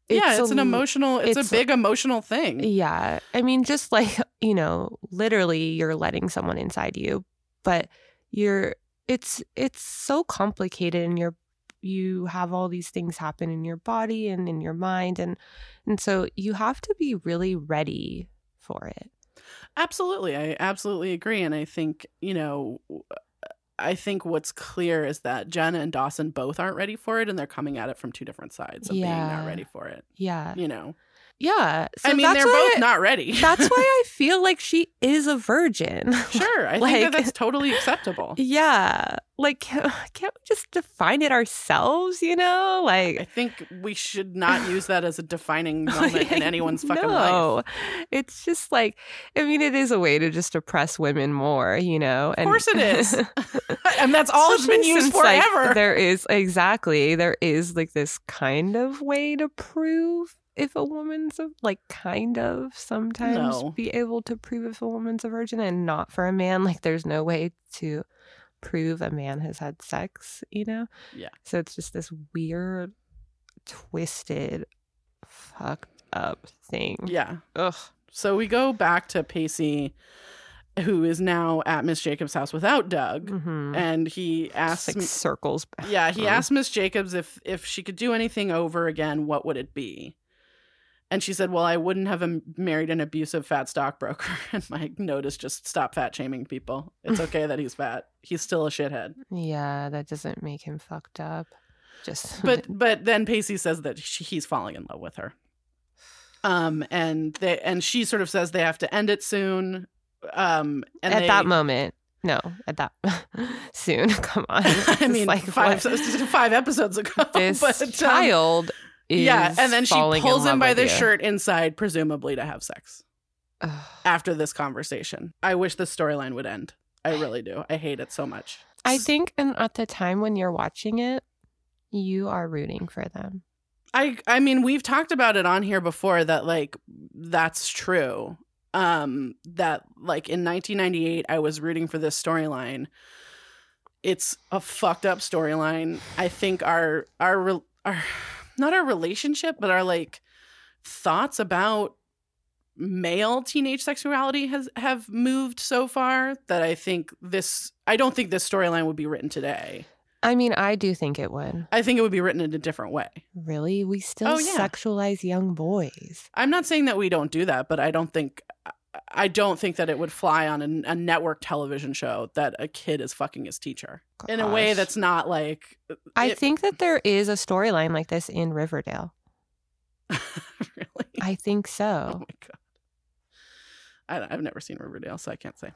[SPEAKER 2] yeah, it's
[SPEAKER 1] a
[SPEAKER 2] an emotional, it's,
[SPEAKER 1] it's-
[SPEAKER 2] a big emotional thing.
[SPEAKER 1] Yeah. I mean, just like, *laughs* you know, literally you're letting someone inside you, but you're it's it's so complicated and you're you have all these things happen in your body and in your mind and and so you have to be really ready for it.
[SPEAKER 2] Absolutely. I absolutely agree. And I think, you know, I think what's clear is that Jenna and Dawson both aren't ready for it and they're coming at it from two different sides of being
[SPEAKER 1] Yeah.
[SPEAKER 2] not ready for it.
[SPEAKER 1] Yeah.
[SPEAKER 2] You know,
[SPEAKER 1] Yeah. So
[SPEAKER 2] I mean,
[SPEAKER 1] that's
[SPEAKER 2] they're
[SPEAKER 1] why
[SPEAKER 2] both
[SPEAKER 1] I-
[SPEAKER 2] not *laughs* ready.
[SPEAKER 1] that's why I feel like she is a virgin.
[SPEAKER 2] sure. I think
[SPEAKER 1] Like-
[SPEAKER 2] that that's totally acceptable.
[SPEAKER 1] *laughs* yeah. Like can't, can't we just define it ourselves, you know? Like
[SPEAKER 2] I think we should not use that as a
[SPEAKER 1] *laughs*
[SPEAKER 2] defining moment in anyone's fucking
[SPEAKER 1] Oh, no.
[SPEAKER 2] life.
[SPEAKER 1] It's just like, I mean, it is a way to just oppress women more, you know?
[SPEAKER 2] Of course
[SPEAKER 1] *laughs*
[SPEAKER 2] it is. *laughs* and that's all it's been
[SPEAKER 1] especially
[SPEAKER 2] used
[SPEAKER 1] since, like,
[SPEAKER 2] forever.
[SPEAKER 1] there is, exactly, there is like this kind of way to prove if a woman's a, like kind of sometimes
[SPEAKER 2] No.
[SPEAKER 1] be able to prove if a woman's a virgin and not for a man. Like, there's no way to prove a man has had sex, you know?
[SPEAKER 2] Yeah.
[SPEAKER 1] So it's just this weird, twisted, fucked up thing.
[SPEAKER 2] yeah.
[SPEAKER 1] Ugh.
[SPEAKER 2] So we go back to Pacey, who is now at Miss Jacobs' house without Doug,
[SPEAKER 1] Mm-hmm.
[SPEAKER 2] and he asks,
[SPEAKER 1] like circles. back.
[SPEAKER 2] yeah, he
[SPEAKER 1] Mhm.
[SPEAKER 2] asked Miss Jacobs if if she could do anything over again, what would it be? And she said, "Well, I wouldn't have am- married an abusive fat stockbroker." *laughs* And my note is just stop fat shaming people. It's okay that he's fat. He's still
[SPEAKER 1] *laughs*
[SPEAKER 2] a shithead.
[SPEAKER 1] Yeah, that doesn't make him fucked up. Just
[SPEAKER 2] but but then Pacey says that she, he's falling in love with her. Um and they and she sort of says they have to end it soon. Um and
[SPEAKER 1] at
[SPEAKER 2] they- *laughs*
[SPEAKER 1] that moment, no, at that *laughs* soon. *laughs* Come
[SPEAKER 2] *laughs*
[SPEAKER 1] on.
[SPEAKER 2] I
[SPEAKER 1] It's
[SPEAKER 2] mean five
[SPEAKER 1] what- *laughs*
[SPEAKER 2] five episodes ago.
[SPEAKER 1] this
[SPEAKER 2] *laughs* but, um,
[SPEAKER 1] child is
[SPEAKER 2] yeah, and then she
[SPEAKER 1] falling
[SPEAKER 2] pulls
[SPEAKER 1] in
[SPEAKER 2] him
[SPEAKER 1] love
[SPEAKER 2] by
[SPEAKER 1] with
[SPEAKER 2] the
[SPEAKER 1] you.
[SPEAKER 2] shirt inside, presumably to have sex.
[SPEAKER 1] Ugh.
[SPEAKER 2] After this conversation, I wish this storyline would end. I really do. I hate it so much.
[SPEAKER 1] I think, and at the time when you're watching it, you are rooting for them.
[SPEAKER 2] I I mean we've talked about it on here before that like that's true. Um that like in 1998 I was rooting for this storyline. It's a fucked up storyline. I think our our re- our not our relationship but our like thoughts about male teenage sexuality has have moved so far that I think this I don't think this storyline would be written today.
[SPEAKER 1] I mean, I do think it would.
[SPEAKER 2] I think it would be written in a different way.
[SPEAKER 1] Really, we still
[SPEAKER 2] Oh, yeah.
[SPEAKER 1] sexualize young boys.
[SPEAKER 2] I'm not saying that we don't do that, but I don't think I don't think that it would fly on a, a network television show that a kid is fucking his teacher in a way
[SPEAKER 1] Gosh.
[SPEAKER 2] that's not like *laughs*
[SPEAKER 1] I
[SPEAKER 2] it-
[SPEAKER 1] think that there is a storyline like this in Riverdale.
[SPEAKER 2] really.
[SPEAKER 1] I think
[SPEAKER 2] oh
[SPEAKER 1] so.
[SPEAKER 2] my god! I don't, I've never seen Riverdale, so I can't say.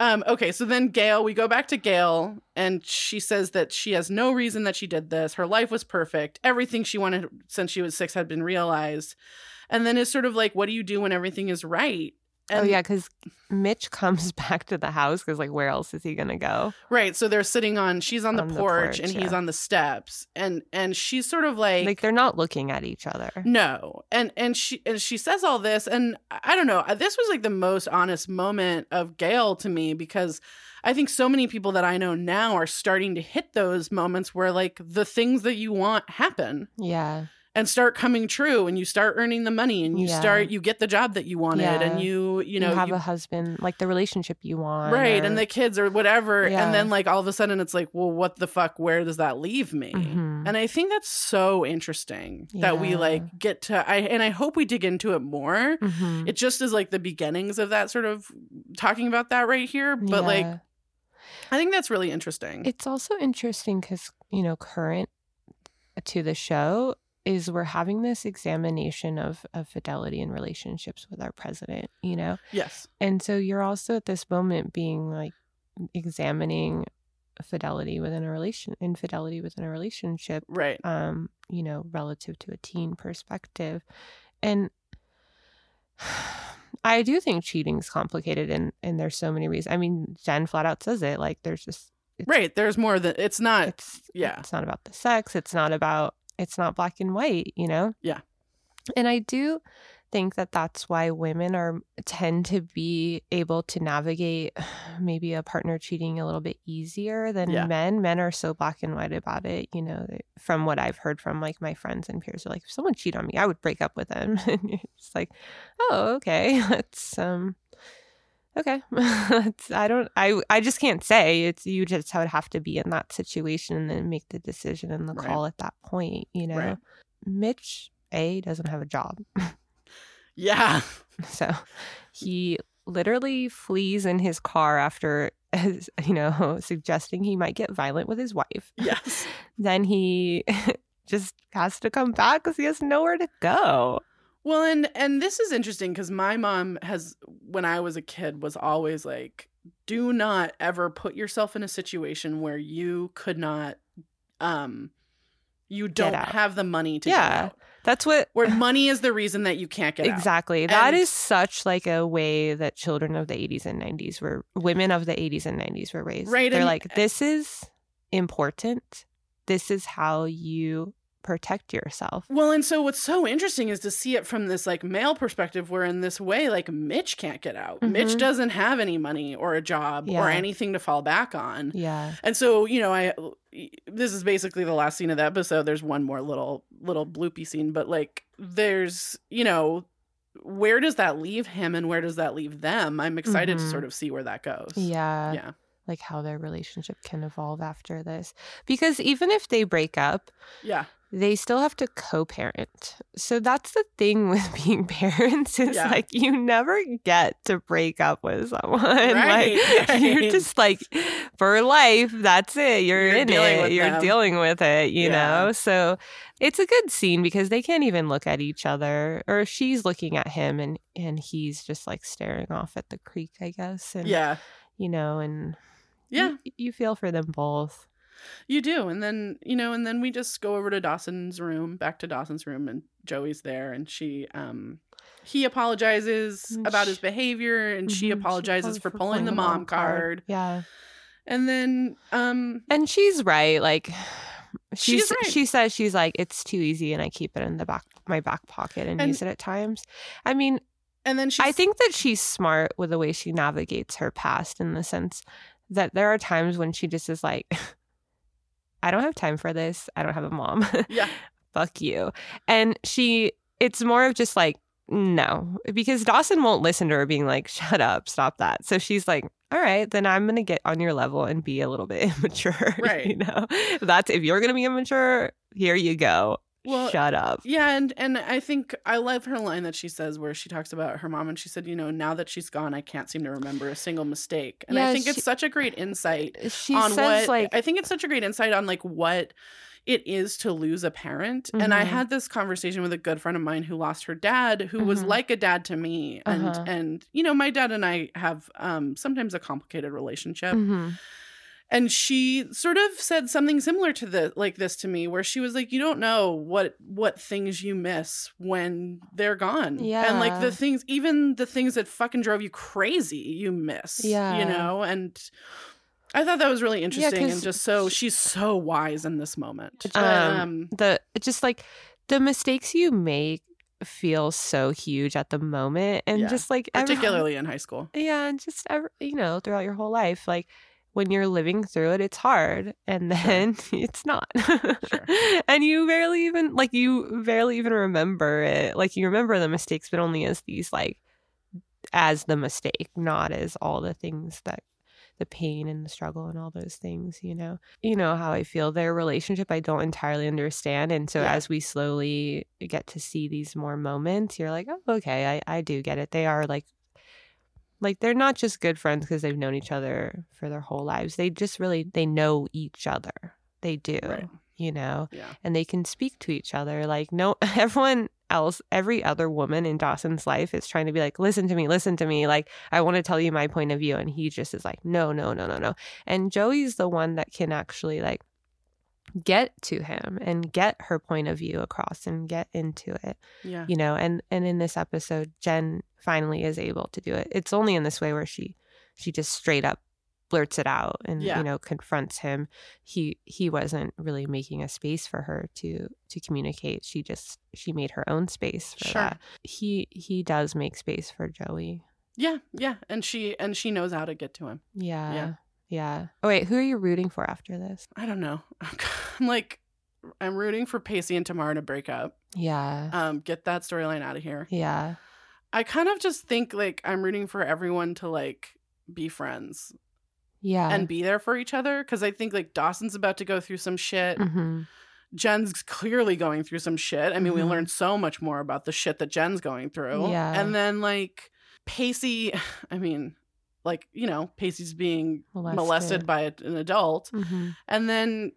[SPEAKER 2] Um, okay, so then Gail, we go back to Gail, and she says that she has no reason that she did this. Her life was perfect. Everything she wanted since she was six had been realized. And then it's sort of like, what do you do when everything is right?
[SPEAKER 1] oh
[SPEAKER 2] And
[SPEAKER 1] yeah, because Mitch comes *laughs* back to the house because like, where else is he gonna go?
[SPEAKER 2] Right. So they're sitting on she's on, the,
[SPEAKER 1] On
[SPEAKER 2] porch
[SPEAKER 1] the porch,
[SPEAKER 2] and he's
[SPEAKER 1] yeah.
[SPEAKER 2] on the steps and and she's sort of like, Mm.
[SPEAKER 1] Like, they're not looking at each other.
[SPEAKER 2] no. And and she and she says all this and I I don't know. This was like the most honest moment of Gail to me because I think so many people that I know now are starting to hit those moments where like the things that you want happen
[SPEAKER 1] Yeah,
[SPEAKER 2] and start coming true and you start earning the money and you
[SPEAKER 1] Yeah.
[SPEAKER 2] start you get the job that you wanted
[SPEAKER 1] Yeah.
[SPEAKER 2] and you you
[SPEAKER 1] you
[SPEAKER 2] know
[SPEAKER 1] have
[SPEAKER 2] you-
[SPEAKER 1] a husband, like the relationship you want,
[SPEAKER 2] right
[SPEAKER 1] or-
[SPEAKER 2] and the kids or whatever
[SPEAKER 1] Yeah.
[SPEAKER 2] and then like all of a sudden it's like well what the fuck where does that leave me
[SPEAKER 1] Mhm.
[SPEAKER 2] and i think that's so interesting that we
[SPEAKER 1] Yeah.
[SPEAKER 2] like get to i and i hope we dig into it more
[SPEAKER 1] Mhm.
[SPEAKER 2] it just is like the beginnings of that sort of talking about that right here but like
[SPEAKER 1] Yeah.
[SPEAKER 2] i think that's really interesting
[SPEAKER 1] it's also interesting because you know current to the show is we're having this examination of of fidelity in relationships with our president. You know,
[SPEAKER 2] yes
[SPEAKER 1] And so you're also at this moment being like examining fidelity within a relation infidelity within a relationship
[SPEAKER 2] right
[SPEAKER 1] um you know relative to a teen perspective and *sighs* i do think cheating's complicated and and there's so many reasons i mean jen flat out says it like there's just it's-
[SPEAKER 2] right there's more than it's not
[SPEAKER 1] it's
[SPEAKER 2] Uh, yeah.
[SPEAKER 1] it's not about the sex it's not about it's not black and white you know
[SPEAKER 2] Yeah.
[SPEAKER 1] and i do think that that's why women are tend to be able to navigate *sighs* maybe a partner cheating a little bit easier than
[SPEAKER 2] Yeah.
[SPEAKER 1] men. Men are so black and white about it, you know. they- From what I've heard from like my friends and peers, are like, if someone cheated on me, I would break up with them. *laughs* and it's like, oh, okay, *laughs* that's um, okay. *laughs* That's- I don't, I, I just can't say. It's you just would have to be in that situation and then make the decision and the
[SPEAKER 2] Right.
[SPEAKER 1] call at that point, you know.
[SPEAKER 2] Right.
[SPEAKER 1] Mitch A doesn't have a job.
[SPEAKER 2] Yeah. *laughs*
[SPEAKER 1] *laughs* So he literally flees in his car after, *laughs* as, you know, *laughs* suggesting he might get violent with his wife.
[SPEAKER 2] Yes.
[SPEAKER 1] Then he *laughs* just has to come back because he has nowhere to go.
[SPEAKER 2] Well, and and this is interesting because my mom has, when I was a kid, was always like, "Do not ever put yourself in a situation where you could not, um, you don't
[SPEAKER 1] out.
[SPEAKER 2] have the money to
[SPEAKER 1] Yeah.
[SPEAKER 2] get out.
[SPEAKER 1] That's what. *laughs*
[SPEAKER 2] Where money is the reason that you can't get out.
[SPEAKER 1] Exactly. That
[SPEAKER 2] And-
[SPEAKER 1] is such like a way that children of the 80s and 90s were women of the 80s and 90s were raised.
[SPEAKER 2] Right,
[SPEAKER 1] They're
[SPEAKER 2] and-
[SPEAKER 1] like this is important. This is how you protect yourself.
[SPEAKER 2] Well, and so what's so interesting is to see it from this like male perspective, where in this way, like Mitch can't get out. Mitch
[SPEAKER 1] Mhm.
[SPEAKER 2] doesn't have any money or a job
[SPEAKER 1] Yeah.
[SPEAKER 2] or anything to fall back on.
[SPEAKER 1] Yeah.
[SPEAKER 2] And so, you know, I this is basically the last scene of the episode. There's one more little little bloopy scene, but like there's, you know, where does that leave him and where does that leave them? I'm excited to
[SPEAKER 1] Mhm.
[SPEAKER 2] sort of see where that goes.
[SPEAKER 1] Yeah.
[SPEAKER 2] Mm-hmm. Yeah.
[SPEAKER 1] like how their relationship can evolve after this. Because even if they break up,
[SPEAKER 2] Yeah.
[SPEAKER 1] they still have to co-parent. So that's the thing *laughs* with being parents is
[SPEAKER 2] Yeah.
[SPEAKER 1] like you never get to break up with someone. *laughs*
[SPEAKER 2] Right,
[SPEAKER 1] like you're
[SPEAKER 2] right. *laughs*
[SPEAKER 1] just like for life, that's it. You're,
[SPEAKER 2] You're
[SPEAKER 1] in
[SPEAKER 2] dealing
[SPEAKER 1] it.
[SPEAKER 2] with
[SPEAKER 1] You're
[SPEAKER 2] them.
[SPEAKER 1] dealing with it, you
[SPEAKER 2] Yeah.
[SPEAKER 1] know? So it's a good scene because they can't even look at each other or she's looking at him and and he's just like staring off at the creek, I guess. And
[SPEAKER 2] Yeah. Mm-hmm.
[SPEAKER 1] you know, and
[SPEAKER 2] Yeah.
[SPEAKER 1] you, you feel for them both.
[SPEAKER 2] You do. And then, you know, and then we just go over to Dawson's room, back to Dawson's room and Joey's there and she um he apologizes
[SPEAKER 1] And
[SPEAKER 2] about
[SPEAKER 1] she-
[SPEAKER 2] his behavior and Mm-hmm. she
[SPEAKER 1] Mhm,
[SPEAKER 2] apologizes
[SPEAKER 1] apologized
[SPEAKER 2] for, pulling, the mom, card.
[SPEAKER 1] Yeah,
[SPEAKER 2] And then um
[SPEAKER 1] and she's right. Like she's,
[SPEAKER 2] She's right.
[SPEAKER 1] she says she's like it's too easy, and I keep it in the back my back pocket and,
[SPEAKER 2] And-
[SPEAKER 1] use it at times. I mean,
[SPEAKER 2] and then she
[SPEAKER 1] I think that she's smart with the way she navigates her past in the sense that there are times when she just is like. *laughs* I don't have time for this. I don't have a mom. *laughs*
[SPEAKER 2] Yeah.
[SPEAKER 1] fuck you. And she, it's more of just like, no, because Dawson won't listen to her being like, shut up, stop that. So she's like, all right, then I'm going to get on your level and be a little bit *laughs* immature.
[SPEAKER 2] Right.
[SPEAKER 1] You know, that's if you're going to be immature, here you go.
[SPEAKER 2] Well,
[SPEAKER 1] shut up.
[SPEAKER 2] Yeah, and and I think I love her line that she says where she talks about her mom and she said, you know, now that she's gone, I can't seem to remember a single mistake. And I
[SPEAKER 1] Yeah,
[SPEAKER 2] think
[SPEAKER 1] she-
[SPEAKER 2] it's such a great insight
[SPEAKER 1] She
[SPEAKER 2] on
[SPEAKER 1] says,
[SPEAKER 2] what
[SPEAKER 1] like,
[SPEAKER 2] I think it's such a great insight on like what it is to lose a parent. And I
[SPEAKER 1] Mhm.
[SPEAKER 2] had this conversation with a good friend of mine who lost her dad, who was
[SPEAKER 1] Mhm.
[SPEAKER 2] like a dad to me. And
[SPEAKER 1] Uh-huh.
[SPEAKER 2] and you know, my dad and I have um sometimes a complicated relationship
[SPEAKER 1] Mhm.
[SPEAKER 2] and she sort of said something similar to the like this to me where she was like you don't know what what things you miss when they're gone and like
[SPEAKER 1] Yeah.
[SPEAKER 2] the things even the things that fucking drove you crazy you miss
[SPEAKER 1] Yeah.
[SPEAKER 2] you know and i thought that was really interesting
[SPEAKER 1] 'cause
[SPEAKER 2] and just so
[SPEAKER 1] sh-
[SPEAKER 2] she's so wise in this moment But,
[SPEAKER 1] Um,
[SPEAKER 2] um,
[SPEAKER 1] the, just like the mistakes you make feel so huge at the moment. And
[SPEAKER 2] Yeah.
[SPEAKER 1] just like, everyone-
[SPEAKER 2] particularly in high school
[SPEAKER 1] Yeah, and just ever, you know, throughout your whole life, like when you're living through it, it's hard, and then *laughs* it's not, *laughs* and you barely even like you barely even remember it. Like you remember the mistakes, but only as these like as the mistake, not as all the things that the pain and the struggle and all those things. You know, you know how I feel. Their relationship, I don't entirely understand, and so
[SPEAKER 2] Yeah.
[SPEAKER 1] as we slowly get to see these more moments, you're like, oh, okay, I I do get it. They are like like they're not just good friends because they've known each other for their whole lives they just really they know each other they do
[SPEAKER 2] Right.
[SPEAKER 1] you know
[SPEAKER 2] yeah
[SPEAKER 1] and they can speak to each other like no *laughs* everyone else every other woman in dawson's life is trying to be like listen to me listen to me like i want to tell you my point of view and he just is like no no no no no and joey's the one that can actually like get to him and get her point of view across and get into it
[SPEAKER 2] yeah
[SPEAKER 1] you know and and in this episode jen finally is able to do it it's only in this way where she she just straight up blurts it out and
[SPEAKER 2] Yeah.
[SPEAKER 1] you know confronts him, he he wasn't really making a space for her to to communicate. She just she made her own space for
[SPEAKER 2] Sure.
[SPEAKER 1] that. He he does make space for Joey.
[SPEAKER 2] Yeah, yeah, and she and she knows how to get to him.
[SPEAKER 1] Yeah. Yeah. Oh wait, who are you rooting for after this?
[SPEAKER 2] I don't know. *laughs* I'm like, I'm rooting for Pacey and Tamara to break up.
[SPEAKER 1] Yeah.
[SPEAKER 2] Um, get that storyline out of here.
[SPEAKER 1] yeah.
[SPEAKER 2] I kind of just think like I'm rooting for everyone to like be friends
[SPEAKER 1] Yeah.
[SPEAKER 2] and be there for each other because I think like Dawson's about to go through some shit.
[SPEAKER 1] Mhm.
[SPEAKER 2] Jen's clearly going through some shit. I mean, we
[SPEAKER 1] Mhm.
[SPEAKER 2] learned so much more about the shit that Jen's going through.
[SPEAKER 1] Yeah.
[SPEAKER 2] and then like Pacey. *sighs* I mean, like you know, Pacey's being
[SPEAKER 1] Molested.
[SPEAKER 2] molested, by a, an adult.
[SPEAKER 1] Mhm.
[SPEAKER 2] And then,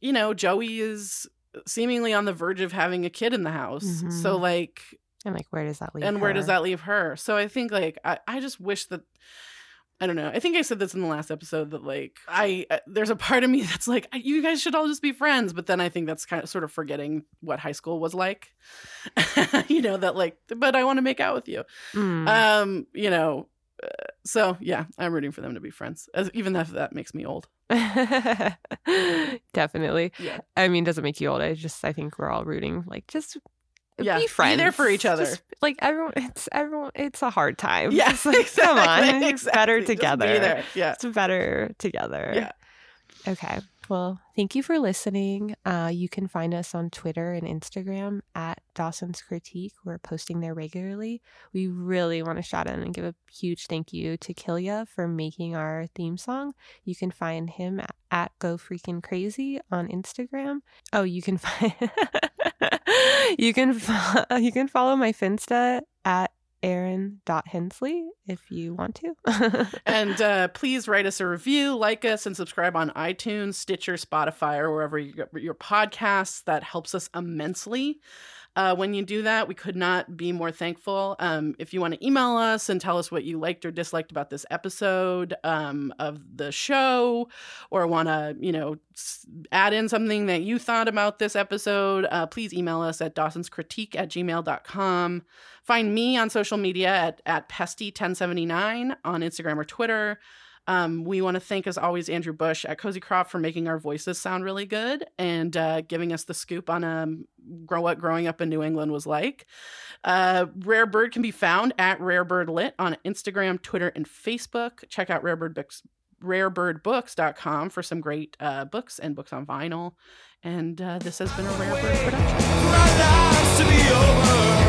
[SPEAKER 2] you know, Joey is seemingly on the verge of having a kid in the house.
[SPEAKER 1] Mhm.
[SPEAKER 2] So, like,
[SPEAKER 1] And like, where does that leave?
[SPEAKER 2] and where does
[SPEAKER 1] her?
[SPEAKER 2] that leave her? So, I think, like, I, I just wish that. I don't know. I think I said this in the last episode that like I uh, there's a part of me *laughs* that's like "I- you guys should all just be friends, but then I think that's kind of sort of forgetting what high school was like. *laughs* you know that like but I want to make out with you.
[SPEAKER 1] Mm.
[SPEAKER 2] Um, you know, uh, so yeah, I'm rooting for them to be friends. As, even if that makes me old.
[SPEAKER 1] *laughs* Definitely.
[SPEAKER 2] Yeah.
[SPEAKER 1] I mean, doesn't make you old. I just, I think we're all rooting. Like, just
[SPEAKER 2] Yeah,
[SPEAKER 1] be
[SPEAKER 2] be
[SPEAKER 1] friends.
[SPEAKER 2] there for each other.
[SPEAKER 1] Just, like everyone, it's everyone. It's a hard time.
[SPEAKER 2] Yeah, *laughs*
[SPEAKER 1] It's like, come on, it's better
[SPEAKER 2] exactly. Just
[SPEAKER 1] together.
[SPEAKER 2] be there. Yeah.
[SPEAKER 1] It's better together.
[SPEAKER 2] Yeah.
[SPEAKER 1] Okay. Well, thank you for listening. Uh, you can find us on Twitter and Instagram at Dawson's Critique. We're posting there regularly. We really want to shout out and give a huge thank you to Kilya for making our theme song. You can find him at, at Go Freaking Crazy on Instagram. Oh, you can *laughs* find you can fo- *laughs* you can follow my Finsta at Aaron.Hensley if you want to. *laughs*
[SPEAKER 2] And uh, please write us a review, like us, and subscribe on iTunes, Stitcher, Spotify, or wherever you get your podcasts. That helps us immensely. Uh, when you do that, we could not be more thankful. Um, if you want to email us and tell us what you liked or disliked about this episode um, of the show, or want to, you know, s- add in something that you thought about this episode, uh, please email us at dawsonscritique at gmail.com. Find me on social media at, at pesty1079 on Instagram or Twitter. Um, we want to thank, as always, Andrew Bush at Cozy Crop for making our voices sound really good and uh, giving us the scoop on um, grow what growing up in New England was like. Uh, Rare Bird can be found at Rare Bird Lit on Instagram, Twitter, and Facebook. Check out Rare Bird Books, rarebirdbooks.com for some great uh, books and books on vinyl. And uh, this has been a Rare Bird production.
[SPEAKER 3] our lives to be over.